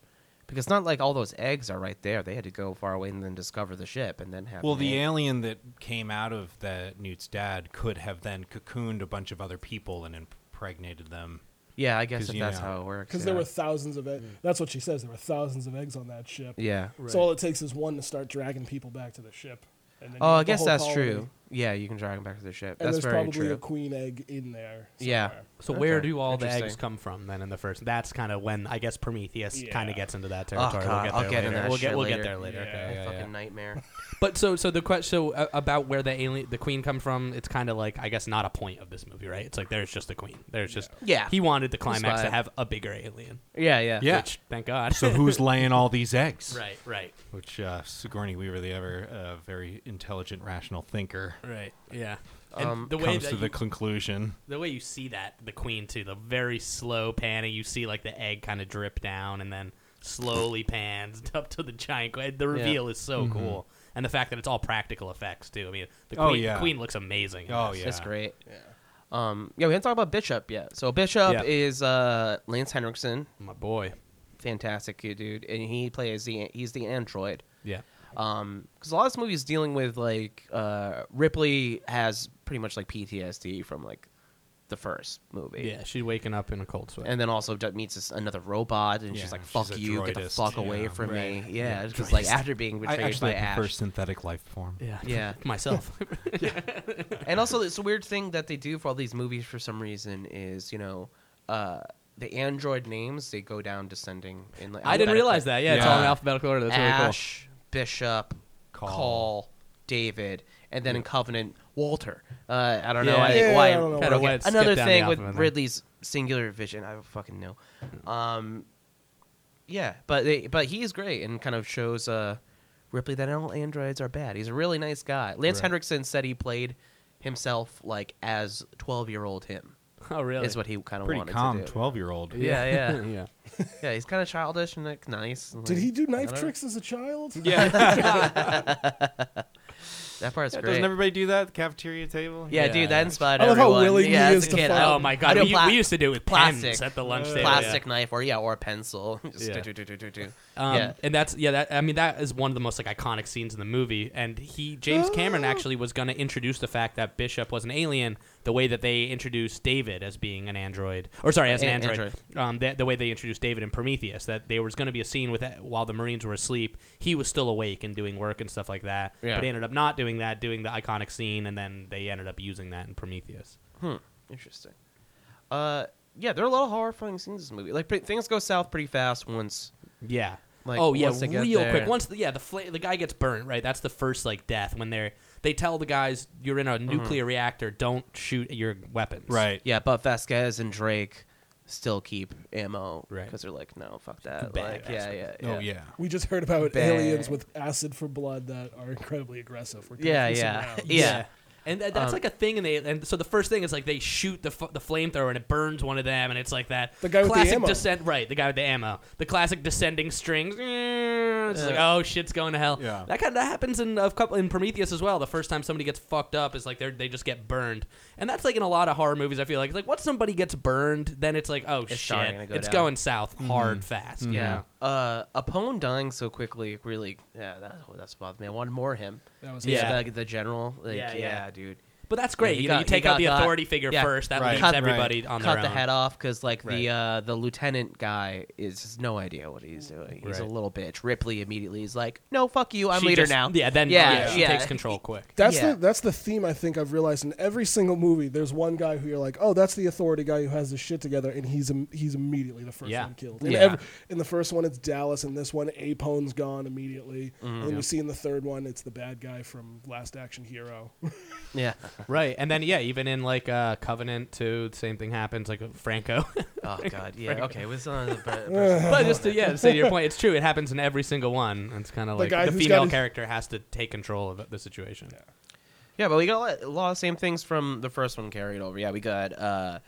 S1: Because not like all those eggs are right there. They had to go far away and then discover the ship and then have.
S4: Well,
S1: an
S4: the
S1: egg.
S4: alien that came out of the Newt's dad could have then cocooned a bunch of other people and impregnated them.
S1: yeah, I guess
S4: 'cause,
S1: if
S4: you
S1: that's
S4: know,
S1: how it works.
S3: Because
S1: yeah.
S3: there were thousands of eggs. That's what she says. There were thousands of eggs on that ship.
S1: yeah.
S3: So all it takes is one to start dragging people back to the ship. And then
S1: Oh, I
S3: the
S1: guess
S3: whole
S1: that's
S3: colony-
S1: true. Yeah, you can drag them back to the ship.
S3: And
S1: that's
S3: there's
S1: very
S3: probably
S1: true.
S3: a queen egg in there.
S1: Yeah.
S3: somewhere.
S2: so where
S1: Okay.
S2: do all the eggs
S1: Interesting.
S2: come from then in the first? That's kind of when I guess Prometheus
S3: Yeah.
S2: kind of gets into that
S1: Ah, God,
S2: territory. we'll get
S1: I'll
S2: there
S1: get
S2: later.
S1: into that
S2: we'll
S1: shit
S2: get we'll
S1: later.
S2: get there later.
S3: Yeah.
S2: Okay,
S1: A
S2: yeah,
S1: fucking
S2: yeah.
S1: nightmare.
S2: But so so the question so uh, about where the alien the queen come from, it's kind of like I guess not a point of this movie, right? It's like there's just the queen. There's just
S1: Yeah.
S2: He wanted the climax to
S1: fine.
S2: have a bigger alien.
S1: (laughs) Yeah, yeah.
S4: Yeah.
S2: Which thank God.
S4: So who's laying all these eggs?
S2: (laughs) right, right,
S4: Which uh, Sigourney Weaver, the ever uh, very intelligent, rational thinker,
S2: right. Yeah. And
S1: Um,
S2: the way
S4: comes
S2: that
S4: to the
S2: you-
S4: conclusion.
S2: the way you see that the queen too the very slow panning you see like the egg kind of drip down and then slowly pans (laughs) up to the giant queen the reveal is so cool and the fact that it's all practical effects too i mean the queen,
S4: Mm-hmm. Oh,
S2: the
S4: yeah.
S2: queen looks amazing in
S4: Oh,
S2: this.
S4: yeah.
S1: That's great. Yeah. Um, yeah, we haven't talked about Bishop yet. So Bishop
S2: Yeah.
S1: is uh, Lance Henriksen,
S2: my boy
S1: fantastic kid, dude, and he plays the he's the android.
S2: yeah
S1: Because a lot of this movie is dealing with like uh, Ripley has pretty much like PTSD from like the first movie.
S2: yeah she's waking up in a cold sweat
S1: And then also d- meets this, another robot, and she's
S4: Yeah,
S1: like,
S4: she's
S1: "Fuck
S4: a
S1: you, get the
S4: droidist,
S1: fuck away
S4: yeah,
S1: from me."
S2: right.
S1: Yeah, because like after being
S4: I
S1: betrayed
S4: actually
S1: by
S4: prefer
S1: Ash,
S4: synthetic life form.
S2: yeah
S1: (laughs) Yeah.
S2: (laughs) myself
S1: and also it's a weird thing that they do for all these movies for some reason is you know uh the android names they go down descending in like
S2: i didn't realize
S1: alphabetical-
S2: that yeah, it's all in
S4: Yeah.
S2: alphabetical order that's really cool
S1: ash bishop call.
S4: Call.
S1: david and then in covenant walter uh i don't know
S2: Yeah.
S1: I,
S3: Yeah,
S1: why
S3: I don't know
S1: but
S2: why.
S1: okay.
S2: Why it skipped
S1: another
S2: down the
S1: thing with
S2: alphabet there.
S1: ridley's singular vision i don't fucking know um yeah but they but he is great and kind of shows uh Ripley that all androids are bad. He's a really nice guy. Lance
S2: Right.
S1: Henriksen said he played himself like as twelve year old him.
S2: oh really
S1: Is what he kind of
S4: Pretty
S1: wanted
S4: calm,
S1: to do.
S4: twelve-year-old.
S1: (laughs) Yeah, yeah, yeah.
S2: (laughs) yeah
S1: he's kind of childish and like nice. and,
S3: Did
S1: like,
S3: he do
S1: I
S3: knife
S1: don't know.
S3: tricks as a child?
S2: yeah
S1: That part's great.
S4: Doesn't everybody do that at the cafeteria table?
S1: yeah,
S2: Yeah.
S1: dude, that inspired
S3: I love how
S1: everyone.
S3: willing
S1: yeah,
S3: he
S1: as
S3: is
S1: a
S3: to
S1: kid,
S3: fight.
S1: I-
S2: oh my
S1: I
S2: god
S1: do
S2: we,
S1: pla-
S2: we used to do it with
S1: plastic,
S2: pens at the lunch table yeah.
S1: plastic knife or yeah, or a pencil. (laughs) Just
S2: Yeah.
S1: do, do, do, do, do, do.
S2: Um,
S1: yeah.
S2: And that's yeah. That I mean, that is one of the most like iconic scenes in the movie. And he James Cameron
S1: Oh.
S2: actually was going to introduce the fact that Bishop was an alien, the way that they introduced David as being an android, or sorry, as an
S1: An
S2: android. Um, the, the way they introduced David in Prometheus, that there was going to be a scene with that while the Marines were asleep, he was still awake and doing work and stuff like that.
S1: Yeah.
S2: But he ended up not doing that, doing the iconic scene, and then they ended up using that in Prometheus.
S1: Interesting. Uh, yeah, there are a lot of horrifying scenes in this movie. Like pre- things go south pretty fast once.
S2: Yeah.
S1: Like,
S2: oh yeah,
S1: once they get
S2: real
S1: there-
S2: quick. Once the, yeah, the fla- the guy gets burnt, right? That's the first like death when they're they tell the guys you're in a
S1: Mm-hmm.
S2: nuclear reactor, don't shoot your weapons.
S4: Right.
S1: Yeah, but Vasquez and Drake still keep ammo because
S2: Right.
S1: they're like, no, fuck that.
S2: bad
S1: Like, yeah, yeah, yeah.
S4: Oh yeah.
S3: (laughs) We just heard about
S1: Bang.
S3: aliens with acid for blood that are incredibly aggressive. We're
S1: Yeah,
S3: taking some
S1: yeah. (laughs)
S3: rounds.
S1: Yeah.
S2: And that,
S1: Um,
S2: that's like a thing, and they and so the first thing is like they shoot the f- the flamethrower and it burns one of them, and it's like that
S3: The guy with the
S2: classic
S3: ammo.
S2: descent, right? The guy with the ammo, the classic descending strings. It's like oh shit's going to hell.
S4: Yeah.
S2: That kind of that happens in a couple in Prometheus as well. The first time somebody gets fucked up is like they are they just get burned, and that's like in a lot of horror movies. I feel like it's like once somebody gets burned, then it's like oh shit,
S1: starting to go
S2: it's
S1: down. Mm-hmm.
S2: going south hard fast. you
S1: Yeah.
S2: know?
S1: Uh, Apone dying so quickly really, yeah, that, oh, that's bothered me. I wanted more of him.
S3: That was
S2: Yeah.
S1: The, the general. Like, yeah,
S2: Yeah, yeah.
S1: dude.
S2: But that's great.
S1: he
S2: you know,
S1: got-
S2: you
S1: he
S2: take
S1: got
S2: out the
S1: got-
S2: authority figure
S1: yeah.
S2: first. That
S4: Right.
S2: leaves
S1: Cut-
S2: everybody on
S1: Cut
S2: their
S1: the
S2: own.
S1: head off because, like, the
S2: Right.
S1: uh, the lieutenant guy is has no idea what he's doing. He's a
S2: Right.
S1: little bitch. Ripley immediately is like, no, fuck you. I'm
S2: She
S1: leader
S2: just-
S1: now.
S2: Yeah, then
S1: Yeah,
S2: yeah, she
S1: yeah.
S2: takes
S1: (laughs)
S2: control quick.
S3: That's
S1: Yeah.
S3: the that's the theme I think I've realized in every single movie. There's one guy who you're like, oh, that's the authority guy who has his shit together, and he's im- he's immediately the first
S2: Yeah.
S3: one killed. In,
S2: Yeah.
S3: every- in the first one, it's Dallas, and this one, Apone's gone immediately.
S1: Mm-hmm.
S3: and then you see in the third one, it's the bad guy from Last Action Hero.
S2: (laughs)
S1: Yeah.
S2: Right, and then yeah, even in like uh, Covenant too, the same thing happens.
S1: (laughs)
S2: Like Franco, (laughs)
S1: Oh, God. Yeah. Okay. It was on the bur-
S2: but just to, yeah, to say your point, it's true. It happens in every single one. and It's kind of like
S3: guy
S2: the
S3: who's got
S2: female
S3: his-
S2: character has to take control of the situation.
S1: Yeah, but we got a lot- a lot of same things from the first one carried over. Yeah, we got uh,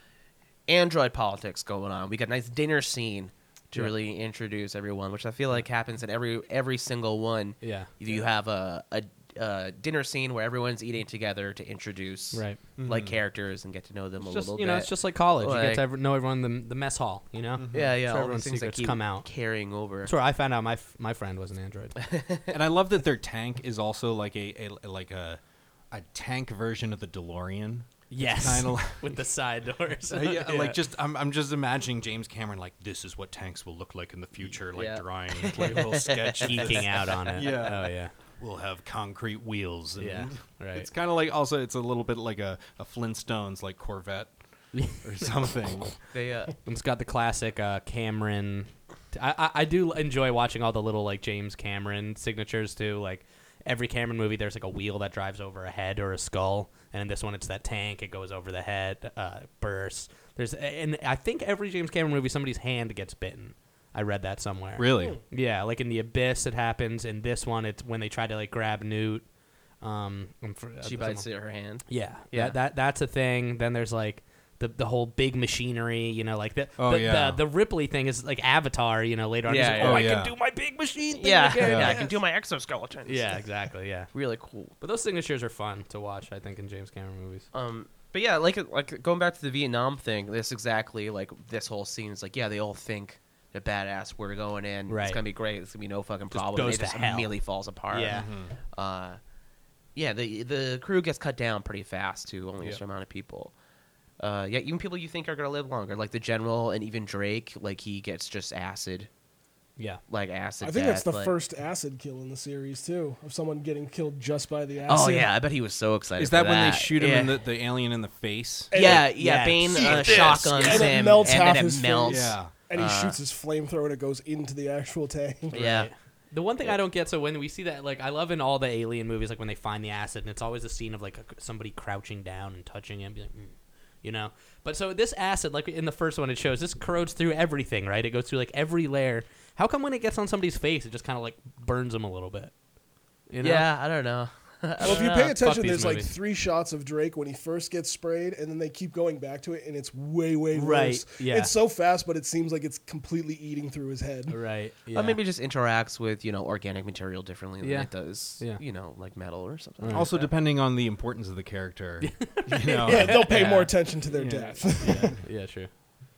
S1: android politics going on. We got a nice dinner scene to really introduce everyone, which I feel like happens in every every single one.
S2: Yeah.
S1: you have a, a, a dinner scene where everyone's eating together to introduce
S2: Right.
S1: like characters and get to know them a
S2: It's just
S1: little
S2: you
S1: bit.
S2: know, it's just like college. you
S1: Like- Mm-hmm.
S2: get to ever, know everyone in the, the mess hall. You know,
S1: yeah, yeah.
S2: So
S1: all
S2: everyone's
S1: these things that
S2: secrets
S1: keep
S2: come out.
S1: carrying over.
S2: That's where I found out my f- my friend was an
S1: (laughs)
S2: android. (laughs)
S4: and I love that their tank is also like a, a like a a tank version of
S2: (laughs)
S4: the DeLorean.
S2: yes,
S4: Kinda like-
S2: with the side
S1: (laughs)
S2: doors.
S4: Uh, yeah,
S2: (laughs)
S4: like just I'm, I'm just imagining James Cameron like this is what tanks will look like in the future, like
S1: Yeah.
S2: (laughs)
S4: drawing like a little
S1: (laughs)
S4: sketch. of this.
S2: geeking out on it.
S4: Yeah.
S2: Oh yeah.
S4: We'll have concrete wheels. And
S2: Yeah, right.
S4: It's kind of like also it's a little bit like a, a Flintstones like Corvette
S2: (laughs)
S4: or something.
S1: They, uh,
S2: And It's got the classic uh, Cameron. I, I I do enjoy watching all the little like James Cameron signatures too. Like every Cameron movie, there's like a wheel that drives over a head or a skull, and in this one, it's that tank. It goes over the head, uh, bursts. There's and I think every James Cameron movie, somebody's hand gets bitten. I read that somewhere.
S4: really?
S2: Yeah, like in the Abyss, it happens. In this one, it's when they try to like grab Newt. Um, and for-
S1: she
S2: someone-
S1: bites her hand.
S2: yeah,
S1: Yeah.
S2: yeah. That, that that's a thing. Then there's like the the whole big machinery, you know, like the
S4: Oh,
S2: the,
S4: yeah.
S2: the, the Ripley thing is like Avatar, you know, later on. he's
S1: Yeah,
S2: like,
S1: yeah.
S2: oh,
S4: Oh,
S2: I
S4: yeah.
S2: can do my big machine thing
S1: Yeah,
S2: again.
S1: yeah.
S2: Yeah.
S1: I can do my exoskeletons.
S2: exactly. Yeah.
S1: really cool.
S2: But those signatures are fun to watch, I think, in James Cameron movies.
S1: Um, but yeah, like like going back to the Vietnam thing, this exactly like this whole scene is like, yeah, they all think they're badass. We're going in. It's
S2: Right.
S1: gonna be great. It's gonna be no fucking problem.
S2: goes
S1: it
S2: to
S1: just
S2: hell.
S1: immediately falls apart.
S2: Yeah.
S1: Uh, yeah. The the crew gets cut down pretty fast to only a
S2: Yeah.
S1: certain amount of people. Uh, yeah, even people you think are gonna live longer, like the general and even Drake, like he gets just acid,
S2: Yeah.
S1: like acid.
S3: I think that's
S1: death,
S3: the
S1: like-
S3: first acid kill in the series too, of someone getting killed just by the acid.
S1: Oh yeah, I bet he was so excited.
S4: Is
S1: for
S4: that when they shoot him
S1: Yeah.
S4: in the, the alien in the face?
S1: Yeah,
S2: like,
S1: yeah,
S2: yeah,
S1: Bane
S2: eat
S1: uh,
S2: this.
S1: shotguns
S3: And it
S1: him,
S3: melts
S1: and
S3: half
S1: then
S3: his
S1: it melts.
S3: face.
S4: Yeah.
S3: And he shoots his flamethrower and it goes into the actual tank.
S1: Uh, Yeah.
S2: The one thing I don't get, so when we see that, like, I love in all the alien movies, like when they find the acid, and it's always a scene of like a, somebody crouching down and touching it, and be like, mm, you know. But so this acid, like in the first one, it shows this corrodes through everything, right? It goes through like every layer. How come when it gets on somebody's face, it just kind of like burns them a little bit? You know?
S1: Yeah, I don't know.
S3: Well, if
S2: don't
S3: you
S2: know.
S3: pay
S2: Fuck
S3: attention,
S2: these
S3: there's like
S2: movies.
S3: three shots of Drake when he first gets sprayed, and then they keep going back to it, and it's way, way
S2: Right,
S3: worse.
S2: yeah.
S3: It's so fast, but it seems like it's completely eating through his head.
S2: Right. Yeah.
S1: Or maybe it just interacts with you know organic material differently than
S2: Yeah.
S1: it does
S2: Yeah.
S1: you know like metal or something.
S2: Mm.
S4: Also, depending on the importance of
S2: (laughs)
S4: the character, you
S3: (laughs)
S4: know.
S3: Yeah, they'll pay more attention to their death.
S2: (laughs)
S3: (laughs)
S2: Yeah. Sure.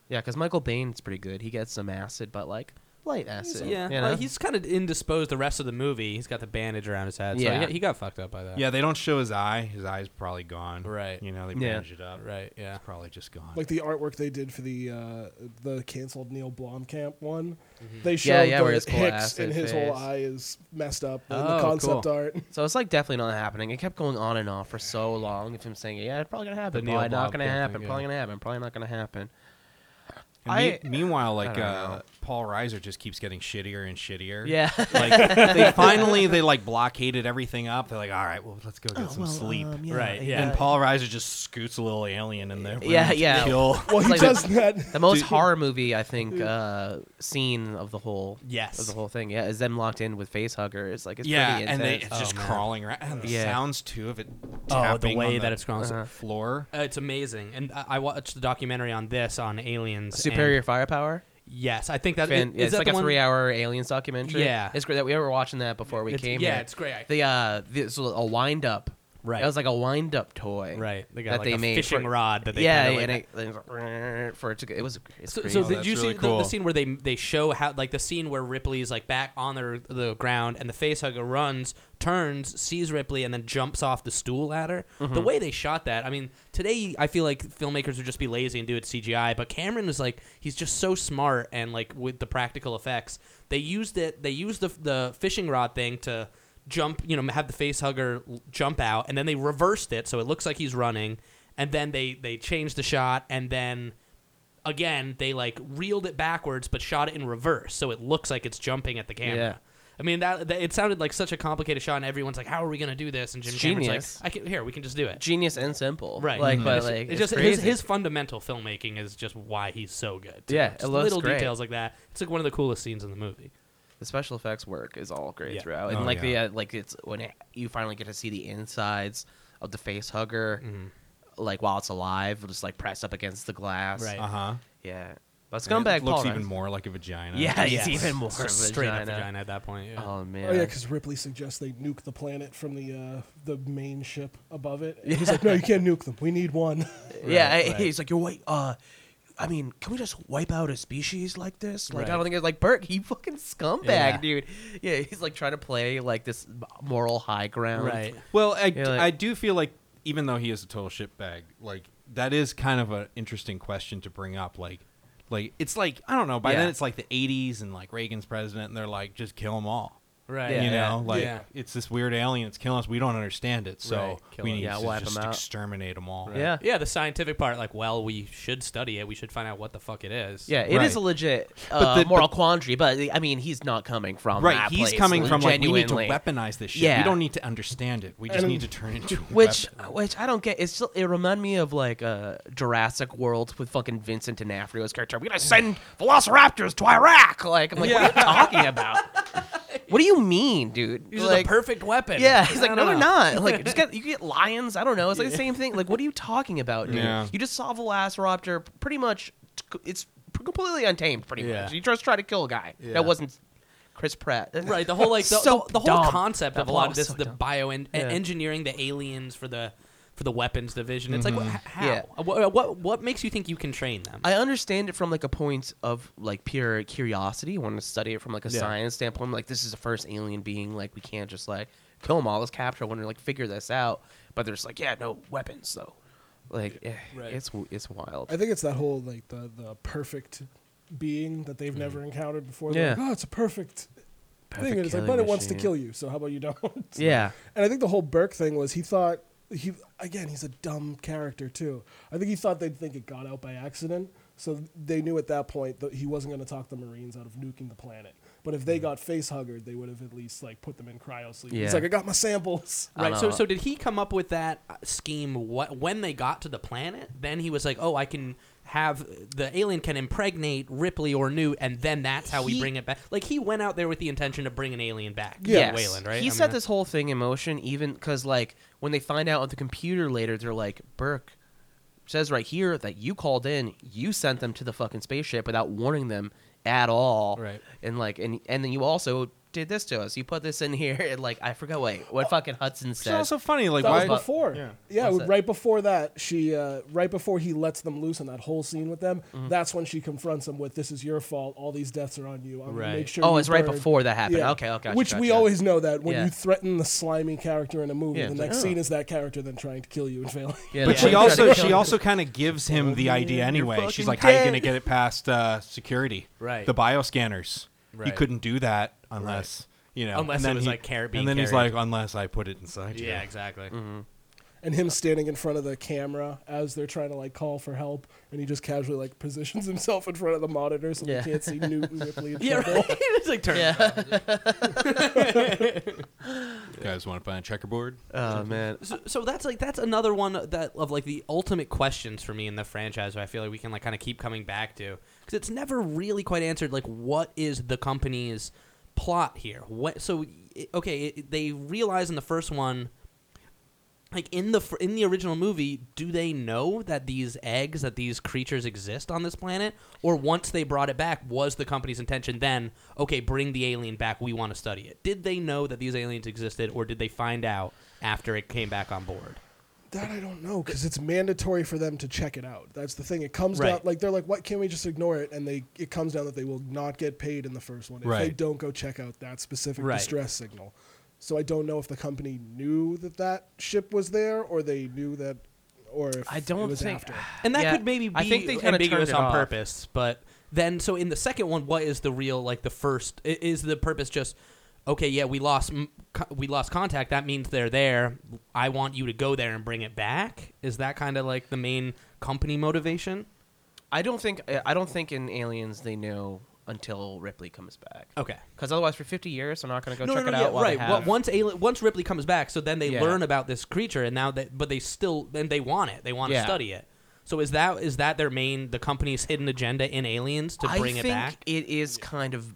S1: Yeah, because Michael Baine's pretty good. He gets some acid, but like light acid.
S2: Yeah.
S1: you know?
S2: Well, he's kind of indisposed the rest of the movie. He's got the bandage around his head.
S1: Yeah.
S2: So he, he got fucked up by that.
S4: Yeah, they don't show his eye. His eye's probably gone.
S2: Right.
S4: You know, they
S1: Yeah.
S4: bandage it up.
S2: Right. Yeah.
S4: It's probably just gone.
S3: like the artwork they did for the uh, the canceled Neil Blomkamp one.
S2: Mm-hmm.
S3: They showed
S1: Yeah, yeah,
S3: the
S1: where his whole
S3: Hicks
S1: acid
S3: and his whole
S1: face.
S3: eye is messed up in
S2: Oh,
S3: the concept
S2: cool.
S3: (laughs) art.
S1: so it's like definitely not happening. It kept going on and off for so long. Of him saying, "Yeah, it's probably gonna happen.
S2: The Neil
S1: Probably not
S2: Blomkamp
S1: gonna happen.
S2: thing,
S1: Probably
S2: yeah.
S1: gonna happen. Probably not gonna happen."
S4: And me-
S1: I-
S4: meanwhile, like
S1: don't
S4: uh,
S1: know.
S4: Paul Reiser just keeps getting shittier and shittier.
S1: Yeah.
S4: Like they finally they like blockaded everything up. They're like, all right, well, let's go get some sleep.
S2: Right, yeah.
S4: And Paul Reiser just scoots a little alien in there.
S1: (laughs) Yeah, yeah.
S4: Kill.
S3: Well, he
S1: Like the-
S3: does that.
S1: The most
S4: Dude.
S1: horror movie I think uh,
S3: Mm-hmm.
S1: scene of the whole
S2: Yes.
S1: of the whole thing yeah is them locked in with face hugger. It's like it's
S4: yeah,
S1: pretty
S4: and they,
S1: intense. Oh,
S4: it's just crawling around. And the
S1: Yeah.
S4: sounds too of it.
S2: Oh, the
S4: tapping on
S2: way
S4: the
S2: that it's gone.
S1: Uh-huh.
S4: floor.
S2: Uh, it's amazing, and I, I watched the documentary on this on aliens. and-
S1: superior firepower.
S2: yes, I think that
S1: Fan,
S2: is
S1: yeah, it's
S2: that
S1: like
S2: the
S1: a
S2: one-
S1: three-hour aliens documentary.
S2: Yeah.
S1: it's great that we were watching that before we
S2: It's-
S1: came.
S2: yeah,
S1: here.
S2: it's great.
S1: The uh, this was a wind-up.
S2: Right.
S1: It was like a wind-up toy.
S2: Right, they got
S1: that
S2: like
S1: they
S2: a
S1: made
S2: fishing
S1: for-
S2: rod that they
S1: yeah,
S2: kinda, like,
S1: and it, it was like, for it to go- it was. It's
S2: So,
S1: crazy.
S2: so
S4: Oh,
S2: did
S4: that's
S2: you see
S4: really
S2: the- the,
S4: cool.
S2: scene where they they show how like the scene where Ripley's like back on the the ground and the facehugger runs, turns, sees Ripley, and then jumps off the stool ladder.
S4: Mm-hmm.
S2: The way they shot that, I mean, today I feel like filmmakers would just be lazy and do it CGI, but Cameron was like he's just so smart and like with the practical effects. They used it. They used the the fishing rod thing to jump, you know, have the face hugger l- jump out, and then they reversed it so it looks like he's running, and then they they changed the shot, and then again they like reeled it backwards but shot it in reverse, so it looks like it's jumping at the camera.
S1: Yeah.
S2: I mean that, that it sounded like such a complicated shot, and everyone's like, "How are we gonna do this?" And Jim Cameron's
S1: Genius.
S2: like, "I can here, we can just do it."
S1: genius and simple.
S2: Right,
S1: Like,
S4: Mm-hmm.
S2: Mhm.
S1: but
S2: It's-
S1: like
S2: it's just
S1: crazy.
S2: his, his fundamental filmmaking is just why he's so good.
S1: Yeah,
S2: Just
S1: it looks
S2: little
S1: great.
S2: details like that. It's like one of the coolest scenes in the movie.
S1: the special effects work is all great
S2: Yeah.
S1: throughout, and
S4: Oh,
S1: like
S4: yeah.
S1: the uh, like it's when it, you finally get to see the insides of the face hugger,
S2: Mm-hmm.
S1: like while it's alive, just like pressed up against the glass.
S2: Right.
S4: Uh huh.
S1: Yeah. But scumbag
S4: It looks
S1: Paul
S4: even
S1: Rudd-
S4: more like a vagina.
S1: Yeah, he's
S2: Yes.
S1: even more
S2: It's
S1: of a
S2: just straight up
S1: vagina.
S2: vagina at that point. Yeah.
S1: Oh man.
S3: Oh yeah, because Ripley suggests they nuke the planet from the uh, the main ship above it. And He's like, no, you can't nuke them. We need
S2: (laughs)
S3: one.
S1: Yeah,
S2: Right,
S1: I- (laughs)
S2: right.
S1: he's like, you're white. Uh, I mean, can we just wipe out a species like this? Like, I
S2: Right.
S1: don't think it's like Burke. He fucking scumbag,
S2: Yeah.
S1: dude. Yeah, he's like trying to play like this moral high ground.
S2: Right.
S4: Well, I,
S1: You're like-
S4: I do feel like even though he is a total shitbag, like that is kind of an interesting question to bring up. Like, like it's like I don't know. By
S1: Yeah.
S4: then it's like the '80s and like Reagan's president, and they're like, just kill them all.
S2: Right.
S1: Yeah.
S4: you know, like
S2: yeah.
S4: it's this weird alien. It's killing us. We don't understand it, so
S2: Right, kill
S4: we
S2: it.
S4: need
S1: Yeah,
S4: to
S1: wipe 'em
S4: just
S1: out.
S4: exterminate them all.
S1: Yeah.
S2: Yeah, the scientific part, like, well, we should study it. We should find out what the fuck it is.
S1: Yeah, it is
S4: Right.
S1: a legit uh,
S4: But the-
S1: moral
S4: but-
S1: quandary, but I mean, he's not coming from
S4: Right,
S1: that
S4: he's
S1: place,
S4: coming from like we need to
S1: genuinely.
S4: weaponize this shit.
S1: Yeah.
S4: We don't need to understand it. We just
S3: And-
S4: need to turn it into a
S1: Which,
S4: weapon.
S1: which I don't get. It's still, it remind me of like uh, Jurassic World with fucking Vincent D'Onofrio's character. We're gonna send Velociraptors to Iraq. Like I'm like, what are you talking
S4: (laughs)
S1: about? What do you mean, dude?
S2: These are
S1: like,
S2: the perfect weapon.
S1: Yeah, he's
S2: I
S1: like,
S2: don't
S1: no, they're
S2: know."
S1: not.
S2: (laughs)
S1: Like, just get you get lions. I don't know. It's like the same thing. Like, what are you talking about, dude?
S4: Yeah.
S1: You just saw Velociraptor. Pretty much, t- it's p- completely untamed. Pretty
S2: Yeah.
S1: much, you just try to kill a guy
S2: Yeah.
S1: that wasn't Chris Pratt.
S2: (laughs) Right, the whole like the,
S1: So
S2: the, the whole
S1: dumb.
S2: concept
S1: That
S2: of a lot
S1: plot
S2: of
S1: was
S2: this,
S1: so
S2: the
S1: dumb.
S2: bio and
S1: Yeah.
S2: engineering the aliens for the for the weapons division. It's
S1: Mm-hmm.
S2: like, wh- how?
S1: Yeah.
S2: What, what what makes you think you can train them?
S1: I understand it from like a point of like pure curiosity. want to study it from like a
S2: Yeah.
S1: science standpoint. Like this is the first alien being. Like we can't just like kill them all. Let's capture one and like figure this out. But they're just like, yeah, no weapons though. Like eh,
S2: Right.
S1: it's w- it's wild.
S3: I think it's that whole like the the perfect being that they've never encountered before. They're
S1: Yeah.
S3: like, oh, it's a perfect, thing. And it's like,
S1: killing
S3: but it wants to
S1: machine.
S3: kill you. So how about you don't? (laughs)
S1: Yeah.
S3: And I think the whole Burke thing was he thought he again he's a dumb character too. I think he thought they'd think it got out by accident, so they knew at that point that he wasn't going to talk the Marines out of nuking the planet. But if they got face huggered, they would have at least like put them in cryo sleep.
S1: Hmm. Yeah.
S3: He's like, I got my samples.
S1: I
S2: Right. So,
S1: know.
S2: so did he come up with that uh, scheme what, when they got to the planet? Then he was like, "Oh, I can have the alien can impregnate Ripley or Newt, and then that's how we
S1: He-
S2: bring it back." Like he went out there with the intention of bringing an alien back.
S1: Yeah,
S2: Yeah, Wayland, right?
S1: He
S2: I
S1: set
S2: mean,
S1: this whole thing in motion, even because like when they find out on the computer later, they're like, Burke says right here that you called in, you sent them to the fucking spaceship without warning them at all,
S2: Right.
S1: And like, and and then you also did this to us. You put this in (laughs) here, and like I forgot wait what fucking Hudson
S4: It's
S1: said.
S4: also funny. Like,
S3: That
S4: why?
S3: was before.
S4: Yeah.
S3: Yeah,
S1: What's that?
S3: right before that, she uh, right before he lets them loose in that whole scene with them.
S1: Mm-hmm.
S3: That's when she confronts him with, "This is your fault. All these deaths are on you. I'm gonna
S2: Right.
S3: make sure."
S1: Oh,
S3: you
S1: it's right
S3: burn."
S1: before that happened. Okay, okay, gotcha,
S3: Which we
S1: gotcha.
S3: always know that when
S1: Yeah.
S3: you threaten the slimy character in a movie,
S1: Yeah,
S3: the
S1: it's like,
S3: next
S1: oh.
S3: scene is that character then trying to kill you and (laughs) failing.
S1: Yeah,
S4: But
S1: they
S4: she
S1: tried to
S4: also
S1: kill
S4: she
S1: him.
S4: also kind of gives him the idea anyway. She's
S1: fucking
S4: like, "How are you
S1: dead."
S4: gonna get it past uh, security?
S2: Right.
S4: The bioscanners. You
S2: Right.
S4: couldn't do that unless you know.
S2: Unless
S4: and
S2: it
S4: then
S2: was,
S4: he-
S2: like, car- being
S4: And then he's
S2: carried.
S4: like, "Unless I put it inside you."
S2: Yeah, exactly.
S1: Mm-hmm.
S3: and him standing in front of the camera as they're trying to like call for help, and he just casually like positions himself in front of the monitor so
S1: Yeah. (laughs)
S3: we can't see Newton Ripley. And
S2: Yeah, right. (laughs) it's like turn.
S1: Yeah.
S4: You guys want to find a checkerboard?
S1: Oh man.
S2: So, so that's like that's another one that of like the ultimate questions for me in the franchise. Where I feel like we can like kind of keep coming back to because it's never really quite answered. Like, what is the company's plot here? What? So i- okay, it, they realize in the first one, like in the fr- in the original movie, do they know that these eggs that these creatures exist on this planet, or once they brought it back, was the company's intention then okay, bring the alien back? We want to study it. Did they know that these aliens existed, or did they find out after it came back on board?
S3: That I don't know because it's mandatory for them to check it out. That's the thing. It comes down
S2: Right.
S3: like they're like, "What can we just ignore it?" And they it comes down that they will not get paid in the first one if they
S4: Right.
S3: don't go check out that specific
S2: Right.
S3: distress signal. So I don't know if the company knew that that ship was there, or they knew that, or if
S1: I don't
S3: it was
S1: think-
S3: after.
S2: And that
S1: Yeah,
S2: could maybe be
S1: I think they kinda turned
S2: ambiguous
S1: it
S2: on
S1: off.
S2: purpose, but then so in the second one, what is the real like the first? i- Is the purpose just okay? Yeah, we lost m- co- we lost contact. That means they're there. I want you to go there and bring it back. Is that kind of like the main company motivation?
S1: I don't think I don't think in Aliens they know until Ripley comes back.
S2: Okay.
S1: Because otherwise, for 50 years, they're not going to go
S2: No,
S1: check
S2: no,
S1: it
S2: no,
S1: out.
S2: yeah,
S1: while
S2: right.
S1: They
S2: Well,
S1: have.
S2: once alien, once Ripley comes back, so then they
S1: Yeah.
S2: learn about this creature, and now that but they still and they want it. They want to
S1: Yeah.
S2: study it. So is that is that their main the company's hidden agenda in Aliens to bring
S1: I
S2: it
S1: think
S2: back?
S1: It is kind of.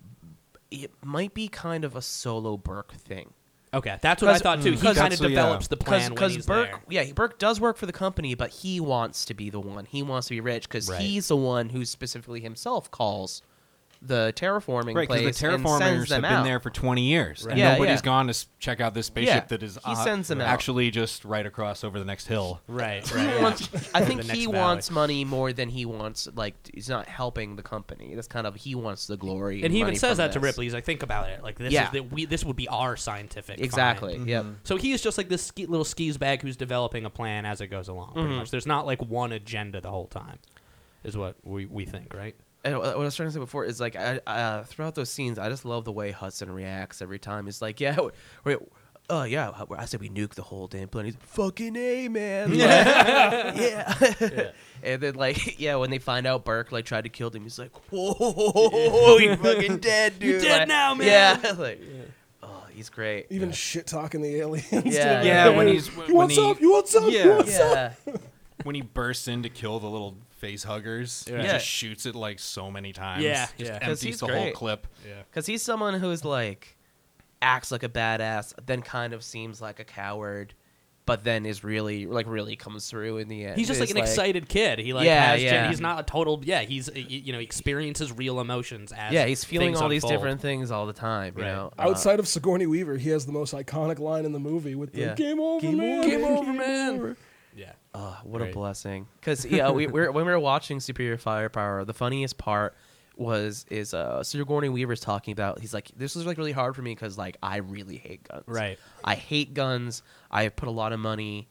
S1: It might be kind of a solo Burke thing.
S2: Okay, that's what I
S1: 'Cause- mm,
S2: thought too. He
S1: because-
S2: kind of
S4: That's what- yeah.
S2: develops the plan when
S1: because
S2: he's
S1: Burke,
S2: there.
S1: yeah, Burke does work for the company, but he wants to be the one. He wants to be rich because
S2: Right.
S1: he's the one who specifically himself calls the terraforming
S4: Right,
S1: place
S4: because the
S1: and sends
S4: terraformers have
S1: them
S4: been
S1: out.
S4: there for 20 years, and
S1: Yeah,
S4: nobody's
S1: yeah.
S4: gone to s- check out this spaceship
S1: Yeah,
S4: that is
S1: he
S4: uh,
S1: sends them out.
S4: actually just right across over the next hill.
S1: (laughs)
S2: Right,
S1: He
S2: right. (laughs)
S1: wants- I think
S2: The next
S1: he
S2: valley.
S1: wants money more than he wants. Like he's not helping the company. That's kind of he wants the glory.
S2: And he even
S1: money
S2: says
S1: from
S2: that to
S1: this.
S2: Ripley. He's like, "Think about it. Like this
S1: Yeah.
S2: is the, we, this would be our scientific find."
S1: Exactly.
S4: Mm-hmm.
S1: Yep.
S2: So he is just like this ski, little skis bag who's developing a plan as it goes along.
S1: Mm-hmm.
S2: Pretty much, there's not like one agenda the whole time, is what we, we think, right?
S1: And what what I was trying to say before is like I, uh, throughout those scenes, I just love the way Hudson reacts every time. He's like, "Yeah, we, oh yeah, I said we nuke the whole damn planet." He's fucking a man, Like,
S2: (laughs)
S1: yeah. And then like (laughs) yeah, when they find out Burke like tried to kill him, he's like, "Whoa, (laughs) you're fucking
S2: (laughs)
S1: dead, dude!
S2: dead
S1: Like,
S2: now, man.
S1: Yeah, (laughs) like, oh, he's great.
S3: Even shit talking the aliens. to
S1: Yeah.
S3: the
S1: Yeah,
S4: when
S3: guy.
S4: he's- when
S3: you want
S4: he-
S3: some? You want some?
S4: Yeah.
S3: You want some?
S1: yeah,
S4: When he bursts in to kill the little face huggers,
S2: Yeah.
S4: he
S1: Yeah.
S4: just shoots it like so many times.
S2: Yeah,
S4: just
S2: yeah. 'Cause
S4: empties
S1: he's
S4: the whole
S1: great.
S4: clip.
S1: because he's someone who's like acts like a badass, then kind of seems like a coward, but then is really like really comes through in the end.
S2: He's just like
S1: It's
S2: an excited kid. He like
S1: Yeah,
S2: has gen-
S1: yeah.
S2: he's not a total yeah. He's uh, y- you know experiences real emotions as
S1: Yeah, he's feeling
S2: things
S1: all these
S2: unfold.
S1: different things all the time. You
S2: Right.
S1: know, Uh,
S3: (laughs) Outside of Sigourney Weaver, he has the most iconic line in the movie with the
S1: Yeah.
S3: "Game over, man."
S2: Game over, man. Yeah.
S1: uh, what
S2: Right.
S1: a blessing! Because yeah, we we're, when we were watching Superior Firepower, the funniest part was is uh Sigourney Weaver's talking about. He's like, this was like really hard for me because like I really hate guns.
S2: Right.
S1: I hate guns. I have put a lot of money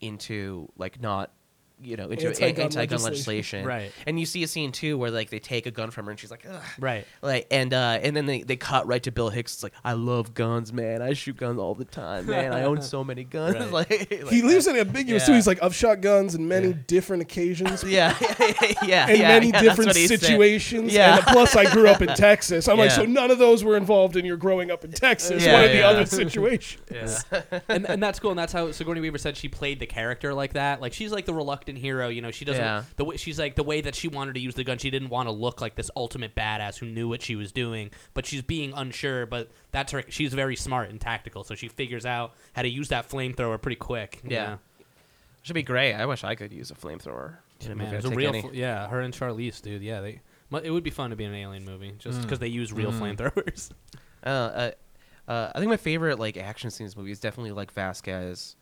S1: into like not. You know, into
S3: Anti-gun
S1: anti-gun, anti-gun
S3: legislation.
S1: legislation,
S2: (laughs) Right.
S1: And you see a scene too where like they take a gun from her, and she's like, Ugh.
S2: Right.
S1: Like and uh and then they, they cut right to Bill Hicks. It's like I love guns, man. I shoot guns all the time, man. I
S2: (laughs)
S1: own so many guns. (laughs)
S2: Right.
S1: like, like
S3: He leaves
S1: that.
S3: it ambiguous
S1: Yeah.
S3: too. He's like, "I've shot guns in many different occasions."
S1: Yeah, (laughs) yeah,
S3: In
S1: yeah,
S3: many
S1: yeah, that's
S3: different
S1: what he said.
S3: situations,
S1: Yeah.
S3: and plus, I
S1: (laughs)
S3: grew up in Texas. I'm like,
S1: Yeah.
S3: so none of those were involved in your growing up in Texas.
S1: Yeah,
S3: one of the
S1: yeah. (laughs)
S3: other situations.
S1: Yeah.
S2: and, and that's cool, and that's how Sigourney Weaver said she played the character like that. Like she's like the reluctant hero, you know. She doesn't
S1: Yeah.
S2: the way she's like the way that she wanted to use the gun. She didn't want to look like this ultimate badass who knew what she was doing, but she's being unsure. But that's her. She's very smart and tactical, so she figures out how to use that flamethrower pretty quick. you
S1: Yeah.
S2: know?
S1: (laughs) Should be great. I wish I could use a flamethrower. in a
S2: man,
S1: movie.
S2: it was
S1: I'd
S2: a
S1: take
S2: real
S1: any.
S2: fl- yeah. Her and Charlize, dude, yeah, they. mu- It would be fun to be in an alien movie just
S1: Mm.
S2: because they use real flamethrowers. (laughs)
S1: Uh, uh, uh, I think my favorite like action scenes movie is definitely like Vasquez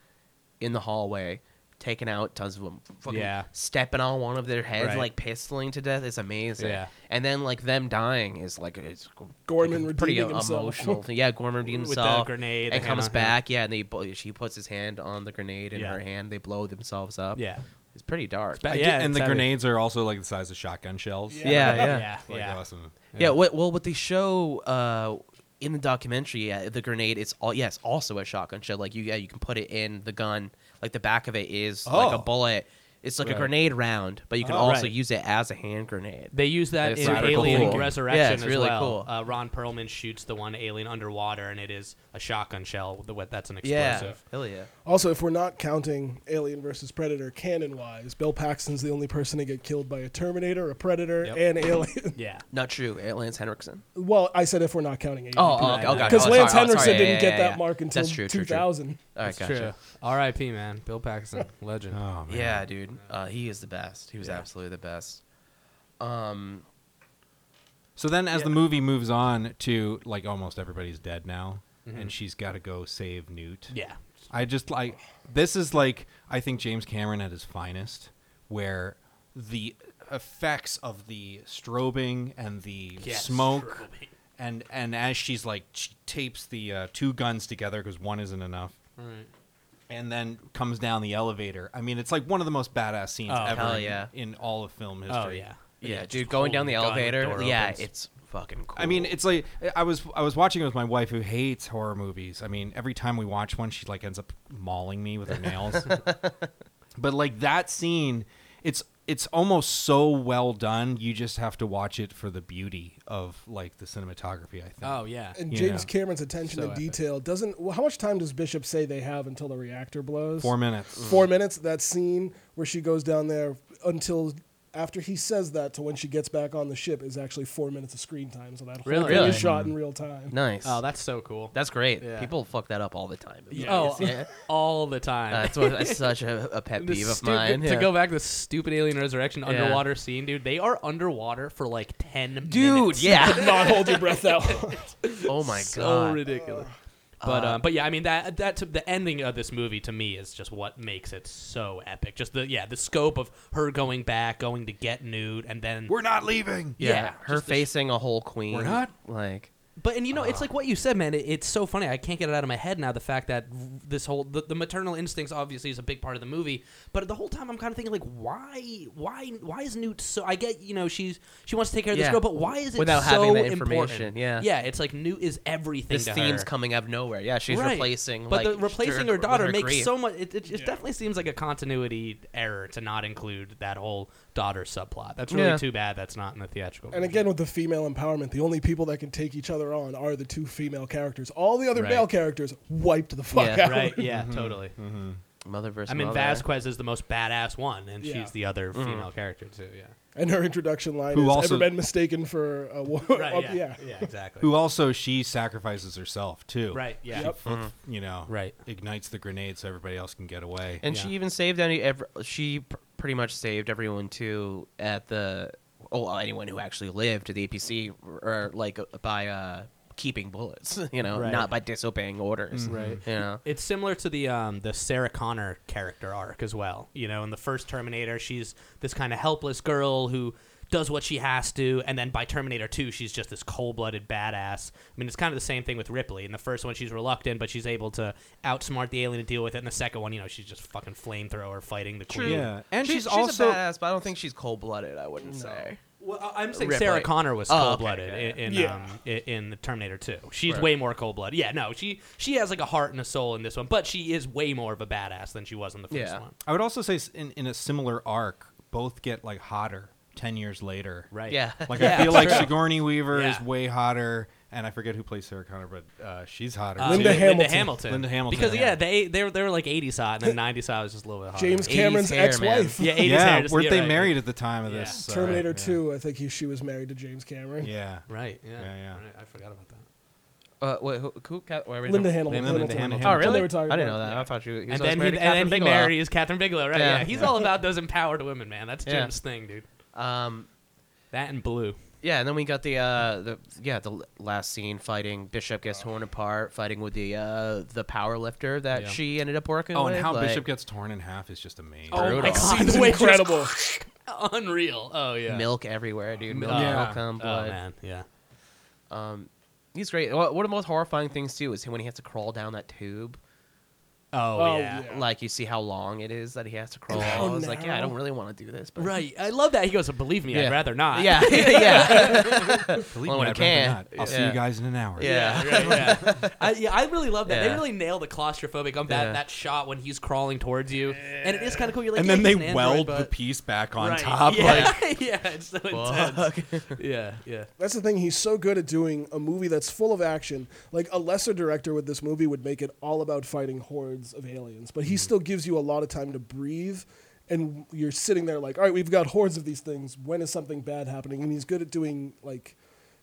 S1: in the hallway, taking out tons of them, fucking
S2: Yeah.
S1: stepping on one of their heads,
S2: Right.
S1: like pistoling to death. It's amazing.
S2: Yeah.
S1: And then like them dying is like it's
S3: Gorman
S1: like, a pretty
S3: redeeming himself.
S1: emotional thing. Yeah, Gorman redeems
S2: With the
S1: himself.
S2: grenade, the
S1: and
S2: hand
S1: comes
S2: on-
S1: back. Yeah, and they bo- she puts his hand on the grenade in
S2: Yeah.
S1: her hand. They blow themselves up.
S2: Yeah.
S1: it's pretty dark.
S2: ba-
S4: I
S2: Yeah,
S4: get- and the
S2: exactly.
S4: grenades are also like the size of shotgun shells.
S3: Yeah.
S1: yeah, yeah.
S2: yeah,
S4: Like,
S2: yeah.
S4: awesome.
S1: Yeah. What, well, what they show uh, in the documentary, uh, the grenade, it's all yes, also a shotgun shell. Like you, yeah, you can put it in the gun. Like the back of it is like
S4: Oh.
S1: a bullet. It's like
S4: Right.
S1: a grenade round, but you can
S4: Oh,
S1: also
S2: right.
S1: use it as a hand grenade.
S2: They use that
S1: It's
S2: in
S1: radical
S2: Alien
S1: cool.
S2: Resurrection
S1: Yeah, it's
S2: as
S1: really
S2: well.
S1: cool.
S2: Uh, Ron Perlman shoots the one alien underwater, and it is a shotgun shell. with the- with- That's an
S1: yeah,
S2: explosive.
S1: hell yeah.
S3: Also, if we're not counting Alien versus Predator canon wise, Bill Paxton's the only person to get killed by a Terminator, a Predator,
S2: Yep.
S3: and Alien. (laughs)
S2: Yeah.
S1: Not true. eh, Lance Henriksen.
S3: well, I said if we're not counting Alien.
S1: Oh, oh,
S2: Right.
S1: okay, oh, gotcha.
S3: because
S1: Oh,
S3: Lance
S1: sorry, oh,
S3: Henriksen
S1: sorry. Yeah,
S3: didn't
S1: yeah,
S3: get
S1: yeah,
S3: that
S1: yeah.
S3: mark until
S1: That's true, true, true.
S3: 2000.
S1: All right,
S2: True.
S1: gotcha.
S2: R.I.P. Man, Bill (laughs) Paxton, legend.
S4: Oh, man.
S1: Yeah, dude. Uh, he is the best. He was absolutely the best. Um,
S4: So then, as the movie moves on to like almost everybody's dead now, and she's got to go save Newt.
S2: Mm-hmm. Yeah.
S4: I just like this is like I think James Cameron at his finest, where the effects of the strobing and the
S2: Yes,
S4: smoke,
S2: strobing.
S4: and and as she's like she tapes the uh, two guns together because one isn't enough,
S2: Right.
S4: and then comes down the elevator. I mean, it's like one of the most badass scenes
S2: Oh,
S4: ever
S1: hell
S4: in-
S1: yeah.
S4: in, all of film history.
S2: Oh yeah.
S1: yeah,
S2: just
S1: dude, going down
S2: holding
S1: the
S2: gun with
S1: elevator.
S2: door
S1: Yeah,
S2: opens.
S1: it's fucking cool.
S4: I mean, it's like I was I was watching it with my wife who hates horror movies. I mean, every time we watch one, she like ends up mauling me with
S2: (laughs)
S4: her nails. but like that scene, it's it's almost so well done. You just have to watch it for the beauty of like the cinematography. I think.
S2: Oh yeah.
S3: And
S4: Yeah.
S3: James Cameron's attention
S2: So
S3: to
S2: epic.
S3: detail doesn't. Well, how much time does Bishop say they have until the reactor blows?
S4: Four minutes.
S3: Four minutes. That scene where she goes down there until after he says that to when she gets back on the ship is actually four minutes of screen time. So that whole
S1: Really?
S3: thing is
S1: Really?
S3: shot
S4: Mm-hmm.
S3: in real time.
S1: Nice.
S2: Oh, that's so cool.
S1: that's great.
S2: Yeah.
S1: People fuck that up all the time.
S2: oh,
S1: Yeah.
S2: (laughs) all the time.
S1: That's, what, that's such a, a pet
S2: (laughs) The
S1: peeve of
S2: stupid-
S1: mine.
S2: To
S1: yeah.
S2: go back to the stupid Alien Resurrection underwater scene, dude, they are underwater for like 10
S1: Dude,
S2: minutes. (laughs)
S1: yeah.
S3: Not hold your breath that
S1: (laughs)
S3: long.
S1: oh my
S2: so
S1: god.
S2: ridiculous. But um, but yeah, I mean that that the ending of this movie to me is just what makes it so epic. Just the yeah the scope of her going back, going to get nude, and then
S4: We're not leaving.
S1: yeah,
S2: yeah,
S1: her
S2: just the sh-
S1: facing a whole queen.
S4: We're not-
S1: like
S2: But and you know, it's like what you said, man. It, it's so funny. I can't get it out of my head now. The fact that this whole the, the maternal instincts obviously is a big part of the movie. But the whole time, I'm kind of thinking like, why, why, why is Newt so? I get you know she's she wants to take care of this
S1: Yeah.
S2: girl, but why is it
S1: Without
S2: so
S1: having that
S2: important?
S1: information, yeah.
S2: yeah. It's like Newt is everything.
S1: this
S2: to
S1: theme's
S2: her.
S1: coming out of nowhere. Yeah, she's
S2: Right.
S1: replacing.
S2: but
S1: like,
S2: the replacing
S1: her,
S2: her daughter
S1: with her
S2: makes
S1: grief.
S2: so much. It, it, it
S3: Yeah.
S2: definitely seems like a continuity error to not include that whole daughter subplot. That's really
S1: Yeah.
S2: too bad. That's not in the theatrical.
S3: And
S2: version.
S3: again, with the female empowerment, the only people that can take each other on are the two female characters. All the other
S2: Right.
S3: male characters wiped the fuck
S1: Yeah,
S2: (laughs)
S3: out.
S2: right? Yeah, totally.
S1: mother versus.
S2: I mean,
S1: mother.
S2: Vasquez is the most badass one, and
S3: Yeah.
S2: she's the other
S1: Mm-hmm.
S2: female character too. Yeah,
S3: (laughs) And her introduction line
S4: Who
S3: is
S4: also-
S3: ever been mistaken for a woman.
S2: right. Yeah, yeah,
S3: Oh, (laughs) yeah.
S2: exactly.
S4: Who also she sacrifices herself too.
S2: right? Yeah,
S3: Yep.
S4: You know.
S2: Right.
S4: Ignites the grenade so everybody else can get away.
S1: And
S2: Yeah.
S1: she even saved any. Ever, she pr- pretty much saved everyone too at the. Oh, well, anyone who actually lived at the APC, or like uh, by uh, keeping bullets, (laughs) you know,
S2: Right. Mm-hmm.
S1: not by disobeying orders,
S2: Right.
S1: You know,
S2: It's similar to the um, the Sarah Connor character arc as well. You know, in the first Terminator, she's this kind of helpless girl who does what she has to, and then by Terminator Two, she's just this cold blooded badass. I mean, it's kind of the same thing with Ripley. In the first one, she's reluctant, but she's able to outsmart the alien to deal with it. In the second one, you know, she's just fucking flamethrower fighting the queen.
S4: Yeah. And
S1: She-
S4: she's, also
S1: a badass, but I don't think she's cold blooded. I wouldn't say.
S2: Well, I- I'm saying
S1: Ripley.
S2: Sarah Connor was
S1: Oh, okay,
S2: cold blooded
S1: yeah,
S2: in in,
S3: Yeah.
S2: um, i- in the Terminator 2. She's
S1: Right.
S2: way more cold blooded. Yeah, no, she she has like a heart and a soul in this one, but she is way more of a badass than she was in the first
S1: Yeah.
S2: one.
S4: I would also say s- in, in a similar arc, both get like hotter ten years later.
S2: Right.
S1: Yeah,
S4: (laughs)
S2: (laughs)
S4: Like
S2: Yeah,
S4: I feel like
S2: true.
S4: Sigourney Weaver is
S2: Yeah.
S4: way hotter, and I forget who plays Sarah Connor, but uh, she's hotter.
S2: Uh,
S4: too.
S3: Linda Hamilton.
S2: Linda Hamilton.
S4: Linda Hamilton,
S2: Because yeah,
S4: yeah.
S2: they they were, they were like 80 side
S3: (laughs)
S2: and then 90 side was just a little bit harder.
S3: James
S1: 80s
S3: Cameron's
S1: hair, man.
S3: ex-wife.
S2: Yeah, 80s hair,
S4: yeah,
S2: just-
S4: weren't
S2: yeah,
S4: they
S2: right.
S4: married at the time of
S2: Yeah.
S4: this? so-
S3: Terminator
S4: yeah.
S3: 2, I think he, she was married to James Cameron.
S4: Yeah.
S2: Right. Yeah.
S4: Yeah, yeah.
S2: Right, I forgot about that.
S1: Uh, wait, who, who, Cat, wait, wait,
S3: Linda
S1: no.
S3: Hamilton.
S4: Linda Hamilton.
S1: Oh, really?
S4: That's
S3: That's what they were talking
S1: I didn't know
S3: about.
S1: that. I thought you. he was
S2: and
S1: always
S2: then he,
S1: married
S2: and
S1: to
S2: then
S1: Catherine
S2: he
S1: Bigelow.
S2: marries Catherine Bigelow, right? Yeah,
S1: Yeah.
S2: he's all about those empowered women, man. That's
S1: Yeah.
S2: Jim's thing, dude.
S1: Um,
S2: That and blue.
S1: Yeah, and then we got the uh the yeah the l- last scene fighting Bishop gets torn apart, fighting with the uh the power lifter that
S2: Yeah.
S1: she ended up working.
S4: Oh,
S1: with.
S4: and how
S1: like,
S4: Bishop gets torn in half is just amazing.
S2: Oh my
S1: Brutal.
S2: (laughs) god,
S3: Scene's
S2: the way it's just
S3: incredible.
S2: unreal. Oh yeah.
S1: milk everywhere, dude. Milk,
S2: Yeah.
S1: milk on
S2: Oh
S1: blood.
S2: man, yeah.
S1: He's great. Wha- One of the most horrifying things too is when he has to crawl down that tube.
S2: Oh,
S3: Oh,
S2: yeah.
S3: yeah.
S1: Like you see how long it is that he has to crawl.
S3: how
S1: I was like, yeah, I
S3: narrow.
S1: don't really want to do this, but
S2: Right. I love that. He goes, believe me,
S1: Yeah.
S2: I'd rather not. (laughs)
S1: Yeah, (laughs) yeah,
S4: Believe
S1: Well,
S4: me,
S1: when I
S4: I'd rather
S1: can.
S4: not. I'll see
S1: Yeah.
S4: you guys in an hour.
S1: yeah.
S2: Yeah, right, yeah. I, yeah, I really love that. They
S1: Yeah.
S2: really nail the claustrophobic on that,
S1: Yeah.
S2: that shot when he's crawling towards you, and it is kind of cool. You're like,
S4: And
S2: yeah,
S4: then
S2: he's
S4: they
S2: an android,
S4: weld the
S2: but-
S4: piece back on
S2: Right,
S4: top.
S2: Yeah, (laughs)
S4: Like,
S2: yeah, it's so
S1: Fuck.
S2: intense. Yeah, yeah.
S3: That's the thing. He's so good at doing a movie that's full of action. Like a lesser director with this movie would make it all about fighting hordes of aliens, but
S1: Mm-hmm.
S3: he still gives you a lot of time to breathe. And you're sitting there like, all right, we've got hordes of these things. When is something bad happening? And he's good at doing like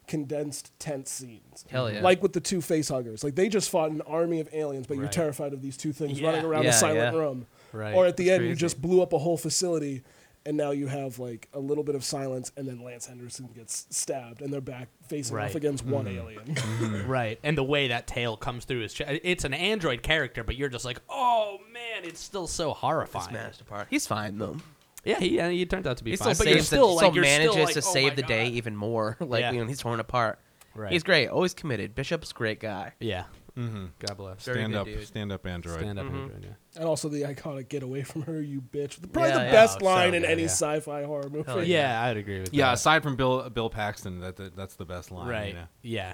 S3: condensed tense scenes.
S1: Hell yeah.
S3: Like with the two facehuggers. Like they just fought an army of aliens, but you're
S2: Right.
S3: terrified of these two things
S2: Yeah.
S3: running around
S1: Yeah,
S3: a silent
S1: yeah.
S3: room.
S2: Right.
S3: Or at the
S1: That's
S3: end, you
S1: crazy.
S3: just blew up a whole facility, and now you have like a little bit of silence, and then Lance Henderson gets stabbed, and they're back facing
S2: Right. Mm-hmm.
S3: off against one alien. (laughs)
S2: Right, and the way that tail comes through is—it's an android character, but you're just like, oh man, it's still so horrifying.
S1: Smashed apart. He's fine though.
S2: Yeah, he, yeah, he turns out to be
S1: He
S2: fine,
S1: still
S2: but you're
S1: saves.
S2: still
S1: the,
S2: like,
S1: still
S2: you're
S1: manages
S2: still like,
S1: to
S2: "Oh
S1: save
S2: my
S1: the day
S2: God."
S1: even more. (laughs) Like
S2: Yeah.
S1: when he's torn apart.
S2: Right.
S1: He's great. Always committed. Bishop's a great guy.
S2: Yeah. Mm-hmm. God bless.
S1: Very
S4: Stand
S1: good
S4: up,
S1: dude.
S4: stand up, Android.
S2: Stand up, Android, yeah.
S3: and also the iconic "Get away from her, you bitch!" Probably
S1: Yeah,
S3: the
S1: yeah.
S3: best
S2: Oh, so
S3: line in
S2: good,
S3: any
S2: yeah.
S3: sci-fi horror movie.
S1: Hell
S2: yeah, I'd agree with
S4: Yeah,
S2: that.
S4: aside from Bill Bill Paxton, that, that that's the best line. you
S2: right.
S4: know.
S2: Yeah.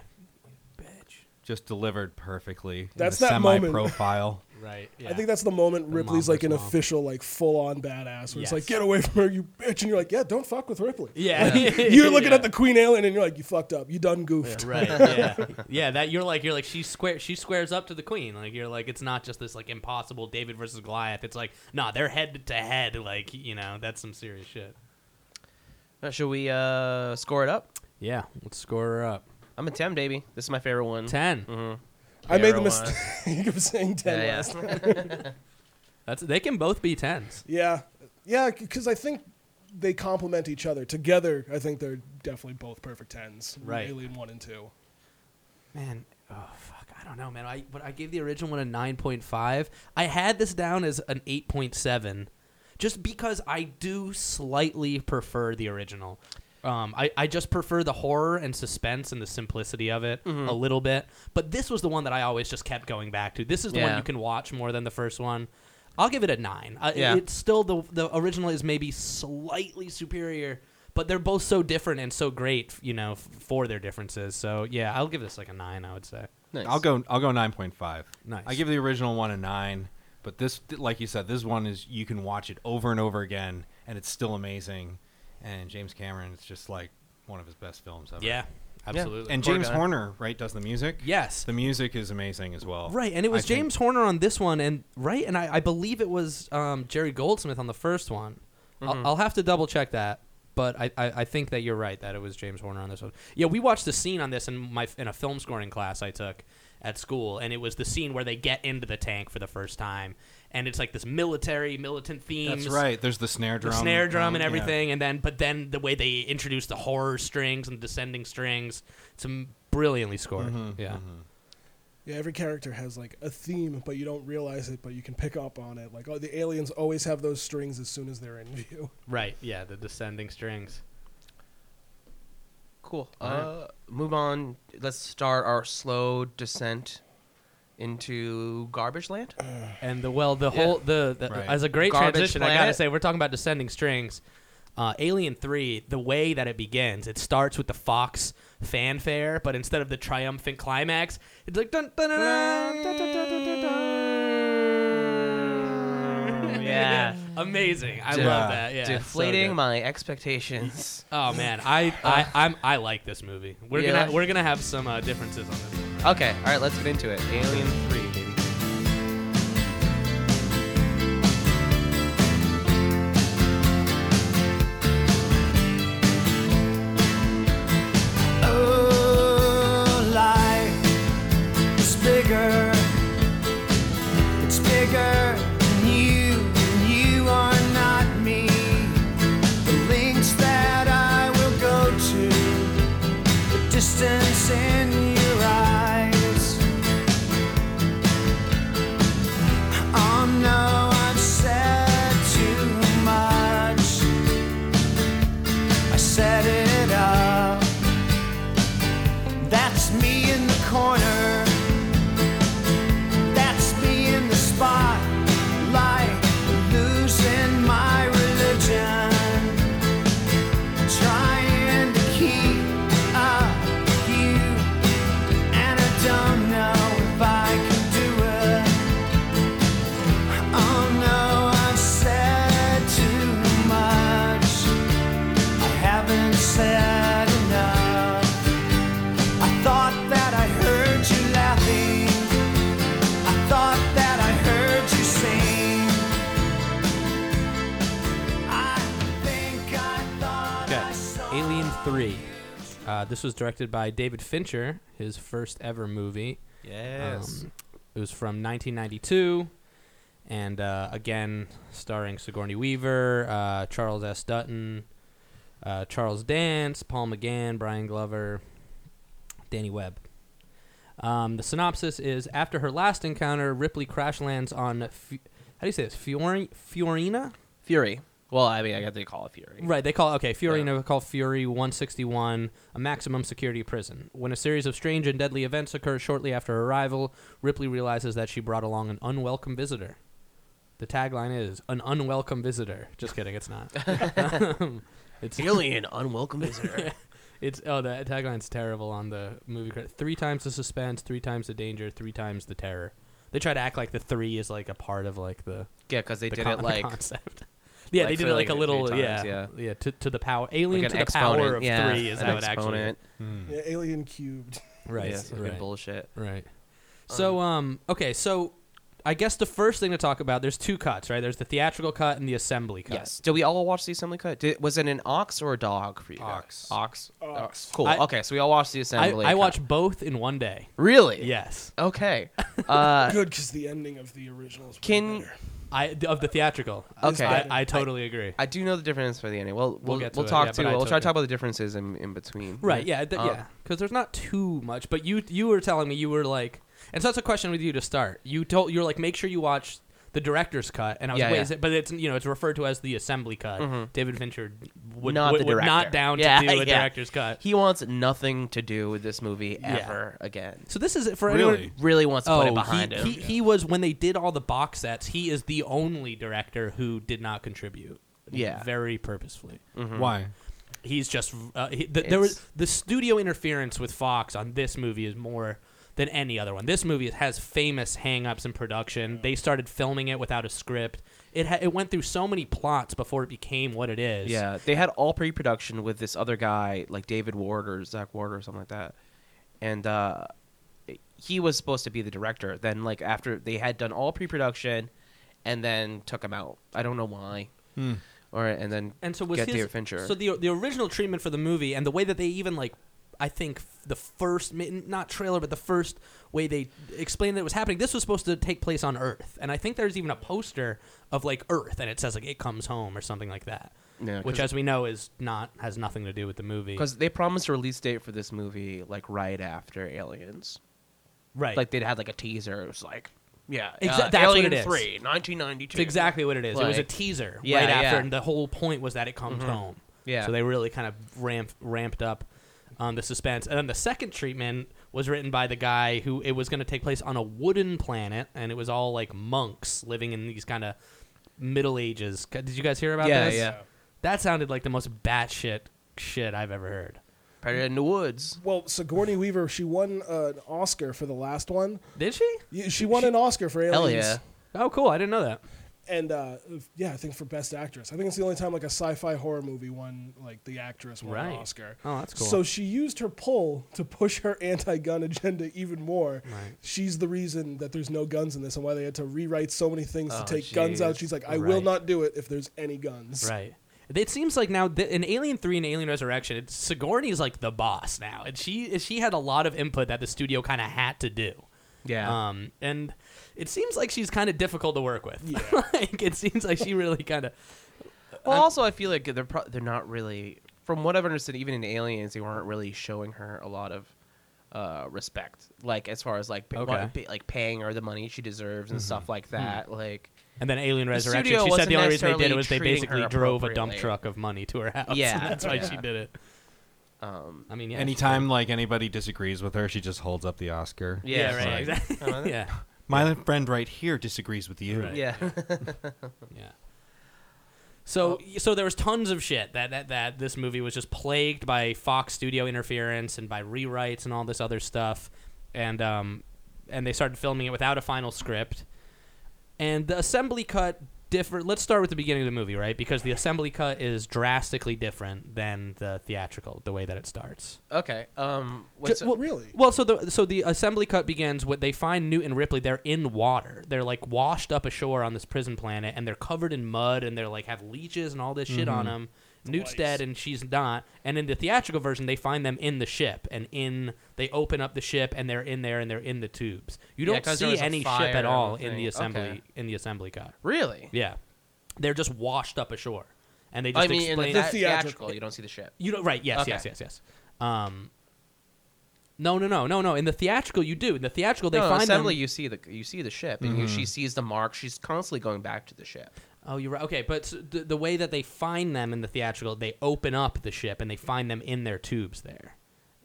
S2: Bitch.
S4: just delivered perfectly.
S3: That's
S4: in a
S3: that
S4: semi
S2: (laughs)
S3: moment.
S4: profile.
S2: Right. Yeah.
S3: I think that's the moment Ripley's
S2: mom
S3: like an
S2: versus mom.
S3: official, like full-on badass, where it's like,
S2: Yes.
S3: "Get away from her, you bitch!" And you're like, "Yeah, don't fuck with Ripley."
S2: Yeah. (laughs)
S3: You're looking
S2: Yeah.
S3: at the Queen Alien, and you're like, "You fucked up. You done goofed."
S2: Right. Yeah. yeah. That you're like you're like she square she squares up to the queen. Like you're like it's not just this like impossible David versus Goliath. It's like nah, they're head to head. Like you know that's some serious shit.
S1: Uh, should we uh, score it up?
S2: Yeah, let's score her up.
S1: I'm a 10, baby. This is my favorite one.
S2: 10
S3: (laughs) I made the
S1: Heroin.
S3: mistake (laughs) of saying
S1: (laughs)
S3: ten
S1: Yeah, (laughs) yeah.
S3: last time.
S2: That's they can both be tens.
S3: Yeah, yeah, because I think they complement each other. Together, I think they're definitely both perfect tens.
S2: Right.
S3: Alien one and two.
S2: Man, oh fuck, I don't know, man. I but I gave the original one a nine point five. I had this down as an eight point seven, just because I do slightly prefer the original. Um, I, I just prefer the horror and suspense and the simplicity of it a little bit. But this was the one that I always just kept going back to. This is the
S1: Yeah.
S2: one you can watch more than the first one. I'll give it a nine. Uh,
S1: Yeah.
S2: It's still the the original is maybe slightly superior, but they're both so different and so great, you know, f- for their differences. So yeah, I'll give this like a nine. I would say.
S1: Nice.
S4: I'll go. I'll go nine point five.
S2: Nice.
S4: I give the original one a nine, but this, like you said, this one is you can watch it over and over again, and it's still amazing. And James Cameron, it's just like one of his best films ever.
S2: Yeah, absolutely.
S4: And
S1: Poor
S4: James
S1: guy.
S4: Horner, right, does the music.
S2: yes,
S4: The music is amazing as well.
S2: right. And it was
S4: I think-
S2: James Horner on this one, and right, and I, I believe it was um, Jerry Goldsmith on the first one.
S4: Mm-hmm.
S2: I'll, I'll have to double check that. But I, I, I think that you're right that it was James Horner on this one. Yeah, we watched the scene on this in my in a film scoring class I took at school, and it was the scene where they get into the tank for the first time, and it's like this military militant themes.
S4: That's right. There's the snare
S2: the
S4: drum.
S2: snare drum and
S4: yeah.
S2: everything, and then but then the way they introduce the horror strings and descending strings, it's m- brilliantly scored.
S4: Mm-hmm,
S2: yeah,
S3: Yeah, every character has like a theme, but you don't realize it, but you can pick up on it. Like oh, the aliens always have those strings as soon as they're in view.
S2: right. Yeah, the descending strings.
S1: Cool. Uh, move on. Let's start our slow descent into garbage land.
S2: And the well, the
S1: Yeah.
S2: whole the, the
S4: Right.
S2: as a great
S1: Garbage
S2: transition, I gotta
S1: planet.
S2: say we're talking about descending strings. Uh, Alien Three, the way that it begins, it starts with the Fox fanfare, but instead of the triumphant climax, it's like dun dun dun dun dun dun dun dun. dun.
S1: Yeah.
S2: (laughs) amazing. I
S1: Yeah.
S2: love that. Yeah, it's so
S1: Deflating
S2: good.
S1: my expectations.
S2: Oh man, I
S1: (laughs)
S2: I I'm, I like this movie. We're
S1: Yeah.
S2: gonna we're gonna have some uh, differences on this. One.
S1: Okay, all right, let's get into it. Alien 3, baby.
S5: Oh, life is bigger. It's bigger than you, and you are not me. The links that I will go to, the distance in your eyes. Oh no, I've said too much. I set it up. That's me in the corner. That's me in the spotlight, losing my religion. Trying to keep up with you, and I don't know if I can do it. Oh no, I've said too much. I haven't said enough. I thought that I heard you laughing. I thought that I heard you sing. I think I thought I saw.
S2: Alien Three. Uh, this was directed by David Fincher, his first ever movie.
S1: Yes.
S2: Um, it was from 1992, and uh, again starring Sigourney Weaver, uh, Charles S. Dutton, uh, Charles Dance, Paul McGann, Brian Glover, Danny Webb. Um, the synopsis is: After her last encounter, Ripley crash lands on. F- how do you say this? Fiori- Fiorina?
S1: Fury. Well, I mean, I got to call it Fury.
S2: Right, they call okay Fury. They call Fury 161 a maximum security prison. When a series of strange and deadly events occur shortly after her arrival, Ripley realizes that she brought along an unwelcome visitor. The tagline is "An unwelcome visitor." Just kidding,
S1: (laughs)
S2: it's not. it's
S1: Alien,
S2: (laughs)
S1: unwelcome visitor.
S2: it's oh the tagline's terrible on the movie. credit. Three times the suspense, three times the danger, three times the terror. They try to act like the three is like a part of like the
S1: yeah, because they
S2: (laughs) the
S1: did
S2: con-
S1: it like
S2: concept. Yeah,
S1: like,
S2: they did
S1: for,
S2: it
S1: like,
S2: like a
S1: a
S2: little,
S1: few times,
S2: yeah,
S1: yeah.
S2: yeah, to, to the power,
S1: like
S2: alien
S1: an
S2: to the
S1: exponent.
S2: power of
S1: yeah,
S2: three is
S1: an
S2: how it actually,
S1: exponent.
S3: Yeah, alien cubed.
S2: right,
S1: Yeah, it's fucking
S2: right,
S1: bullshit.
S2: right. So, um, okay, so I guess the first thing to talk about, there's two cuts, right? There's the theatrical cut and the assembly cut.
S1: Yes. Did we all watch the assembly cut? Did, was it an ox or a dog for you? guys?
S4: Ox.
S1: Ox.
S3: Ox.
S1: Oh, cool.
S2: I-
S1: okay, so we all watched the
S2: I,
S1: assembly.
S2: I
S1: cut.
S2: watched both in one day.
S1: Really?
S2: Yes. (laughs)
S1: Okay. Uh,
S3: Good, because the ending of the original is way
S1: Can-
S3: better.
S2: I th- of the theatrical.
S1: Okay.
S2: I, I totally agree.
S1: I do know the difference for the ending. Well, we'll, we'll,
S2: get to it,
S1: talk
S2: yeah,
S1: to.
S2: but I
S1: We'll try
S2: took
S1: to talk
S2: it.
S1: about the difference in, in between.
S2: right. Yeah. Th-
S1: Um,
S2: yeah. Because there's not too much, but you you were telling me you were like, and so that's a question with you to start. You told you were like, make sure you watch the director's cut, and I was
S1: Yeah,
S2: like, wait,
S1: yeah. Mm-hmm.
S2: is it? But it's you know it's referred to as the assembly cut. David Fincher would
S1: Not
S2: would,
S1: the
S2: would
S1: director.
S2: not down
S1: (laughs) Yeah,
S2: to do a
S1: yeah.
S2: director's cut.
S1: He wants nothing to do with this movie
S2: Yeah.
S1: ever again.
S2: So this is it for anyone.
S4: Really?
S1: Really wants to put it behind
S2: Oh, he,
S1: him.
S2: He, he was when they did all the box sets. He is the only director who did not contribute.
S1: Yeah.
S2: very purposefully.
S4: Mm. Why?
S2: He's just uh, he, th- there was
S1: It's-
S2: the studio interference with Fox on this movie is more than any other one. This movie has famous hangups in production. They started filming it without a script. It ha- it went through so many plots before it became what it is.
S1: Yeah, they had all pre-production with this other guy, like David Ward or Zach Ward or something like that, and uh, he was supposed to be the director. Then, like after they had done all pre-production, and then took him out. I don't know why.
S2: Hmm.
S1: Or and then
S2: and so was
S1: get
S2: his,
S1: David Fincher.
S2: So the the original treatment for the movie and the way that they even like, I think f- the first mi- not trailer but the first way they explained that it was happening. This was supposed to take place on Earth, and I think there's even a poster of like Earth, and it says like it comes home or something like that.
S1: Yeah,
S2: which,
S1: 'cause-
S2: as we know, is not has nothing to do with the movie.
S1: because they promised a release date for this movie like right after Aliens.
S2: Right,
S1: Like they'd had like a teaser. It was like, yeah,
S2: Exa-
S1: uh,
S2: that's what
S1: Alien
S2: it is.
S1: 3, 1992.
S2: it's exactly what it is. it was a
S1: Like-
S2: teaser
S1: Yeah,
S2: right after,
S1: yeah.
S2: and the whole point was that it comes home.
S1: Yeah.
S2: So they really kind of ramp, ramped up um, the suspense. And then the second treatment was written by the guy who it was going to take place on a wooden planet, and it was all like monks living in these kind of Middle Ages. Did you guys hear about
S1: Yeah,
S2: this?
S1: yeah.
S2: That sounded like the most batshit shit I've ever heard.
S1: Predator in the woods.
S3: Well, Sigourney Weaver, she won uh, an Oscar for the last one.
S2: Did she?
S3: Yeah, She won an Oscar for Aliens.
S1: Hell yeah.
S2: Oh, cool. I didn't know that.
S3: and uh, yeah, I think for best actress. I think it's the only time like a sci-fi horror movie won like the actress won
S2: Right.
S3: an Oscar.
S2: Oh, that's cool.
S3: So she used her pull to push her anti-gun agenda even more.
S2: Right.
S3: She's the reason that there's no guns in this and why they had to rewrite so many things
S1: Oh,
S3: to take guns out.
S1: jeez.
S3: She's like, I will
S2: Right.
S3: not do it if there's any guns.
S2: Right. It seems like now th- in Alien Three and Alien Resurrection, it's, Sigourney's like the boss now, and she she had a lot of input that the studio kind of had to do.
S1: Yeah.
S2: Um, and it seems like she's kind of difficult to work with. (laughs) like it seems like she really kind of
S1: Well, also I feel like they're pro- they're not really, from what I've understood, even in Aliens, they weren't really showing her a lot of uh, respect, like as far as like pa- what-
S2: Okay. Mm-hmm.
S1: pa- like paying her the money she deserves and stuff like that. Like,
S2: And then Alien Resurrection,
S1: studio
S2: she said the
S1: wasn't
S2: only reason they did it
S1: necessarily
S2: was they
S1: treating
S2: basically
S1: her
S2: drove a dump
S1: appropriately.
S2: truck of money to her house.
S1: Yeah,
S2: and (laughs) that's why she
S1: yeah.
S2: did it.
S1: um,
S2: I mean, yeah, she-
S4: Anytime like anybody disagrees with her, she just holds up the Oscar.
S1: Yeah,
S2: Yeah,
S1: it's
S2: right.
S1: like- (laughs)
S2: Exactly.
S1: Oh, that-
S2: yeah,
S4: My friend right here disagrees with you.
S2: Right.
S1: yeah,
S2: yeah. So, so there was tons of shit that, that that this movie was just plagued by Fox studio interference and by rewrites and all this other stuff, and um, and they started filming it without a final script, and the assembly cut different. Let's start with the beginning of the movie, right? Because the assembly cut is drastically different than the theatrical, the way that it starts.
S1: (laughs) okay. Um, what's
S3: Just, well, really?
S2: Well, so the so the assembly cut begins with they find Newton Ripley. They're in water. They're like washed up ashore on this prison planet, and they're covered in mud, and they're like have leeches and all this shit
S1: Mm-hmm.
S2: on them. Newt's
S3: lice.
S2: dead, and she's not. And in the theatrical version, they find them in the ship, and in they open up the ship, and they're in there, and they're in the tubes. You
S1: Yeah,
S2: don't
S1: 'cause there
S2: see
S1: was a
S2: any ship
S1: fire
S2: at
S1: and
S2: all in the
S1: everything.
S2: assembly
S1: Okay.
S2: in the assembly cut.
S1: really?
S2: Yeah, they're just washed up ashore, and they just
S1: I mean, in the,
S2: explain
S1: thea-
S3: theatrical.
S1: theatrical, you don't see the ship.
S2: you know, right? Yes,
S1: Okay.
S2: yes, yes, yes. Um, no, no, no, no, no. In the theatrical, you do. In the theatrical, they
S1: no,
S2: find
S1: assembly.
S2: them.
S1: You see the you see the ship, and
S2: Mm-hmm.
S1: you, she sees the mark. She's constantly going back to the ship.
S2: Oh, you're right. Okay, but s- the, the way that they find them in the theatrical, they open up the ship and they find them in their tubes there,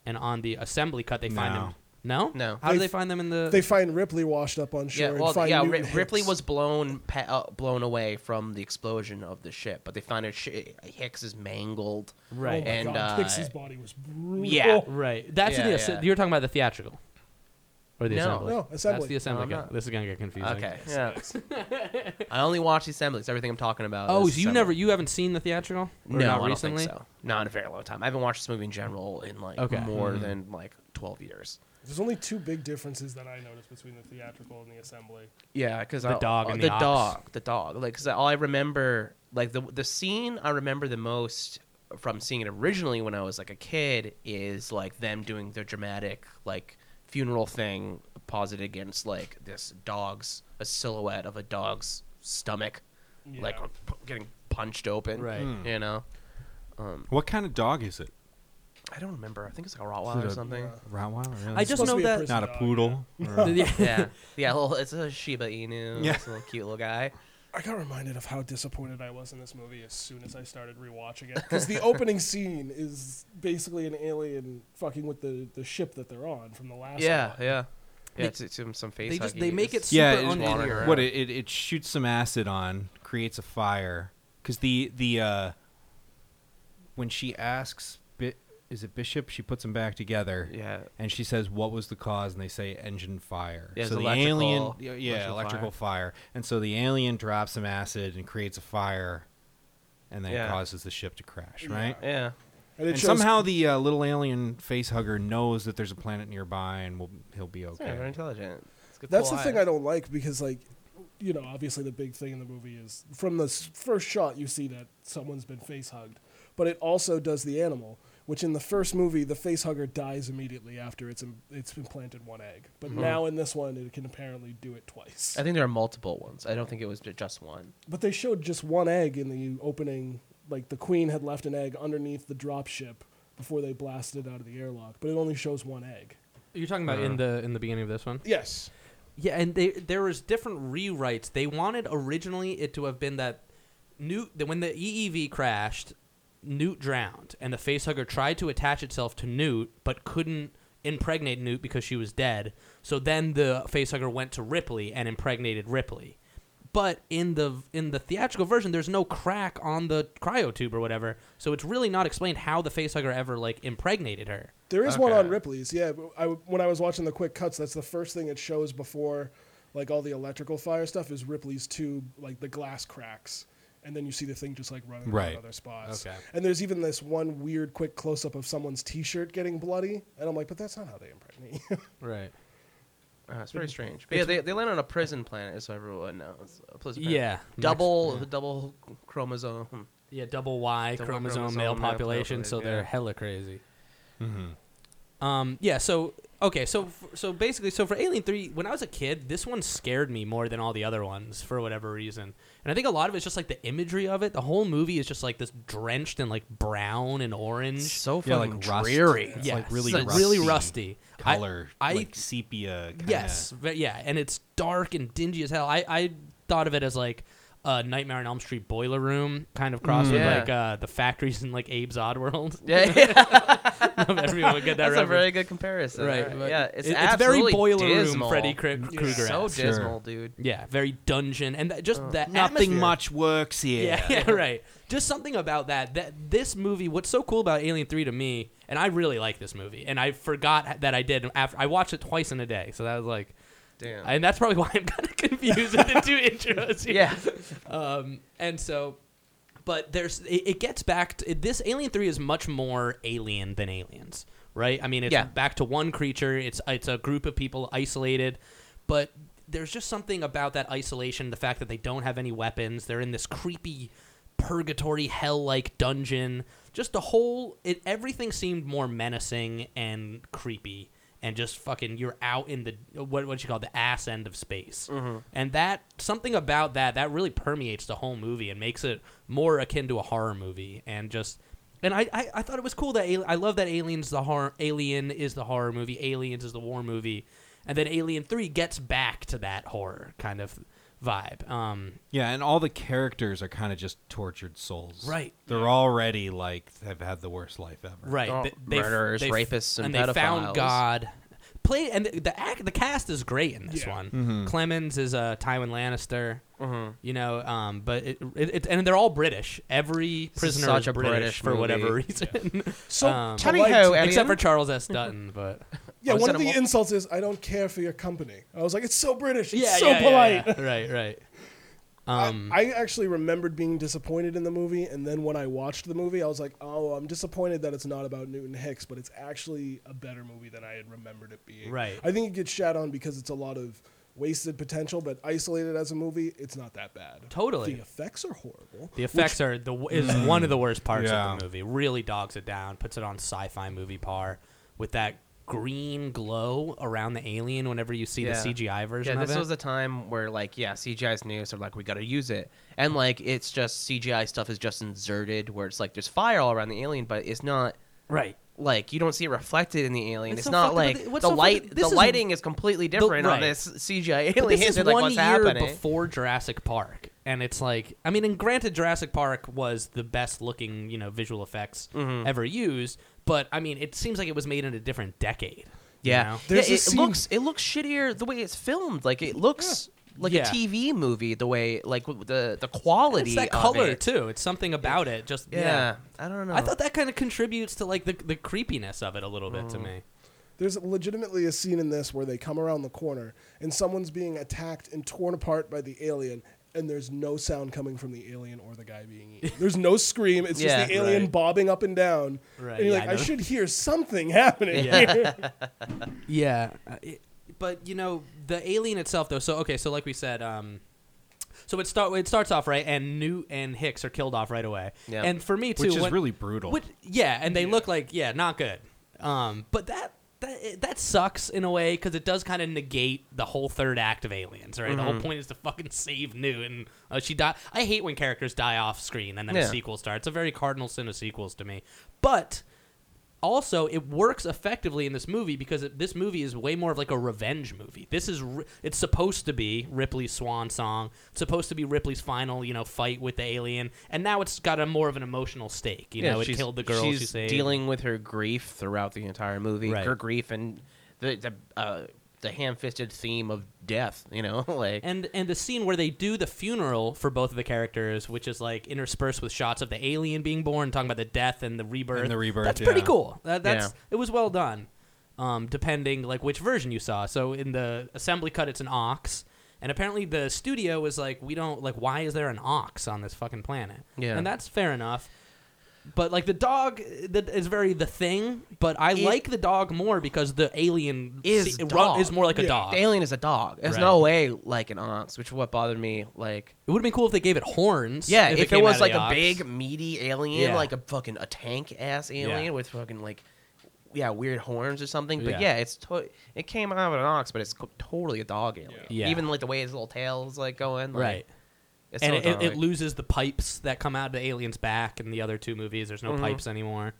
S2: and on the assembly cut, they find them. No,
S1: No.
S2: How do
S3: They
S2: they
S3: f-
S2: find them in the?
S3: They find Ripley washed up on shore.
S1: Yeah, well,
S3: and find
S1: yeah.
S3: Newton
S1: Ri- Ripley
S3: Hicks.
S1: was blown pa- uh, blown away from the explosion of the ship, but they found her. Sh- Hicks is mangled,
S2: (laughs)
S3: Oh
S2: right,
S3: my
S1: and,
S3: God,
S1: uh,
S3: Hicks's body was brutal.
S1: yeah.
S2: right. That's in
S1: Yeah,
S2: the. ass-
S1: yeah.
S2: You're talking about the theatrical, or the
S1: No.
S2: assembly.
S3: No,
S2: That's
S3: assembly.
S2: the assembly
S1: I'm
S2: cut.
S1: not.
S2: This is gonna get confusing.
S1: Okay. Yeah. I only watch the assemblies. Everything I'm talking about.
S2: Oh,
S1: is
S2: so you
S1: assembly.
S2: never, you haven't seen the theatrical?
S1: no,
S2: Or not
S1: I don't
S2: recently?
S1: think so. Not in a very long time. I haven't watched this movie in general in like
S2: Okay. Mm-hmm.
S1: more than like 12 years.
S3: There's only two big differences that I noticed between the theatrical and the assembly.
S1: Yeah, because
S2: The dog and
S1: the,
S2: the ox.
S1: dog, the dog. Like, because all I remember, like the the scene I remember the most from seeing it originally when I was like a kid is like them doing their dramatic like funeral thing posited against like this dog's a silhouette of a dog's stomach, like
S3: Yeah.
S1: p- getting punched open.
S2: Right. Hmm.
S1: You know,
S4: What kind of dog is it?
S1: I don't remember. I think it's like a Rottweiler or
S4: a-
S1: something.
S4: Rottweiler? Really?
S2: I just
S3: supposed to
S2: know
S3: be a
S2: that.
S3: prison-
S4: not a
S3: dog,
S2: (laughs)
S4: poodle. or-
S2: Yeah. (laughs)
S1: Yeah, yeah. Little, it's a Shiba Inu.
S4: Yeah.
S1: It's a little cute little guy.
S3: I got reminded of how disappointed I was in this movie as soon as I started rewatching it. Because the opening scene is basically an alien fucking with the, the ship that they're on from the last
S1: Yeah,
S3: one.
S1: yeah.
S2: They-
S1: Yeah, it's, it's some, some face.
S2: They just
S1: huggy.
S2: they make it
S1: It's-
S2: super
S4: yeah, it-
S1: wandering
S2: unclear.
S1: around.
S4: what it, it it shoots some acid on, creates a fire. Because the the uh, when she asks, Bi- is it Bishop? She puts them back together.
S1: Yeah.
S4: And she says, "What was the cause?" And they say, "Engine fire."
S1: Yeah,
S4: so
S1: it's
S4: the alien,
S1: electrical-
S4: yeah, yeah,
S1: electrical
S4: electrical, fire. And so the alien drops some acid and creates a fire, and then
S1: Yeah.
S4: it causes the ship to crash. Right.
S1: Yeah.
S3: And, it
S4: And
S3: shows-
S4: somehow the uh, little alien face hugger knows that there's a planet nearby, and will he'll be okay.
S1: Yeah, very intelligent. It's good
S3: That's
S1: cool
S3: the thing
S1: eyes.
S3: I don't like because, like, you know, obviously the big thing in the movie is from the s- first shot you see that someone's been face hugged, but it also does the animal, which in the first movie the face hugger dies immediately after it's im- it's implanted one egg, but
S4: Mm-hmm.
S3: now in this one it can apparently do it twice.
S1: I think there are multiple ones. I don't think it was ju- just one.
S3: But they showed just one egg in the opening. Like the queen had left an egg underneath the drop ship before they blasted out of the airlock, but it only shows one egg.
S2: You're talking about in the in the beginning of this one.
S3: Yes.
S2: Yeah, and they there was different rewrites. They wanted originally it to have been that Newt that when the EEV crashed, Newt drowned, and the facehugger tried to attach itself to Newt but couldn't impregnate Newt because she was dead. So then the facehugger went to Ripley and impregnated Ripley. But in the in the theatrical version, there's no crack on the cryo tube or whatever, so it's really not explained how the facehugger ever like impregnated her.
S3: There is one
S1: Okay.
S3: on Ripley's. Yeah, but I, when I was watching the quick cuts, that's the first thing it shows before, like all the electrical fire stuff is Ripley's tube, like the glass cracks, and then you see the thing just like running
S4: Right.
S3: out other spots.
S2: Okay.
S3: And there's even this one weird quick close up of someone's T-shirt getting bloody, and I'm like, but that's not how they impregnate. you." (laughs)
S2: Right.
S1: Uh, it's very strange. But yeah, they, they land on a prison planet, so everyone knows. A prison planet.
S2: Yeah.
S1: Double the double chromosome.
S2: Yeah, double Y
S1: Double
S2: chromosome,
S1: chromosome
S2: male,
S1: male
S2: population, so
S1: population,
S2: they're
S1: yeah.
S2: hella crazy. Mm-hmm. Um, yeah. So okay. So f- so basically, so for Alien Three, when I was a kid, this one scared me more than all the other ones for whatever reason. And I think a lot of it's just like the imagery of it. The whole movie is just like this drenched in like brown and orange.
S1: So
S4: Yeah,
S1: fucking
S4: like rust.
S1: dreary.
S4: It's
S2: yeah,
S4: like really
S2: so-
S4: rusty.
S2: really rusty. I-
S4: color,
S2: I-
S4: like sepia. Kinda.
S2: Yes, ve- yeah, and it's dark and dingy as hell. I, I thought of it as like a Nightmare on Elm Street boiler room kind of cross with
S1: Mm. Yeah.
S2: like uh, the factories in like Abe's Odd World.
S1: (laughs)
S2: (laughs)
S1: Yeah, yeah.
S2: Everyone would get that
S1: that's a
S2: reference.
S1: very good comparison.
S2: Right,
S1: Alright,
S2: but
S1: Yeah, it's,
S2: it- it's very
S1: absolutely
S2: boiler
S1: dismal.
S2: room Freddy Kr- Krueger.
S1: So
S2: esque.
S1: dismal, dude.
S2: Yeah, very dungeon, and that, just that
S4: Nothing
S2: atmosphere.
S4: much works
S2: (laughs)
S4: here.
S2: Yeah, (laughs) yeah, right. Just something about that. That this movie. What's so cool about Alien Three to me, and I really like this movie, and I forgot that I did after I watched it twice in a day. So that was like,
S1: Damn.
S2: and that's probably why I'm kind of (laughs) confused with the two intros.
S1: (laughs)
S2: Here.
S1: yeah. (laughs)
S2: Um, and so, but there's it, it gets back to this Alien Three is much more alien than aliens, right? I mean, it's
S1: Yeah.
S2: back to one creature. It's it's a group of people isolated, but there's just something about that isolation, the fact that they don't have any weapons, they're in this creepy purgatory hell-like dungeon. Just the whole it everything seemed more menacing and creepy. And just fucking, you're out in the what what you call the ass end of space, and that something about that that really permeates the whole movie and makes it more akin to a horror movie, and just and I, I, I thought it was cool that Ali- I love that Aliens the horror Alien is the horror movie, Aliens is the war movie, and then Alien Three gets back to that horror kind of vibe. Um,
S4: Yeah, and all the characters are kind of just tortured souls.
S2: Right.
S4: They're already like have had the worst life ever.
S2: right,
S1: Oh,
S2: th-
S1: murderers,
S2: f-
S1: rapists, and
S2: they found
S1: pedophiles.
S2: God. Play and the, the act the cast is great in this
S3: Yeah.
S2: one.
S1: Mm-hmm.
S2: Clemens is uh, Tywin Lannister. You know, um, but it, it, it and they're all British. Every
S1: is
S2: prisoner
S1: such
S2: is
S1: a
S2: British,
S1: British
S2: for whatever
S1: movie.
S2: reason,
S3: So
S2: Um,
S3: polite-
S1: Anyhow, Alien.
S2: (laughs) except for Charles S. Dutton. But
S3: Yeah,
S1: Oh, is
S3: one
S1: that
S3: of
S1: a
S3: the
S1: mul-
S3: insults is I don't care for your company. I was like, it's so British.
S2: (laughs)
S3: It's
S2: yeah,
S3: so
S2: yeah, yeah,
S3: polite.
S2: yeah. right, right. (laughs) Um,
S3: I actually remembered being disappointed in the movie, and then when I watched the movie, I was like, "Oh, I'm disappointed that it's not about Newton Hicks, but it's actually a better movie than I had remembered it being."
S2: Right.
S3: I think it gets shat on because it's a lot of wasted potential, but isolated as a movie, it's not that bad.
S2: Totally.
S3: The effects are horrible.
S2: the effects are the w- is one of the worst parts
S4: Yeah.
S2: of the movie. Really dogs it down, puts it on sci-fi movie par with that green glow around the alien whenever you see
S1: Yeah.
S2: the CGI version
S1: yeah,
S2: of
S1: this
S2: it.
S1: was the time where like yeah, CGI's new, so like we got to use it, and like it's just CGI stuff is just inserted where it's like there's fire all around the alien, but it's not
S2: right.
S1: like you don't see it reflected in the alien. It's,
S2: It's so
S1: not
S2: fucked up, but
S1: like
S2: th- what's
S1: the
S2: so fucked-
S1: light.
S2: this
S1: The
S2: is-
S1: lighting is completely different
S2: right.
S1: on this CGI
S2: But
S1: alien.
S2: this is
S1: They're like,
S2: one
S1: what's
S2: year
S1: happening?
S2: before Jurassic Park, and it's like I mean, and granted, Jurassic Park was the best looking you know visual effects
S1: Mm-hmm.
S2: ever used, but I mean, it seems like it was made in a different decade. you
S1: Yeah,
S2: know?
S1: yeah
S3: There's a
S1: it
S3: scene-
S1: looks it looks shittier the way it's filmed. Like it looks like
S2: Yeah.
S1: a TV movie. The way like w- the the quality
S2: it's that
S1: of
S2: color
S1: it.
S2: too. It's something about it. Just
S1: Yeah.
S2: yeah.
S1: I don't know.
S2: I thought that kind of contributes to like the, the creepiness of it a little bit to me.
S3: There's legitimately a scene in this where they come around the corner and someone's being attacked and torn apart by the alien, and there's no sound coming from the alien or the guy being eaten. There's no scream. It's
S2: (laughs)
S1: Yeah.
S3: just the alien
S2: Right.
S3: bobbing up and down.
S2: Right,
S3: And you're
S2: yeah,
S3: like,
S2: I
S3: I,
S2: know.
S3: should hear something
S2: (laughs)
S3: happening. here."
S2: Yeah, uh, it- but you know the alien itself though. So okay, so like we said, um, so it start it starts off right, and Newt and Hicks are killed off right away.
S1: Yeah.
S2: and for me too,
S4: Which is
S2: when-
S4: really brutal.
S2: Which, yeah, and they look like yeah, not good. Um, but that. That, that sucks in a way because it does kind of negate the whole third act of Aliens, right? The whole
S1: Mm-hmm.
S2: point is to fucking save Newt, and uh, she die. I hate when characters die off screen and then a
S1: Yeah.
S2: sequel starts. It's a very cardinal sin of sequels to me. But also it works effectively in this movie because it, this movie is way more of like a revenge movie this is ri- it's supposed to be ripley's swan song it's supposed to be ripley's final you know fight with the alien and now it's got a more of an emotional stake you know it
S1: she's-
S2: killed the girl
S1: She's
S2: she saved.
S1: dealing with her grief throughout the entire movie.
S2: Right.
S1: Her grief and the the uh, the ham-fisted theme of death. You know, (laughs) like
S2: and and the scene where they do the funeral for both of the characters which is like interspersed with shots of the alien being born talking about the death and the rebirth
S4: And the rebirth,
S2: that's pretty
S4: yeah.
S2: cool that, that's
S1: Yeah.
S2: it was well done um, depending like which version you saw so in the assembly cut it's an ox and apparently the studio was like we don't like why is there an ox on this fucking planet
S1: Yeah.
S2: and that's fair enough but like the dog uh, that is very the thing but i
S1: It-
S2: like the dog more because the alien
S1: Is
S2: se-
S1: dog.
S2: is more like a
S3: Yeah.
S2: dog
S1: the alien is a dog. There's
S2: Right.
S1: no way like an ox, which is what bothered me. Like
S2: It would have been cool if they gave it horns.
S1: yeah, if, it,
S2: came out
S1: was
S2: of
S1: like
S2: the
S1: a
S2: ox.
S1: big meaty alien,
S2: Yeah.
S1: like a fucking a tank ass alien
S2: Yeah.
S1: with fucking like. Yeah, weird horns or something, but
S2: Yeah.
S1: yeah, it's to- it came out of an ox, but it's co- totally a dog alien.
S2: Yeah.
S1: Even like the way his little tail is like going, like,
S2: right,
S1: It's
S2: and
S1: so
S2: it, it, it
S1: dog-like.
S2: loses the pipes that come out of the alien's back in the other two movies. There's no pipes anymore.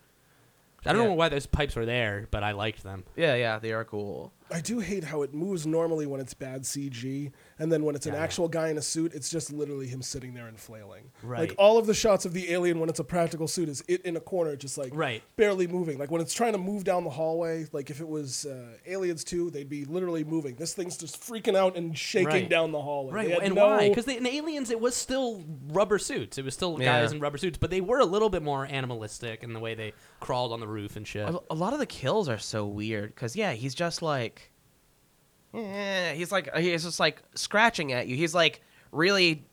S2: I don't
S1: Mm-hmm. Yeah.
S2: know why those pipes were there, but I liked them.
S1: yeah, yeah, they are cool.
S3: I do hate how it moves normally when it's bad CG, and then when it's an
S2: Yeah.
S3: actual guy in a suit, it's just literally him sitting there and flailing.
S2: Right.
S3: Like all of the shots of the alien when it's a practical suit is it in a corner, just like
S2: Right.
S3: barely moving. Like when it's trying to move down the hallway, like if it was uh, Aliens 2, they'd be literally moving. This thing's just freaking out and shaking
S2: Right.
S3: down the hallway.
S2: Right,
S3: They had
S2: and
S3: no-
S2: why? Because in Aliens, it was still rubber suits. It was still guys
S1: Yeah.
S2: in rubber suits, but they were a little bit more animalistic in the way they crawled on the roof and shit.
S1: A, a lot of the kills are so weird because yeah, he's just like, yeah, he's like uh, he's just like scratching at you. He's like really.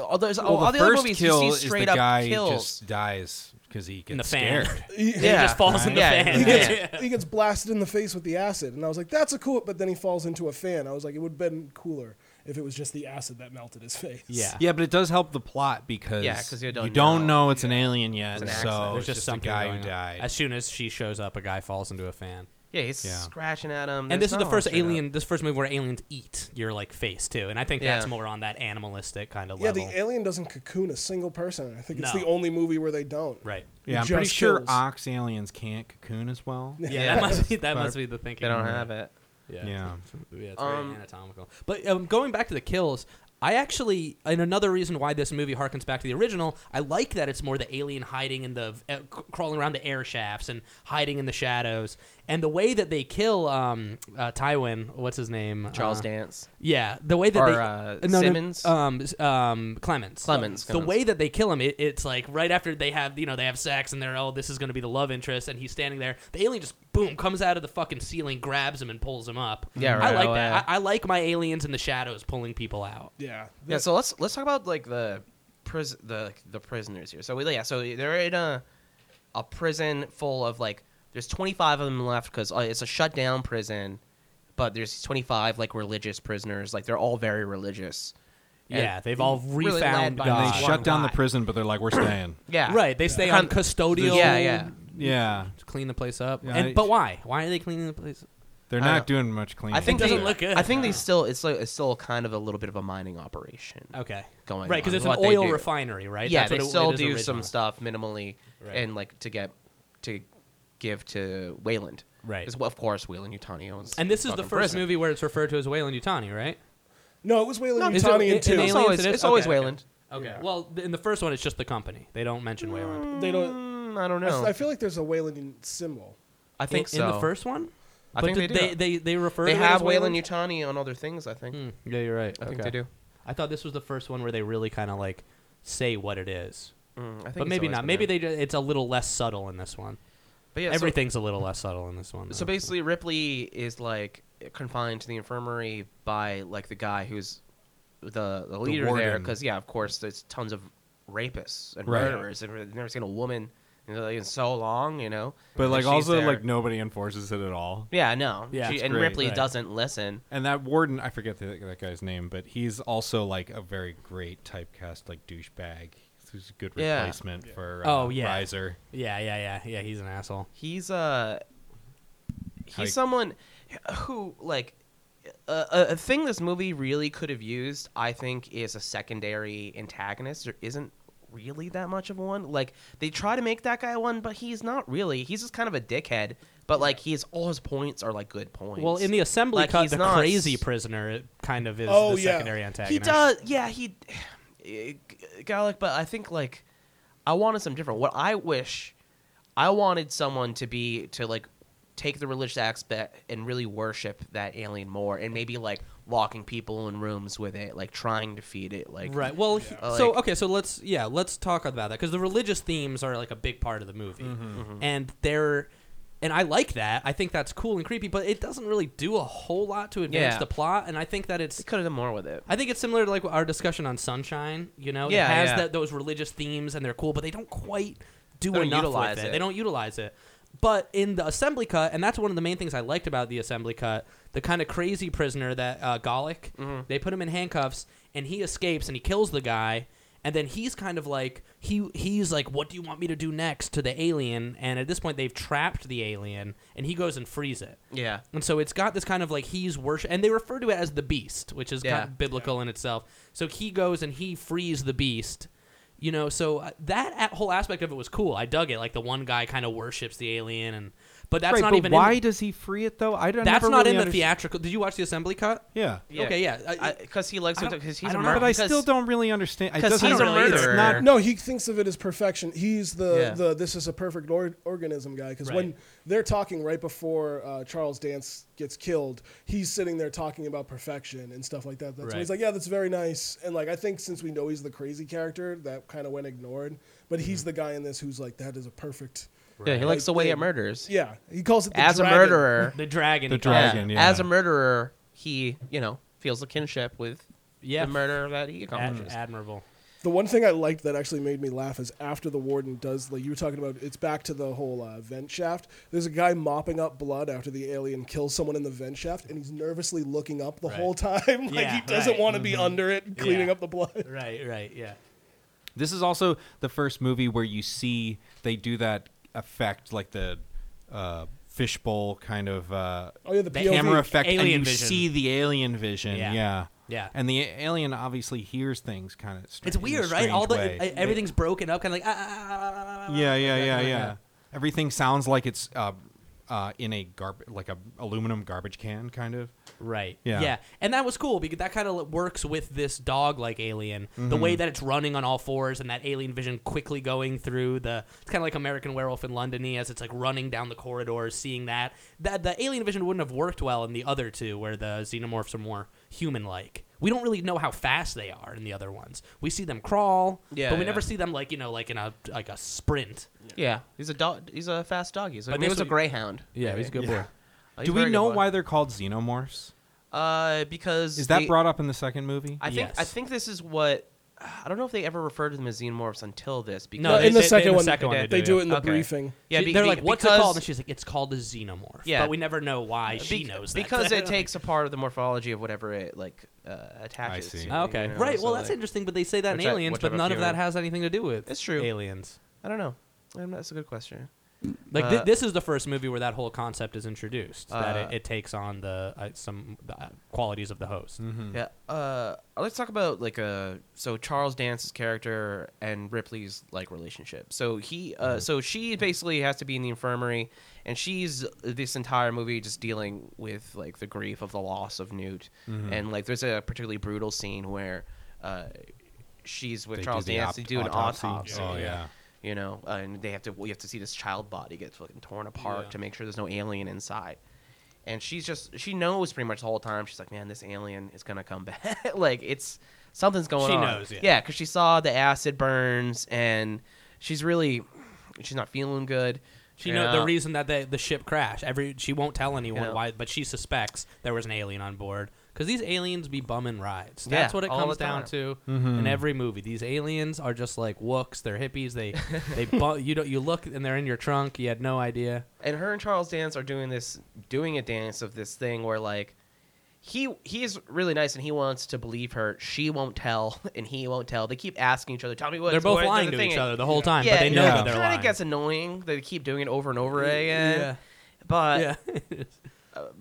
S1: All those
S4: Well,
S1: all
S4: the
S1: the other
S4: first
S1: movies
S4: kill
S1: you
S4: is
S1: see straight
S4: the
S1: up
S4: guy
S1: kills.
S4: just dies because he gets
S2: In the fan.
S4: scared.
S3: (laughs) (laughs) He-
S1: yeah,
S2: just falls in the
S1: yeah,
S2: fan. (laughs)
S3: he gets,
S1: yeah.
S3: he gets blasted in the face with the acid, and I was like, "That's a cool." But then he falls into a fan. I was like, "It would have been cooler if it was just the acid that melted his (laughs) face."
S2: yeah,
S4: Yeah, but it does help the plot because
S1: Yeah, 'cause you don't
S4: know,
S1: know.
S4: it's an alien yet,
S1: an accident.
S4: so
S2: There's
S4: it's
S2: just,
S4: just, a
S2: something
S4: guy
S2: going
S4: who
S2: on.
S4: died.
S2: As soon as she shows up, a guy falls into a fan.
S1: Yeah, he's
S4: Yeah.
S1: scratching at him.
S2: and
S1: There's
S2: this is the
S1: no
S2: first
S1: straight up.
S2: alien this first movie where aliens eat your like face too and i think that's
S1: Yeah.
S2: more on that animalistic kind of
S3: Yeah,
S2: level
S3: the alien doesn't cocoon a single person. I think it's
S2: No.
S3: the only movie where they don't.
S2: right
S4: yeah, I'm
S3: Just
S4: pretty sure
S3: kills.
S4: ox aliens can't cocoon as well.
S2: (laughs) yeah,
S1: Yeah.
S2: that must be that
S4: But-
S2: must be the thinking
S1: They don't have it.
S2: yeah
S4: Yeah.
S2: Yeah, it's
S1: Um,
S2: very anatomical but um, going back to the kills i actually and another reason why this movie harkens back to the original i like that it's more the alien hiding in the uh, c- crawling around the air shafts and hiding in the shadows and the way that they kill um, uh, tywin what's his name
S1: Charles
S2: Uh,
S1: Dance.
S2: Yeah, the way that
S1: Or,
S2: they
S1: uh,
S2: no, no,
S1: Simmons?
S2: um, s- um, Clemens,
S1: Clemens,
S2: The
S1: Clemens.
S2: way that they kill him, it, it's like right after they have you know they have sex and they're oh this is going to be the love interest and he's standing there. The alien just boom, comes out of the fucking ceiling, grabs him, and pulls him up.
S1: Yeah, right,
S2: I like
S1: oh, yeah.
S2: that. I, I like my aliens in the shadows pulling people out.
S3: Yeah.
S1: Yeah, so let's let's talk about like the pris the like, the prisoners here. So we, yeah, so they're in a a prison full of like there's 25 of them left because it's a shut down prison, but there's 25 like religious prisoners. Like they're all very religious. And-
S2: yeah, they've all
S1: really led
S2: refound
S1: by
S2: God.
S1: this
S4: They
S1: Why
S4: shut down
S2: One
S4: the prison, but they're like, we're staying.
S1: Yeah,
S2: Right, they stay on custodial.
S1: Yeah, yeah.
S4: yeah,
S2: to clean the place up.
S4: Yeah,
S2: and
S4: I-
S2: but why? Why are they cleaning the place? up?
S4: they're
S1: I
S4: not
S1: don't-
S4: doing much cleaning.
S1: I think
S2: It doesn't
S1: they-
S2: look good.
S1: I think they still it's like it's still kind of a little bit of a mining operation.
S2: Okay,
S1: Going
S2: right because
S1: on,
S2: it's
S1: what
S2: an
S1: they
S2: oil
S1: do.
S2: refinery, right?
S1: Yeah,
S2: That's
S1: they
S2: what it-
S1: still
S2: it is
S1: do some
S2: originally.
S1: stuff minimally
S2: Right.
S1: and like to get to give to Wayland.
S2: Right.
S1: Because, well, of course, Wayland Yutani owns.
S2: And this is the
S1: fucking
S2: first
S1: prison.
S2: movie where it's referred to as Wayland Yutani, right?
S3: No, it was Wayland
S2: Is it-
S3: Yutani
S2: in-
S3: in
S2: in
S3: two.
S1: It's
S2: Alien-
S1: always,
S2: it is?
S1: it's always
S2: Okay, okay.
S1: Wayland.
S2: Okay.
S3: Yeah.
S2: Well, th- in the first one, it's just the company. They don't mention Wayland.
S3: They don't.
S1: Mm, I don't know.
S3: I feel like there's a Wayland in Simlel.
S1: I think
S2: in,
S1: so.
S2: in the first one.
S1: I
S2: But
S1: think
S2: did
S1: they do.
S2: They, they they refer.
S1: they
S2: to it
S1: have
S2: as Wayland
S1: Wayland Mm, Yutani on other things. I think.
S2: Hmm, Yeah, you're right.
S1: I think they
S2: Okay.
S1: do.
S2: I thought this was the first one where they really kind of like say what it is,
S1: Mm, I think
S2: but
S1: it's
S2: maybe
S1: always
S2: not.
S1: been
S2: Maybe
S1: there.
S2: they ju- it's a little less subtle in this one.
S1: But yeah, so-
S2: Everything's a little less subtle in this one.
S1: So
S2: though.
S1: basically, Ripley is like confined to the infirmary by like the guy who's the the leader there,
S4: warden.
S1: because yeah, of course, there's tons of rapists and
S4: Right.
S1: murderers, and they've never seen a woman you know, like, in so long, you know.
S4: but
S1: And
S4: like
S1: she's
S4: also
S1: there.
S4: like nobody enforces it at all.
S1: yeah, no,
S2: Yeah,
S1: she,
S2: it's
S1: and
S4: great,
S1: Ripley
S2: right.
S1: doesn't listen.
S4: And that warden, I forget the, that guy's name, but he's also like a very great typecast, like douchebag. Who's a good
S1: Yeah.
S4: replacement for uh,
S2: Oh, yeah.
S4: Riser.
S2: yeah, yeah, yeah, yeah. He's an asshole.
S1: He's uh he's
S4: Like-
S1: someone who like a, a a thing this movie really could have used i think is a secondary antagonist there isn't really that much of one like they try to make that guy one but he's not really he's just kind of a dickhead but like he's all his points are like good points
S2: Well, in the assembly
S1: Like,
S2: cut,
S1: he's
S2: the
S1: not-
S2: crazy prisoner it kind of is
S3: Oh,
S2: the
S3: yeah.
S2: secondary antagonist.
S1: he does yeah he (sighs) G- Gallic but I think like I wanted something different what I wish I wanted someone to be to like take the religious aspect and really worship that alien more and maybe like locking people in rooms with it like trying to feed it like
S2: Right. Well, he-
S1: Uh,
S2: so
S1: like-
S2: okay, so let's yeah, let's talk about that because the religious themes are like a big part of the movie,
S1: Mm-hmm.
S2: and they're and I like that. I think that's cool and creepy, but it doesn't really do a whole lot to advance
S1: Yeah.
S2: the plot. And I think that it's
S1: they could have done more with it
S2: I think it's similar to like our discussion on Sunshine. You know,
S1: Yeah,
S2: it has
S1: yeah.
S2: that those religious themes and they're cool, but they don't quite do
S1: They don't
S2: enough
S1: utilize
S2: with it.
S1: it.
S2: They don't utilize it. But in the assembly cut, and that's one of the main things I liked about the assembly cut, the kind of crazy prisoner that uh, Golic,
S1: Mm-hmm.
S2: they put him in handcuffs and he escapes and he kills the guy. And then he's kind of like he he's like, "What do you want me to do next?" to the alien. And at this point, they've trapped the alien, and he goes and frees it.
S1: yeah
S2: And so it's got this kind of like he's worship, and they refer to it as the beast, which is
S1: Yeah.
S2: kind of biblical in itself. So he goes and he frees the beast, you know. So uh, that a- whole aspect of it was cool. I dug it. Like the one guy kind of worships the alien, and but that's
S4: right,
S2: not
S4: but
S2: even
S4: why
S2: in,
S4: does he free it though? I don't.
S2: that's
S4: never
S2: not
S4: really
S2: in the
S4: underst-
S2: theatrical. Did you watch the assembly cut?
S4: Yeah.
S1: Yeah.
S2: Okay, yeah. I-
S1: because he likes
S2: I
S1: to
S2: don't-
S1: because
S2: I
S1: he's a
S2: don't know,
S1: murderer
S4: But I
S1: because-
S4: still don't really understand. it
S1: 'cause
S4: doesn't
S1: he's a
S4: really- it's
S1: murderer.
S4: not-
S3: No, he thinks of it as perfection. He's the,
S1: Yeah.
S3: the this is a perfect or- organism guy because when
S2: Right.
S3: they're talking right before uh, Charles Dance gets killed, he's sitting there talking about perfection and stuff like that. That's when he's
S2: Right.
S3: like, yeah, that's very nice. And like, I think since we know he's the crazy character, that kind of went ignored. But he's
S2: Mm-hmm.
S3: the guy in this who's like, that is a perfect.
S1: yeah he likes the way
S3: Like,
S1: it murders
S3: Yeah, he calls it the
S1: as a
S3: dragon.
S1: murderer
S2: the dragon.
S4: The
S2: he calls
S1: yeah,
S4: Dragon, yeah.
S1: as a murderer he you know feels a kinship with
S2: Yeah.
S1: the murder that he
S2: it. Ad-
S1: accomplishes
S2: admirable.
S3: The one thing I liked that actually made me laugh is after the warden does, like you were talking about, it's back to the whole uh, vent shaft. There's a guy mopping up blood after the alien kills someone in the vent shaft, and he's nervously looking up the
S2: Right.
S3: whole time. (laughs) like
S2: Yeah,
S3: he doesn't
S2: right. Mm-hmm.
S3: want to be under it, cleaning
S2: Yeah.
S3: up the blood. (laughs)
S2: Right. Right. Yeah.
S4: This is also the first movie where you see they do that effect, like the uh, fishbowl kind of uh,
S3: Oh, yeah, the
S2: The
S3: POV.
S4: camera effect, and
S2: Alien
S4: you
S2: vision.
S4: see the alien vision.
S2: Yeah.
S4: Yeah.
S2: Yeah.
S4: And the alien obviously hears things kind of.
S2: It's weird, right? All the e,
S1: e-,
S2: everything's broken up, kind of like. ah,
S4: Yeah, yeah, yeah,
S2: yeah.
S4: yeah. Everything sounds like it's uh, uh, in a garb, like a aluminum garbage can, kind of.
S2: Right.
S4: Yeah.
S2: Yeah. And that was cool because that kind of works with this dog-like alien. The way that it's running on all fours and that alien vision quickly going through the it's kind of like American Werewolf in London as it's like running down the corridors, seeing that that the alien vision wouldn't have worked well in the other two where the xenomorphs are more human-like. We don't really know how fast they are in the other ones. We see them crawl,
S1: Yeah,
S2: but we
S1: yeah.
S2: never see them like you know like in a like a sprint.
S1: Yeah, he's a dog. He's a fast dog. He's.
S2: But
S1: Like, he was
S2: this
S1: a
S2: would-
S1: greyhound.
S2: Yeah, he's a good boy.
S1: Uh, he's a
S4: Do we
S1: very good
S4: know
S1: boy.
S4: why they're called xenomorphs?
S1: Uh, because
S4: Is that
S1: they-
S4: brought up in the second movie?
S1: I think I
S2: Yes.
S1: think this is what I don't know if they ever referred to them as xenomorphs until this because
S2: No,
S3: Uh, in the
S2: they-
S3: second
S2: in the
S3: one,
S2: second one
S3: they,
S2: they do,
S3: do
S2: yeah.
S3: it in the
S1: Okay.
S3: briefing.
S1: yeah,
S2: She-
S1: be-
S2: they're
S1: be-
S2: like, "What's
S1: because-
S2: it called?" And she's like, "It's called a xenomorph."
S1: Yeah.
S2: but we never know why she
S1: be-
S2: knows that.
S1: because
S2: (laughs)
S1: it takes a part of the morphology of whatever it like uh, attaches.
S4: see.
S1: to,
S2: Oh, okay,
S1: you know,
S2: right.
S1: so,
S2: well, that's
S1: like,
S2: interesting, but they say that in
S1: which I-
S2: Aliens,
S1: which
S2: but
S1: I've
S2: none of that
S1: appeared-
S2: has anything to do with
S1: It's true.
S2: Aliens.
S1: I don't know. I don't know. That's a good question.
S2: Like thi-
S1: Uh,
S2: this is the first movie where that whole concept is introduced. that
S1: Uh,
S2: it, it takes on the uh, some the, uh, qualities of the host.
S1: Yeah. Uh, let's talk about like uh, so Charles Dance's character and Ripley's like relationship. So he, uh,
S4: Mm-hmm.
S1: so she basically has to be in the infirmary, and she's this entire movie just dealing with like the grief of the loss of Newt,
S4: Mm-hmm.
S1: and like there's a particularly brutal scene where, uh, she's with
S4: They do
S1: Charles
S4: the
S1: Dance.
S4: op-
S1: they do an
S4: autopsy.
S1: autopsy.
S4: Oh, yeah.
S1: You know, uh, and they have to we have to see this child body get fucking torn apart
S2: Yeah.
S1: to make sure there's no alien inside. And she's just she knows pretty much the whole time. She's like, man, this alien is gonna come back. (laughs) like it's something's going
S2: She
S1: on.
S2: knows, yeah.
S1: yeah, because she saw the acid burns, and she's really she's not feeling good. Uh,
S2: She
S1: you
S2: know the reason that they, the ship crashed. Every she won't tell anyone
S1: Yeah.
S2: why, but she suspects there was an alien on board because these aliens be bumming rides.
S1: Yeah,
S2: That's what it
S1: all
S2: comes
S1: the
S2: down
S1: time.
S2: to
S1: Mm-hmm.
S2: in every movie. These aliens are just like wooks. They're hippies. They they (laughs) bu- you don't you look and they're in your trunk. You had no idea.
S1: and her and Charles Dance are doing this doing a dance of this thing where like he he is really nice and he wants to believe her. She won't tell (laughs) and he won't tell. They keep asking each other, "Tell me what."
S2: they're both
S1: what the
S2: lying to
S1: thing
S2: each
S1: is."
S2: other the whole time,
S1: yeah,
S2: but they know
S1: it
S4: yeah.
S2: that they're
S1: kinda
S2: lying.
S1: gets annoying. that They keep doing it over and over
S2: Yeah.
S1: again.
S2: Yeah.
S1: But
S2: yeah. (laughs)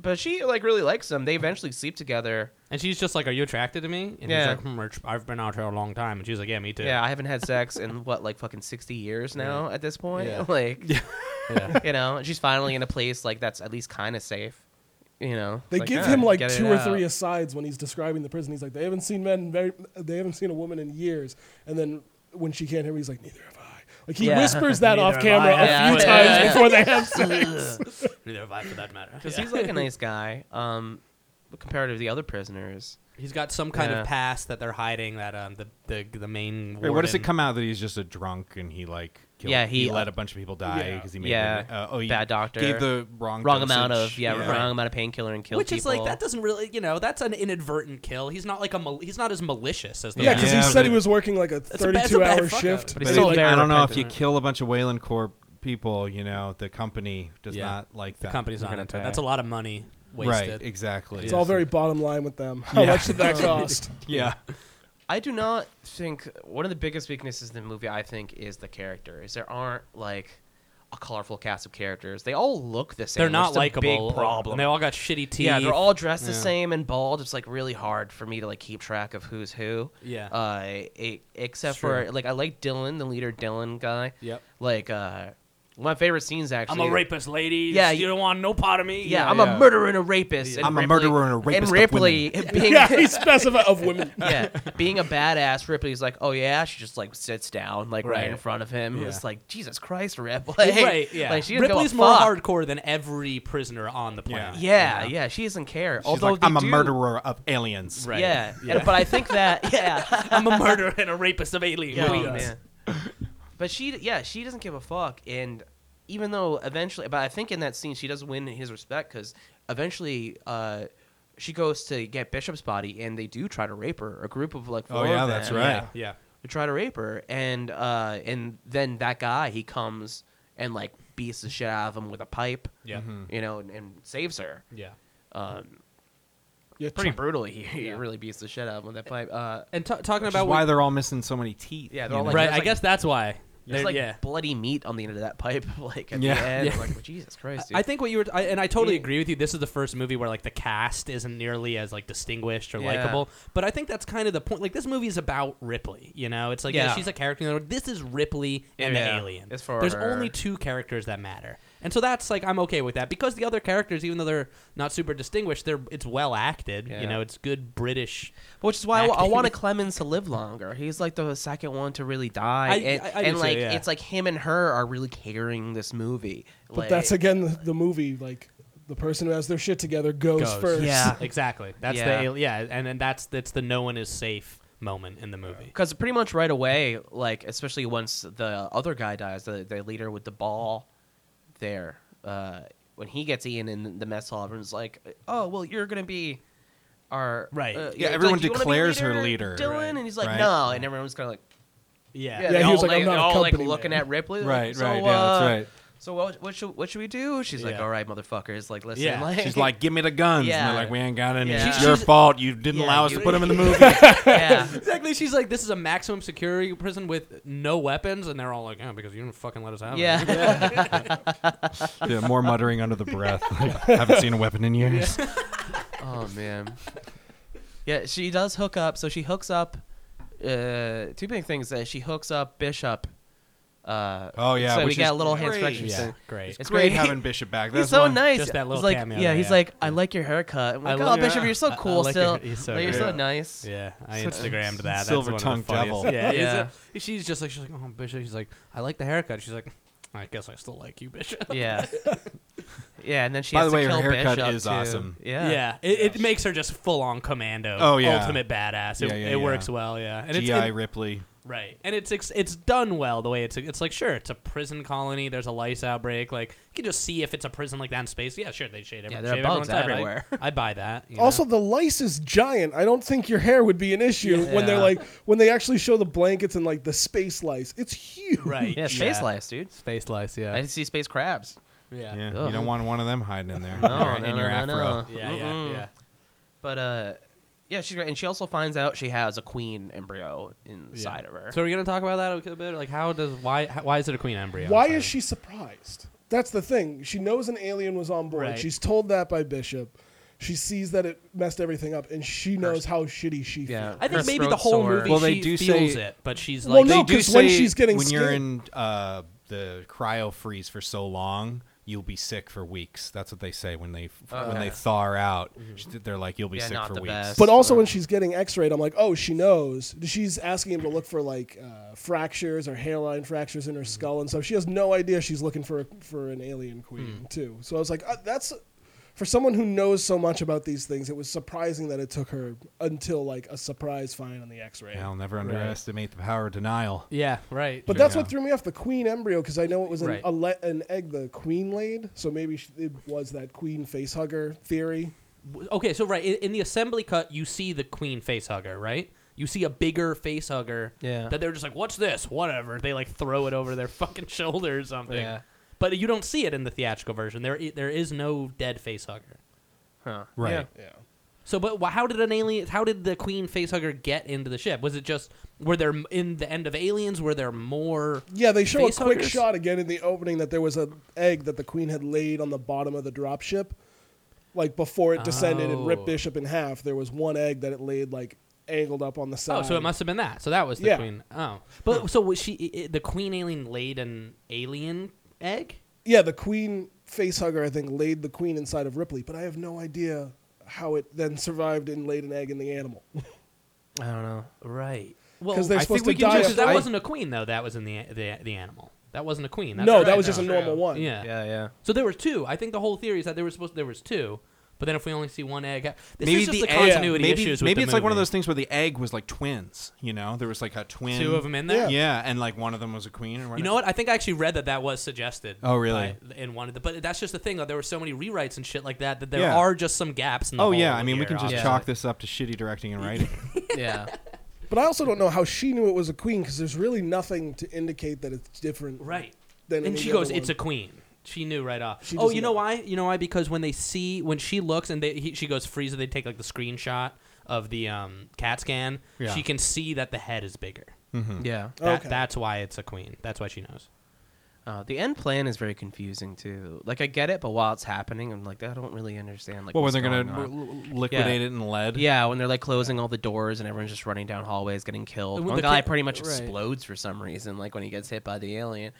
S1: but she like really likes him. They eventually sleep together.
S2: and she's just like, "Are you attracted to me?" And
S1: Yeah.
S2: he's like, hmm, we're tr- "I've been out here a long time." And she's like, "Yeah, me too."
S1: Yeah, I haven't had sex in what like fucking sixty years now at this point.
S2: Yeah.
S1: (laughs) Like
S2: yeah.
S1: (laughs) you know, she's finally in a place like that's at least kind of safe. You know,
S3: They
S1: Like,
S3: give
S1: yeah,
S3: him like
S1: get it
S3: two or
S1: out.
S3: three asides when he's describing the prison. He's like, they haven't seen men, very, they haven't seen a woman in years. And then when she can't hear him, he's like, neither have I. Like he
S1: Yeah.
S3: whispers that
S2: (laughs) Neither
S3: off
S2: have
S3: camera
S2: I.
S3: a
S1: Yeah,
S3: few
S1: yeah,
S3: times
S1: yeah, yeah.
S3: before they have sex.
S2: (laughs) Neither have I, for that matter.
S1: because
S2: Yeah.
S1: he's like a nice guy um compared to the other prisoners
S2: He's got some kind
S1: Yeah.
S2: of past that they're hiding. That um, the the the main.
S4: Wait, what does it
S2: warden-
S4: come out that he's just a drunk and he like killed,
S1: Yeah,
S4: he,
S1: he, uh,
S4: let a bunch of people die
S3: yeah.
S4: because he made
S1: Yeah.
S4: them, uh, oh he
S1: Bad doctor.
S4: gave the wrong
S1: wrong amount of
S4: dosage.
S1: yeah, wrong amount of painkiller and kill
S2: Which is
S1: people.
S2: like that doesn't really, you know, that's an inadvertent kill. He's not like a mal- he's not as malicious as the
S3: Yeah,
S2: rest.
S3: because
S4: Yeah,
S3: he said he
S4: but-
S3: was working like a
S2: a bad- it's a
S3: thirty-two
S2: bad
S3: hour
S2: fuck up.
S3: shift.
S1: But
S4: But
S1: he's
S4: it's
S1: still
S4: like,
S1: very
S4: I don't know if
S1: effective.
S4: you kill a bunch of Wayland Corp people, you know, the company does
S2: Yeah.
S4: not like
S2: the
S4: that.
S2: company's
S1: We're
S2: not
S1: gonna
S2: into it.
S1: pay.
S2: That's a lot of money
S4: right,
S2: wasted.
S4: exactly.
S3: It's all very bottom line with them. How
S4: Yeah.
S3: much
S1: (laughs)
S3: did that cost?
S4: yeah.
S1: I do not think one of the biggest weaknesses in the movie I think is the characters. There aren't like a colorful cast of characters. They all look the same.
S2: They're
S1: which
S2: not
S1: is a
S2: likable.
S1: Big problem.
S2: And they all got shitty teeth.
S1: yeah, they're all dressed the
S2: Yeah.
S1: same and bald. It's like really hard for me to like keep track of who's who.
S2: Yeah.
S1: Uh, e- except
S2: It's true.
S1: for like I like Dylan, the leader Dylan guy.
S2: Yep.
S1: Like uh, one of my favorite scenes
S2: I'm
S1: actually.
S2: a rapist, lady.
S1: Yeah,
S2: you
S1: you-
S2: don't want no part of me.
S1: Yeah,
S4: Yeah,
S1: I'm
S4: yeah.
S1: a murderer and a rapist. and
S4: I'm a
S1: Ripley-
S4: murderer and a rapist of
S1: And Ripley
S2: (laughs)
S1: being
S3: yeah, he specified of women.
S1: yeah, being a badass, Ripley's like, oh yeah, she just like sits down like right, in front of him. It's like Jesus Christ, Rip. Like,
S2: right. Yeah,
S1: like, she doesn't give a
S2: Ripley's more
S1: fuck.
S2: hardcore than every prisoner on the planet.
S1: Yeah, yeah, she doesn't care.
S4: She's
S1: Although
S4: like,
S1: they
S4: I'm a
S1: do-
S4: murderer of aliens.
S1: (laughs)
S2: Right.
S1: Yeah, and- but I think that yeah, (laughs)
S2: I'm a murderer and a rapist of alien
S1: yeah,
S2: queens.
S1: man. But she yeah she doesn't give a fuck, and even though eventually, but I think in that scene she does win his respect because eventually. uh she goes to get Bishop's body, and they do try to rape her. A group of like four
S4: Oh yeah,
S1: of
S4: that's
S1: them.
S4: right.
S2: yeah.
S1: to try to rape her, and uh, and then that guy he comes and like beats the shit out of him with a pipe,
S2: Yeah.
S1: you know, and, and saves her.
S2: Yeah.
S1: Um,
S3: Yeah,
S1: pretty
S3: Char-
S1: brutally, he, he
S2: Yeah.
S1: really beats the shit out of him with that pipe. Uh,
S2: And t- talking
S4: Which
S2: about
S4: is why
S2: we-
S4: they're all missing so many teeth.
S1: Yeah, they're
S4: you
S1: all,
S4: know?
S1: like,
S2: right,
S1: there's,
S2: I guess that's why.
S1: there's
S2: They're-
S1: like
S2: yeah.
S1: bloody meat on the end of that pipe, (laughs) like at
S4: Yeah.
S1: the end.
S2: Yeah.
S1: Like well, Jesus Christ, dude.
S2: I think what you were, I, and I totally
S1: Yeah.
S2: agree with you. This is the first movie where like the cast isn't nearly as like distinguished or
S1: Yeah.
S2: likable. But I think that's kind of the point. Like this movie is about Ripley. You know, it's like yeah,
S1: Yeah.
S2: she's a character. and they're like, This is Ripley and the
S1: Yeah.
S2: alien.
S1: It's for
S2: There's
S1: her.
S2: only two characters that matter, and so that's like I'm okay with that because the other characters, even though they're not super distinguished, they're it's well acted. You
S1: Yeah.
S2: know, it's good British.
S1: which is why I, wa- I (laughs)
S2: acting.
S1: wanted Clemens to live longer. He's like the second one to really die,
S2: I-
S1: and,
S2: I- I do
S1: and
S2: too,
S1: like
S2: yeah.
S1: it's like him and her are really carrying this movie.
S3: But that's again the, the movie. Like the person who has their shit together goes,
S2: goes.
S3: first.
S1: Yeah.
S2: (laughs) exactly. That's
S1: Yeah.
S2: the al- yeah, and and that's that's the no one is safe moment in the movie.
S1: Because pretty much right away, like especially once the other guy dies, the, the leader with the ball, there, uh, when he gets Ian in the mess hall, everyone's like, "Oh, well, you're gonna be our
S2: Right.
S1: uh,
S2: Yeah,
S1: it's like,
S4: everyone
S1: "You wanna be
S4: declares her leader,
S1: Dylan,
S2: right,
S1: and he's like,
S4: right.
S1: "No," and everyone's kind of like,
S2: Yeah.
S1: "Yeah."
S3: he
S1: they all,
S3: was like,
S1: like,
S3: "I'm not
S1: they're
S3: a
S1: all like
S3: company
S1: looking
S3: man."
S1: at Ripley, like,
S4: Right,
S1: so,
S4: right, yeah, that's
S1: uh,
S4: right.
S1: So what, what should what should we do? She's like,
S2: Yeah.
S1: "All right, motherfuckers, like listen,
S2: Yeah,
S1: like,
S4: She's like, give me the guns. And
S1: Yeah.
S4: they're like, we ain't got any.
S1: Yeah.
S4: It's
S1: She-
S4: your
S2: she's-
S4: fault. You didn't
S1: Yeah,
S4: allow us
S1: you-
S4: to put them in the movie.
S1: (laughs) yeah,
S2: Exactly. She's like, this is a maximum security prison with no weapons, and they're all like, oh, because you didn't fucking let us
S1: (laughs)
S2: out.
S1: yeah." (laughs)
S4: yeah, more muttering under the breath. (laughs) haven't seen a weapon in years.
S2: (laughs)
S1: Oh man. Yeah, she does hook up. So she hooks up. Uh, two big things that she hooks up Bishop. Uh,
S4: Oh, yeah,
S1: So we
S4: which
S1: got
S4: is
S1: a little
S4: great.
S1: inspection.
S4: Yeah,
S1: thing.
S2: great.
S1: It's (laughs)
S4: Great having Bishop back. That's
S1: he's so
S4: one-
S1: nice.
S2: Just that
S1: He's
S2: little
S1: like,
S2: cameo
S1: yeah,
S2: there,
S1: he's
S2: yeah.
S1: like, I like your haircut. I'm
S2: I
S1: like, oh,
S2: love your-
S1: Bishop, you're so
S2: I- I
S1: cool
S2: like
S1: still.
S2: your- he's so
S1: Like, you're
S2: great.
S1: so
S4: Yeah.
S1: nice.
S2: Yeah, I
S4: Such a
S2: Instagrammed that.
S4: silver-tongued
S2: That's one of the funniest.
S4: devil.
S2: Yeah, he's
S1: Yeah.
S2: a- she's just like she's like, oh, Bishop. She's like, I like the haircut. She's like, I guess I still like you, (laughs) Bishop.
S1: Yeah. yeah, and then she
S4: By
S1: has
S4: the
S1: to
S4: way, her
S1: kill
S4: haircut
S1: Bishop
S4: is
S1: too.
S4: awesome.
S1: Yeah.
S2: Yeah, It, it makes her just full on commando.
S4: Oh, yeah.
S2: ultimate badass. It,
S4: Yeah, yeah,
S2: it works
S4: yeah.
S2: well. Yeah, and it's
S4: G.I.
S2: it-
S4: Ripley.
S2: right, and it's ex- it's done well the way it's it's like sure it's a prison colony. There's a lice outbreak. Like you can just see if it's a prison like that in space. Yeah, sure they shade
S1: Yeah,
S2: everyone.
S1: there are
S2: shave
S1: bugs
S2: everyone's head. I-
S1: everywhere.
S2: I, buy that. you know?
S3: Also, the lice is giant. I don't think your hair would be an issue when they're
S1: Yeah.
S3: like when they actually show the blankets and like the space lice. It's huge.
S2: right,
S1: Yeah, space lice, dude.
S2: space lice. Yeah,
S1: I see space crabs.
S2: yeah,
S4: Yeah,
S1: Ugh.
S4: you don't want one of them hiding in there.
S1: No,
S4: (laughs) in
S1: no,
S4: your
S1: no, no,
S4: afro.
S1: no.
S2: yeah, yeah.
S1: Mm-mm.
S2: yeah.
S1: But uh, yeah, she's great, and she also finds out she has a queen embryo inside of her.
S2: So are we gonna talk about that a bit? Like, how does why how, why is it a queen embryo?
S3: Why
S2: Sorry.
S3: is she surprised? That's the thing. She knows an alien was on board.
S2: Right.
S3: She's told that by Bishop. She sees that it messed everything up, and she knows how shitty she
S1: yeah.
S3: feels.
S2: I
S1: her
S2: think maybe the
S1: throat's
S2: whole
S1: sore.
S2: movie
S4: Well, they
S2: she
S4: do
S2: feels
S4: say-
S2: it, but she's
S3: Well,
S2: like
S3: no,
S4: they do
S3: 'cause when
S4: say
S3: she's getting
S4: when you're
S3: scared-
S4: in uh, the cryo freeze for so long, you'll be sick for weeks. That's what they say when they
S2: Oh,
S4: when they thaw her out.
S2: Mm-hmm.
S4: They're like, you'll be
S1: Yeah,
S4: sick
S1: not
S4: for
S1: the
S4: weeks.
S1: best.
S3: But also when she's getting X-rayed, I'm like, oh, she knows. She's asking him to look for like uh, fractures or hairline fractures in her skull and stuff. She has no idea she's looking for for an alien queen too. So I was like, uh, that's for someone who knows so much about these things. It was surprising that it took her until like a surprise find on the X-ray.
S4: Yeah, I'll never underestimate the power of denial.
S2: yeah, right.
S3: But
S4: Sure,
S3: that's what
S4: yeah.
S3: threw me off the queen embryo because I know it was an,
S2: Right.
S3: a le- an egg the queen laid, so maybe she, it was that queen face hugger theory.
S2: okay, so right in, in the assembly cut, you see the queen face hugger, right? You see a bigger face hugger.
S1: Yeah.
S2: That they're just like, what's this? Whatever. They like throw it over their (laughs) fucking shoulder or something.
S1: Yeah.
S2: But you don't see it in the theatrical version. There i- there is no dead face hugger.
S1: Huh.
S4: Right.
S3: Yeah.
S2: So, but wh- how did an alien? How did the queen face hugger get into the ship? Was it just were there m- in the end of aliens? Were there more?
S3: Yeah, they show a
S2: Face
S3: quick
S2: huggers?
S3: shot again in the opening that there was an egg that the queen had laid on the bottom of the dropship. Like before it descended and ripped
S2: Oh.
S3: Bishop in half, there was one egg that it laid like angled up on the side.
S2: Oh, so it must have been that. So that was the
S3: Yeah.
S2: queen. Oh, but so was she? i- i- The queen alien laid an alien egg.
S3: Yeah, the queen face hugger I think laid the queen inside of Ripley, but I have no idea how it then survived and laid an egg in the animal. (laughs)
S1: I don't know.
S2: Right. Well, because
S3: Because they're
S4: I
S3: supposed
S4: think we
S3: to
S4: can
S3: die.
S4: just-
S3: of-
S2: that
S4: I-
S2: wasn't a queen though. That was in the the, the animal. That wasn't a queen. That's
S3: no,
S2: right,
S3: that was
S2: though.
S3: just a normal one.
S2: Yeah.
S1: Yeah, yeah.
S2: So there were two. I think the whole theory is that there was supposed there was two. But then if we only see one egg, this
S4: maybe
S2: is just
S4: the
S2: the,
S4: egg-
S2: continuity
S4: maybe,
S2: issues. with
S4: Maybe
S2: the
S4: it's like one of
S2: movie.
S4: those things where the egg was like twins. You know, there was like a twin.
S2: two of them in there.
S3: Yeah.
S4: Yeah, and like one of them was a queen. Or
S2: You know what? I think I actually read that that was suggested.
S4: Oh, really?
S2: by- in one of the, but that's just the thing. Though there were so many rewrites and shit like that that there
S4: Yeah.
S2: are just some gaps. in the
S4: Oh yeah,
S2: whole
S4: I mean we
S2: here,
S4: can just
S2: obviously.
S4: chalk this up to shitty directing
S2: (laughs)
S4: and writing.
S1: Yeah.
S3: But I also don't know how she knew it was a queen because there's really nothing to indicate that it's different.
S2: right.
S3: Then
S2: and
S3: any
S2: she
S3: other
S2: goes, "It's
S3: one."
S2: a queen." She knew right off.
S3: She
S2: Oh,
S3: doesn't
S2: you know
S3: know.
S2: why? You know why? Because when they see when she looks and they, he, she goes freeze, and they take like the screenshot of the um, CAT scan.
S4: Yeah. Hmm.
S2: She can see that the head is bigger.
S1: yeah.
S2: That,
S3: Okay.
S2: That's why it's a queen. That's why she knows.
S1: Uh, the end plan is very confusing too. Like I get it, but while it's happening, I'm like, I don't really understand. Like,
S4: well,
S1: what's
S4: when they're gonna
S1: going on.
S4: l- l- liquidate
S1: Yeah.
S4: it in lead.
S1: Yeah, when they're like closing all the doors and everyone's just running down hallways, getting killed.
S2: With
S1: One
S2: the
S1: guy
S2: ca-
S1: pretty much
S2: right.
S1: explodes for some reason, like when he gets hit by the alien.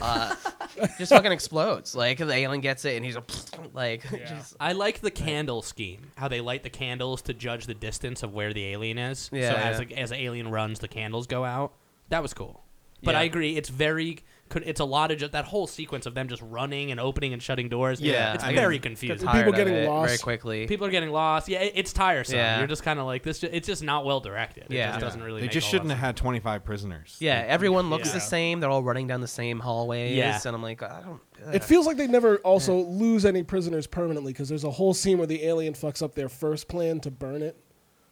S1: Uh, (laughs) just fucking explodes. Like the alien gets it, and he's like, (laughs) like just-
S2: I like the candle scheme. How they light the candles to judge the distance of where the alien is.
S1: Yeah,
S2: so as
S1: yeah.
S2: like, as the alien runs, the candles go out. That was cool. But
S1: Yeah.
S2: I agree, it's very could, it's a lot of just that whole sequence of them just running and opening and shutting doors.
S1: Yeah,
S2: it's
S1: I mean,
S2: very confusing.
S3: People
S1: tired of
S3: getting
S1: it very
S3: lost.
S1: quickly.
S2: People are getting lost. Yeah, it, it's tiresome.
S1: Yeah.
S2: You're just kind of like this. Ju- it's just not well directed. It
S1: Yeah.
S2: just
S1: Yeah.
S2: doesn't really.
S4: They
S2: make
S4: just
S2: a
S4: shouldn't
S2: lot of
S4: have had 25 prisoners.
S1: yeah, everyone looks
S2: Yeah.
S1: the same. They're all running down the same hallways.
S2: Yeah.
S1: And I'm like, I don't. Ugh.
S3: It feels like they never also lose any prisoners permanently because there's a whole scene where the alien fucks up their first plan to burn it,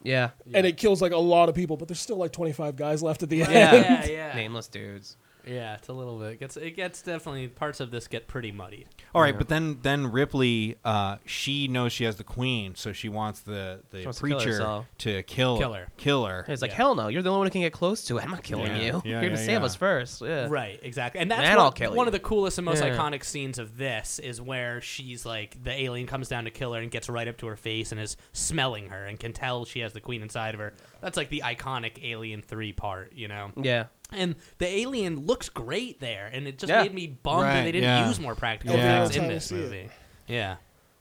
S1: yeah.
S3: and it kills like a lot of people. But there's still like 25 guys left at the end.
S1: Yeah.
S3: (laughs)
S2: Yeah, yeah.
S1: Nameless dudes.
S2: Yeah, it's a little bit. It gets it gets definitely parts of this get pretty muddied.
S4: All right, but then then Ripley, uh, she knows she has the queen, so she wants the the
S1: She wants to kill
S4: preacher
S1: herself.
S4: to kill
S2: Kill her.
S4: Kill her.
S1: It's like,
S2: Yeah.
S1: hell no, you're the only one who can get close to it. I'm not killing
S4: Yeah.
S1: you.
S4: Yeah,
S1: you're going to
S4: yeah,
S1: save
S4: yeah.
S1: us first. Yeah.
S2: Right, exactly. And that's
S1: Man,
S2: one,
S1: I'll kill
S2: one of
S1: you.
S2: the coolest and most
S1: Yeah.
S2: iconic scenes of this is where she's like the alien comes down to kill her and gets right up to her face and is smelling her and can tell she has the queen inside of her. That's like the iconic Alien 3 part, you know.
S1: Yeah.
S2: And the alien looks great there and it just
S1: Yeah.
S2: made me bummed that
S4: Right,
S2: they didn't
S4: yeah.
S2: use more practical
S4: Yeah.
S2: effects in
S3: Every
S2: this
S3: time I see it.
S2: movie. Yeah.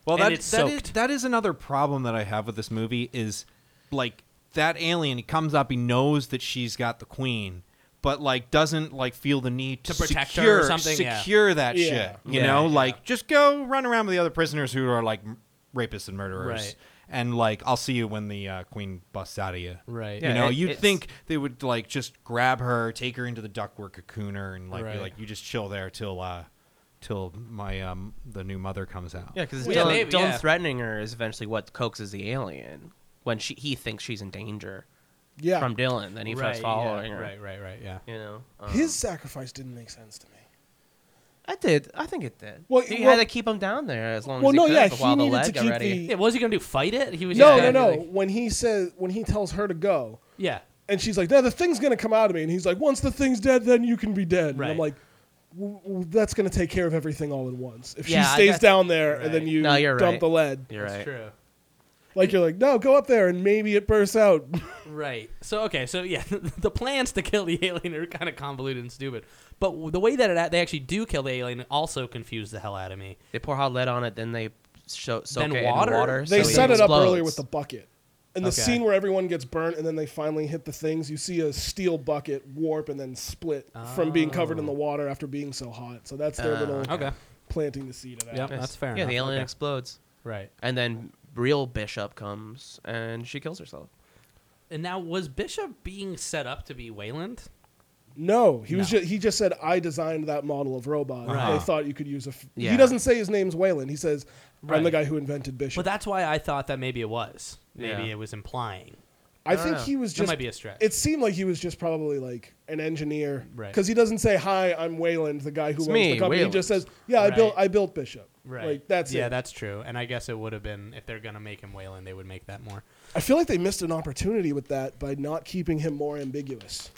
S4: Well,
S2: And
S4: that,
S2: it's
S4: that is
S2: soaked.
S4: that is another problem that I have with this movie is like that alien. He comes up, he knows that she's got the queen, but like doesn't like feel the need to,
S2: To protect her or
S4: secure,
S2: something, yeah.
S4: Secure that
S3: Yeah.
S4: shit, you
S2: Yeah,
S4: know.
S2: yeah.
S4: Like just go run around with the other prisoners who are like m- rapists and murderers,
S2: Right.
S4: and like I'll see you when the uh, queen busts out of you.
S2: Right.
S4: you
S1: Yeah,
S4: know,
S1: it-
S4: you'd
S1: it's-
S4: think they would like just grab her, take her into the ductwork cocooner, and like
S2: Right.
S4: be like, you just chill there till uh, till my um the new mother comes out.
S1: Yeah, because
S2: Well, yeah,
S1: Dylan,
S2: maybe,
S1: Dylan
S2: yeah.
S1: threatening her is eventually what coaxes the alien when she he thinks she's in danger
S3: yeah.
S1: from Dylan. Then he starts following her.
S2: Right, right, right, yeah.
S1: You know, um,
S3: His sacrifice didn't make sense to me.
S1: I did. I think it did. Well,
S3: Well,
S1: he
S3: well-
S1: had to keep him down there as long
S3: Well,
S1: as he
S3: no,
S1: could
S3: yeah,
S1: while
S3: he
S1: the
S3: needed to
S1: leg
S3: keep
S1: already. (laughs)
S3: the.
S2: Yeah, what was he going to do? Fight it? He was
S3: No,
S2: just
S3: no,
S2: gonna
S3: no.
S2: be like-
S3: when he says, when he tells her to go,
S2: yeah.
S3: and she's like, "No, the thing's gonna come out of me," and he's like, "Once the thing's dead, then you can be dead." And
S2: Right.
S3: I'm like, w- w- "That's gonna take care of everything all at once." If
S1: Yeah, I
S3: she stays
S1: guess-
S3: down there
S2: Right.
S3: and then you
S1: No, you're
S3: dump
S1: right.
S3: the lead,
S1: You're
S2: That's
S1: right.
S2: true.
S3: like you're like, "No, go up there and maybe it
S2: (laughs)
S3: bursts out."
S2: Right. So okay. So yeah, (laughs) the plans to kill the alien are kind of convoluted and stupid. But w- the way that it, a- they actually do kill the alien also confused the hell out of me.
S1: They pour hot lead on it, then they show, soak
S2: Then
S1: it
S2: water?
S1: in water.
S3: they
S1: so
S3: set it up earlier
S1: explodes.
S3: with the bucket. And the
S2: Okay.
S3: scene where everyone gets burnt and then they finally hit the things, you see a steel bucket warp and then split from being covered in the water after being so hot. So that's their
S1: Ah,
S3: little
S2: Oh. Uh, Okay.
S3: planting the seed of that.
S2: Yep.
S1: Yes.
S2: That's fair
S1: Yeah, the
S2: enough.
S1: alien
S2: Okay.
S1: explodes,
S2: Right.
S1: and then real Bishop comes and she kills herself.
S2: And now was Bishop being set up to be Wayland?
S3: No, he was
S2: No.
S3: just, he just said I designed that model of robot.
S2: Right.
S3: They thought you could use a. F-
S1: Yeah.
S3: He doesn't say his name's Wayland. He says I'm the
S2: Right.
S3: guy who invented Bishop.
S2: But that's why I thought that maybe it was. Maybe
S1: Yeah.
S2: it was implying.
S3: I
S1: don't
S3: think
S1: know.
S3: he was
S2: That
S3: just.
S2: might be a stretch.
S3: It seemed like he was just probably like an engineer,
S2: Right.
S3: Because he doesn't say hi. I'm Wayland, the guy who
S1: It's
S3: owns
S1: me,
S3: the company.
S1: Wayland.
S3: He just says, Yeah, I built
S2: Right.
S3: I built Bishop. Like that's
S2: yeah,
S3: it.
S2: that's true. And I guess it would have been if they're gonna make him Wayland, they would make that more
S3: I feel like they missed an opportunity with that by not keeping him more ambiguous.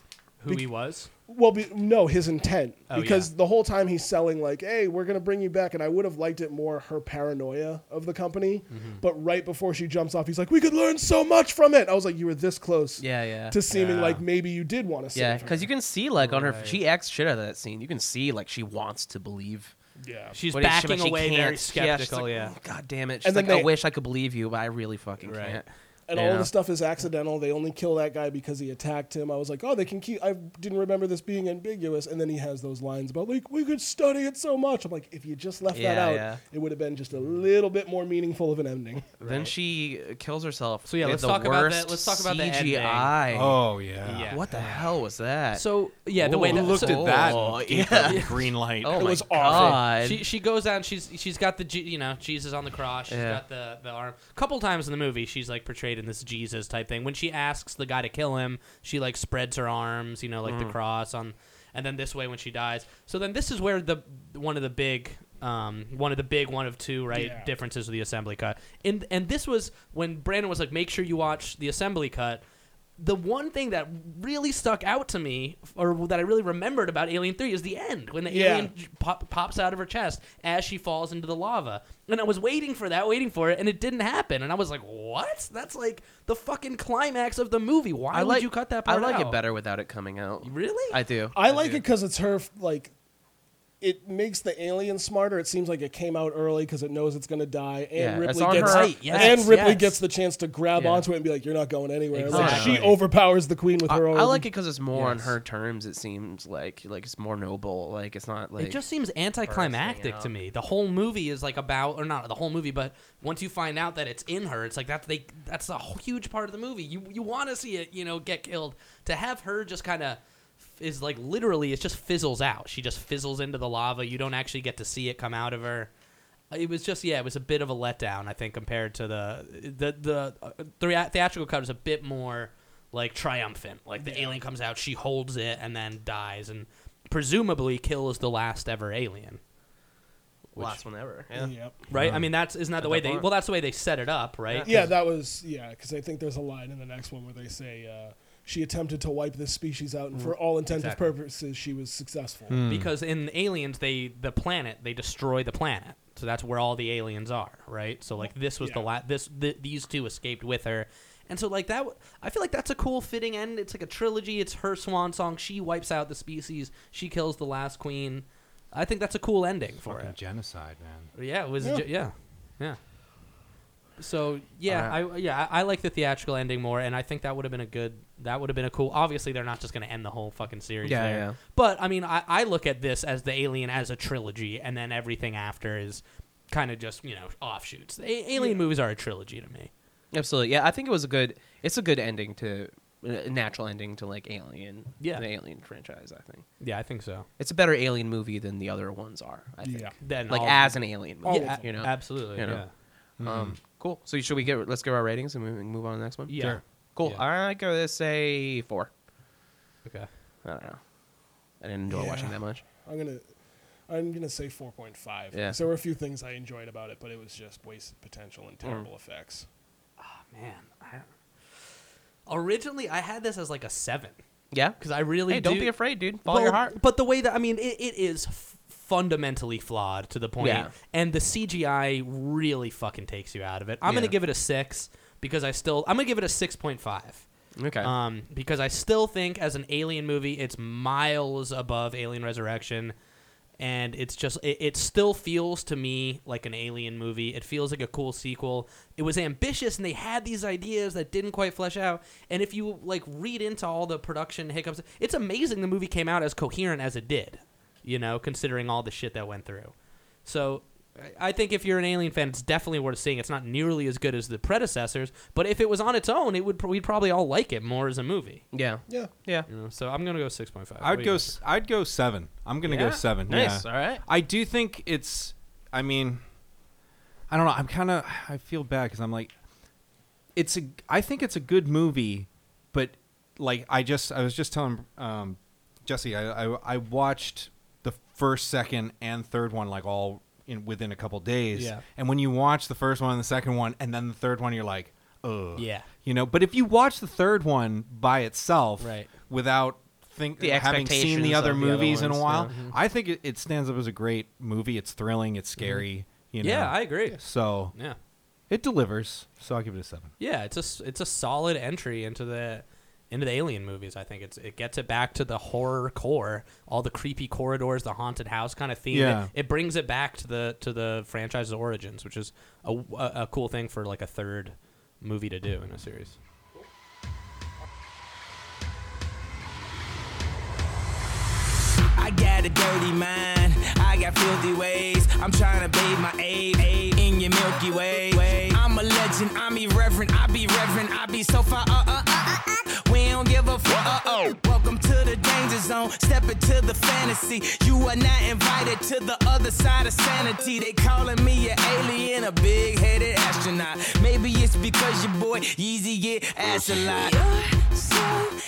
S2: who he was.
S3: Well, be, no, his intent
S2: Oh,
S3: because
S2: yeah.
S3: the whole time he's selling like, "Hey, we're gonna bring you back," and I would have liked it more her paranoia of the company.
S2: Mm-hmm.
S3: But right before she jumps off, he's like, "We could learn so much from it." I was like, "You were this close
S1: Yeah, yeah.
S3: to seeming
S2: Yeah.
S3: like maybe you did want to."
S1: Yeah, because you can see like on her, she acts shit out of that scene. You can see like she wants to believe.
S3: yeah,
S2: She's
S1: but it- she-
S2: backing
S1: but she
S2: away,
S1: can't.
S2: very
S1: She- yeah, she's
S2: skeptical.
S1: like,
S2: Yeah.
S1: "Oh, God damn it! She's
S3: And then
S1: like, I
S3: they-
S1: wish I could believe you, but I really fucking
S2: Right.
S1: can't.
S3: and
S1: you
S3: all
S1: know?
S3: the stuff is accidental. They only kill that guy because he attacked him. I was like, "Oh, they can keep." I didn't remember this being ambiguous. And then he has those lines about like, "We could study it so much." I'm like, if you just left that
S1: Yeah,
S3: out,
S1: yeah.
S3: it would have been just a little bit more meaningful of an ending. (laughs)
S1: Then she uh, kills herself.
S2: So, yeah,
S1: with
S2: let's
S1: the
S2: talk about
S1: worst
S2: that- let's talk about the ending.
S1: CGI.
S4: Oh yeah.
S2: Yeah.
S1: What the hell was that?
S2: So yeah, the way
S1: Ooh.
S2: that
S4: looked
S2: so-
S4: at that
S1: Oh,
S4: and gave
S1: yeah.
S4: her the green light.
S1: oh
S3: It
S1: my
S3: was awful.
S1: god.
S2: She she goes out and she's she's got the G- you know Jesus on the cross. She's
S1: Yeah.
S2: got the the arm. Couple times in the movie, she's like portrayed in this Jesus type thing. When she asks the guy to kill him, she like spreads her arms, you know, like the cross on. And then this way when she dies. So then this is where the one of the big. Um, one of the big one of two right
S3: Yeah.
S2: differences of the assembly cut, and and this was when Brandon was like, make sure you watch the assembly cut the one thing that really stuck out to me, or that I really remembered about Alien Three, is the end when the
S3: Yeah.
S2: alien pop, pops out of her chest as she falls into the lava. And I was waiting for that, waiting for it, and it didn't happen. And I was like, "What? That's like the fucking climax of the movie. Why
S1: I
S2: would
S1: like
S2: you cut that
S1: I
S2: part
S1: like it
S2: out?"
S1: better without it coming out.
S2: Really?
S1: I do.
S3: I like it because it's her f- like it makes the alien smarter. It seems like it came out early because it knows it's going to die, and
S6: Yeah, it's
S3: Ripley
S6: on
S3: gets
S6: her-
S2: Right, yes,
S3: and Ripley
S2: yes.
S3: gets the chance to grab
S6: Yeah.
S3: onto it and be like, "You're not going anywhere."
S6: Exactly.
S3: Like, she overpowers the queen with
S6: I,
S3: her own.
S6: I like it because it's more on
S2: Yes.
S6: her terms. It seems like like it's more noble. Like it's not like
S2: it just seems anticlimactic
S6: out.
S2: to me. The whole movie is like about, or not the whole movie, but once you find out that it's in her, it's like that's they that's a huge part of the movie. You you want to see it, you know, get killed. To have her just kind of is like literally, it just fizzles out. She just fizzles into the lava. You don't actually get to see it come out of her. It was just yeah, it was a bit of a letdown, I think, compared to the the the, uh, thea- theatrical cut was a bit more like triumphant. Like the alien comes out, she holds it, and then dies, and presumably kills the last ever alien.
S6: last one ever. Yeah.
S3: Yep.
S2: Right? I mean, that's isn't that the
S6: At
S2: way
S6: that
S2: they
S6: point.
S2: well, that's the way they set it up, right?
S3: Yeah, that was yeah. Because I think there's a line in the next one where they say uh, she attempted to wipe this species out, and for all intents
S2: Exactly. Mm.
S3: and purposes, she was successful.
S2: because in aliens they the planet they destroy the planet so that's where all the aliens are right so like this was the
S3: Yeah.
S2: last this th- these two escaped with her and so like that w- i feel like that's a cool fitting end it's like a trilogy it's her swan song she wipes out the species she kills the last queen i think that's a cool ending for
S4: Fucking
S2: it
S4: genocide, man.
S2: yeah, it was
S3: Yeah.
S2: yeah, yeah. yeah. So yeah,
S6: Alright.
S2: I yeah I I like the theatrical ending more, and I think that would have been a good that would have been a cool. Obviously, they're not just going to end the whole fucking series.
S6: Yeah,
S2: there.
S6: yeah.
S2: But I mean, I, I look at this as the Alien as a trilogy, and then everything after is kind of just you know offshoots. The A- Alien movies are a trilogy to me.
S6: Mm-hmm. Absolutely. Yeah, I think it was a good. It's a good ending to a natural ending to like Alien.
S2: Yeah.
S6: the Alien franchise. I think
S2: Yeah, I think so.
S6: it's a better Alien movie than the other ones are. I think.
S3: Yeah.
S2: Then
S6: Like
S2: all-
S6: as an Alien movie.
S2: yeah,
S6: you know.
S2: absolutely.
S6: You know.
S2: Yeah.
S6: Um, cool. So should we get let's give our ratings and we can move on to the next one?
S2: Mm-hmm. Yeah. Sure.
S6: Cool.
S2: Yeah.
S6: I go to say four.
S2: Okay.
S6: I don't know. I didn't enjoy
S3: Yeah.
S6: watching that much.
S3: I'm gonna. I'm gonna say 4.5.
S6: Yeah.
S3: 'cause There were a few things I enjoyed about it, but it was just wasted potential and terrible effects.
S2: Oh, Man, I, originally I had this as like a seven
S6: Yeah.
S2: because I really
S6: Hey, don't
S2: do-
S6: be afraid, dude. Follow your
S2: Well,
S6: heart.
S2: But the way that I mean, it, it is f- fundamentally flawed to the point,
S6: Yeah.
S2: and the CGI really fucking takes you out of it. I'm gonna
S6: Yeah.
S2: give it a six because I still I'm gonna give it a six point five.
S6: Okay.
S2: Um, because I still think as an alien movie, it's miles above Alien Resurrection, and it's just it, it still feels to me like an alien movie. It feels like a cool sequel. It was ambitious, and they had these ideas that didn't quite flesh out. And if you like read into all the production hiccups, it's amazing the movie came out as coherent as it did. You know, considering all the shit that went through. So I- I think if you're an Alien fan, it's definitely worth seeing. It's not nearly as good as the predecessors, but if it was on its own, it would pr- we'd probably all like it more as a movie.
S6: yeah.
S3: Yeah.
S6: Yeah.
S2: You know, so I'm gonna go six point five.
S4: I would go. s- I'd go seven. I'm gonna
S2: Yeah?
S4: go seven.
S6: Nice.
S4: yeah.
S6: All right.
S4: I do think it's. I mean, I don't know. I'm kind of. I feel bad because I'm like, it's a. I think it's a good movie, but like I just. I was just telling um, Jesse. I, I I watched the first, second, and third one like all in within a couple days.
S2: Yeah.
S4: And when you watch the first one, and the second one, and then the third one, you're like, oh.
S2: Yeah.
S4: You know. But if you watch the third one by itself,
S2: Right.
S4: without think
S6: The
S4: having seen
S6: expectations
S4: the other
S6: of the other
S4: movies in
S6: ones,
S4: a
S6: yeah.
S4: while, I think it, it stands up as a great movie. It's thrilling. It's scary. You
S2: Mm-hmm.
S4: know.
S2: yeah, I agree.
S4: so
S2: Yeah,
S4: it delivers. So I'll give it a seven.
S2: yeah, it's a s- it's a solid entry into the into the Alien movies. I think it's it gets it back to the horror core, all the creepy corridors, the haunted house kind of theme.
S4: Yeah.
S2: It, it brings it back to the to the franchise's origins, which is a, a, a cool thing for like a third movie to do in a series.
S7: I got a dirty mind. I got filthy ways. I'm trying to bathe my aid in your Milky Way. I'm a legend. I'm irreverent. I be reverent. I be so far. Uh, uh, uh, uh, uh. We don't give a fuck. Uh, oh. Welcome to the danger zone. Step into the fantasy. You are not invited to the other side of sanity. They calling me an alien, a big-headed astronaut. Maybe it's because your boy Yeezy get ass a lot.
S8: You're so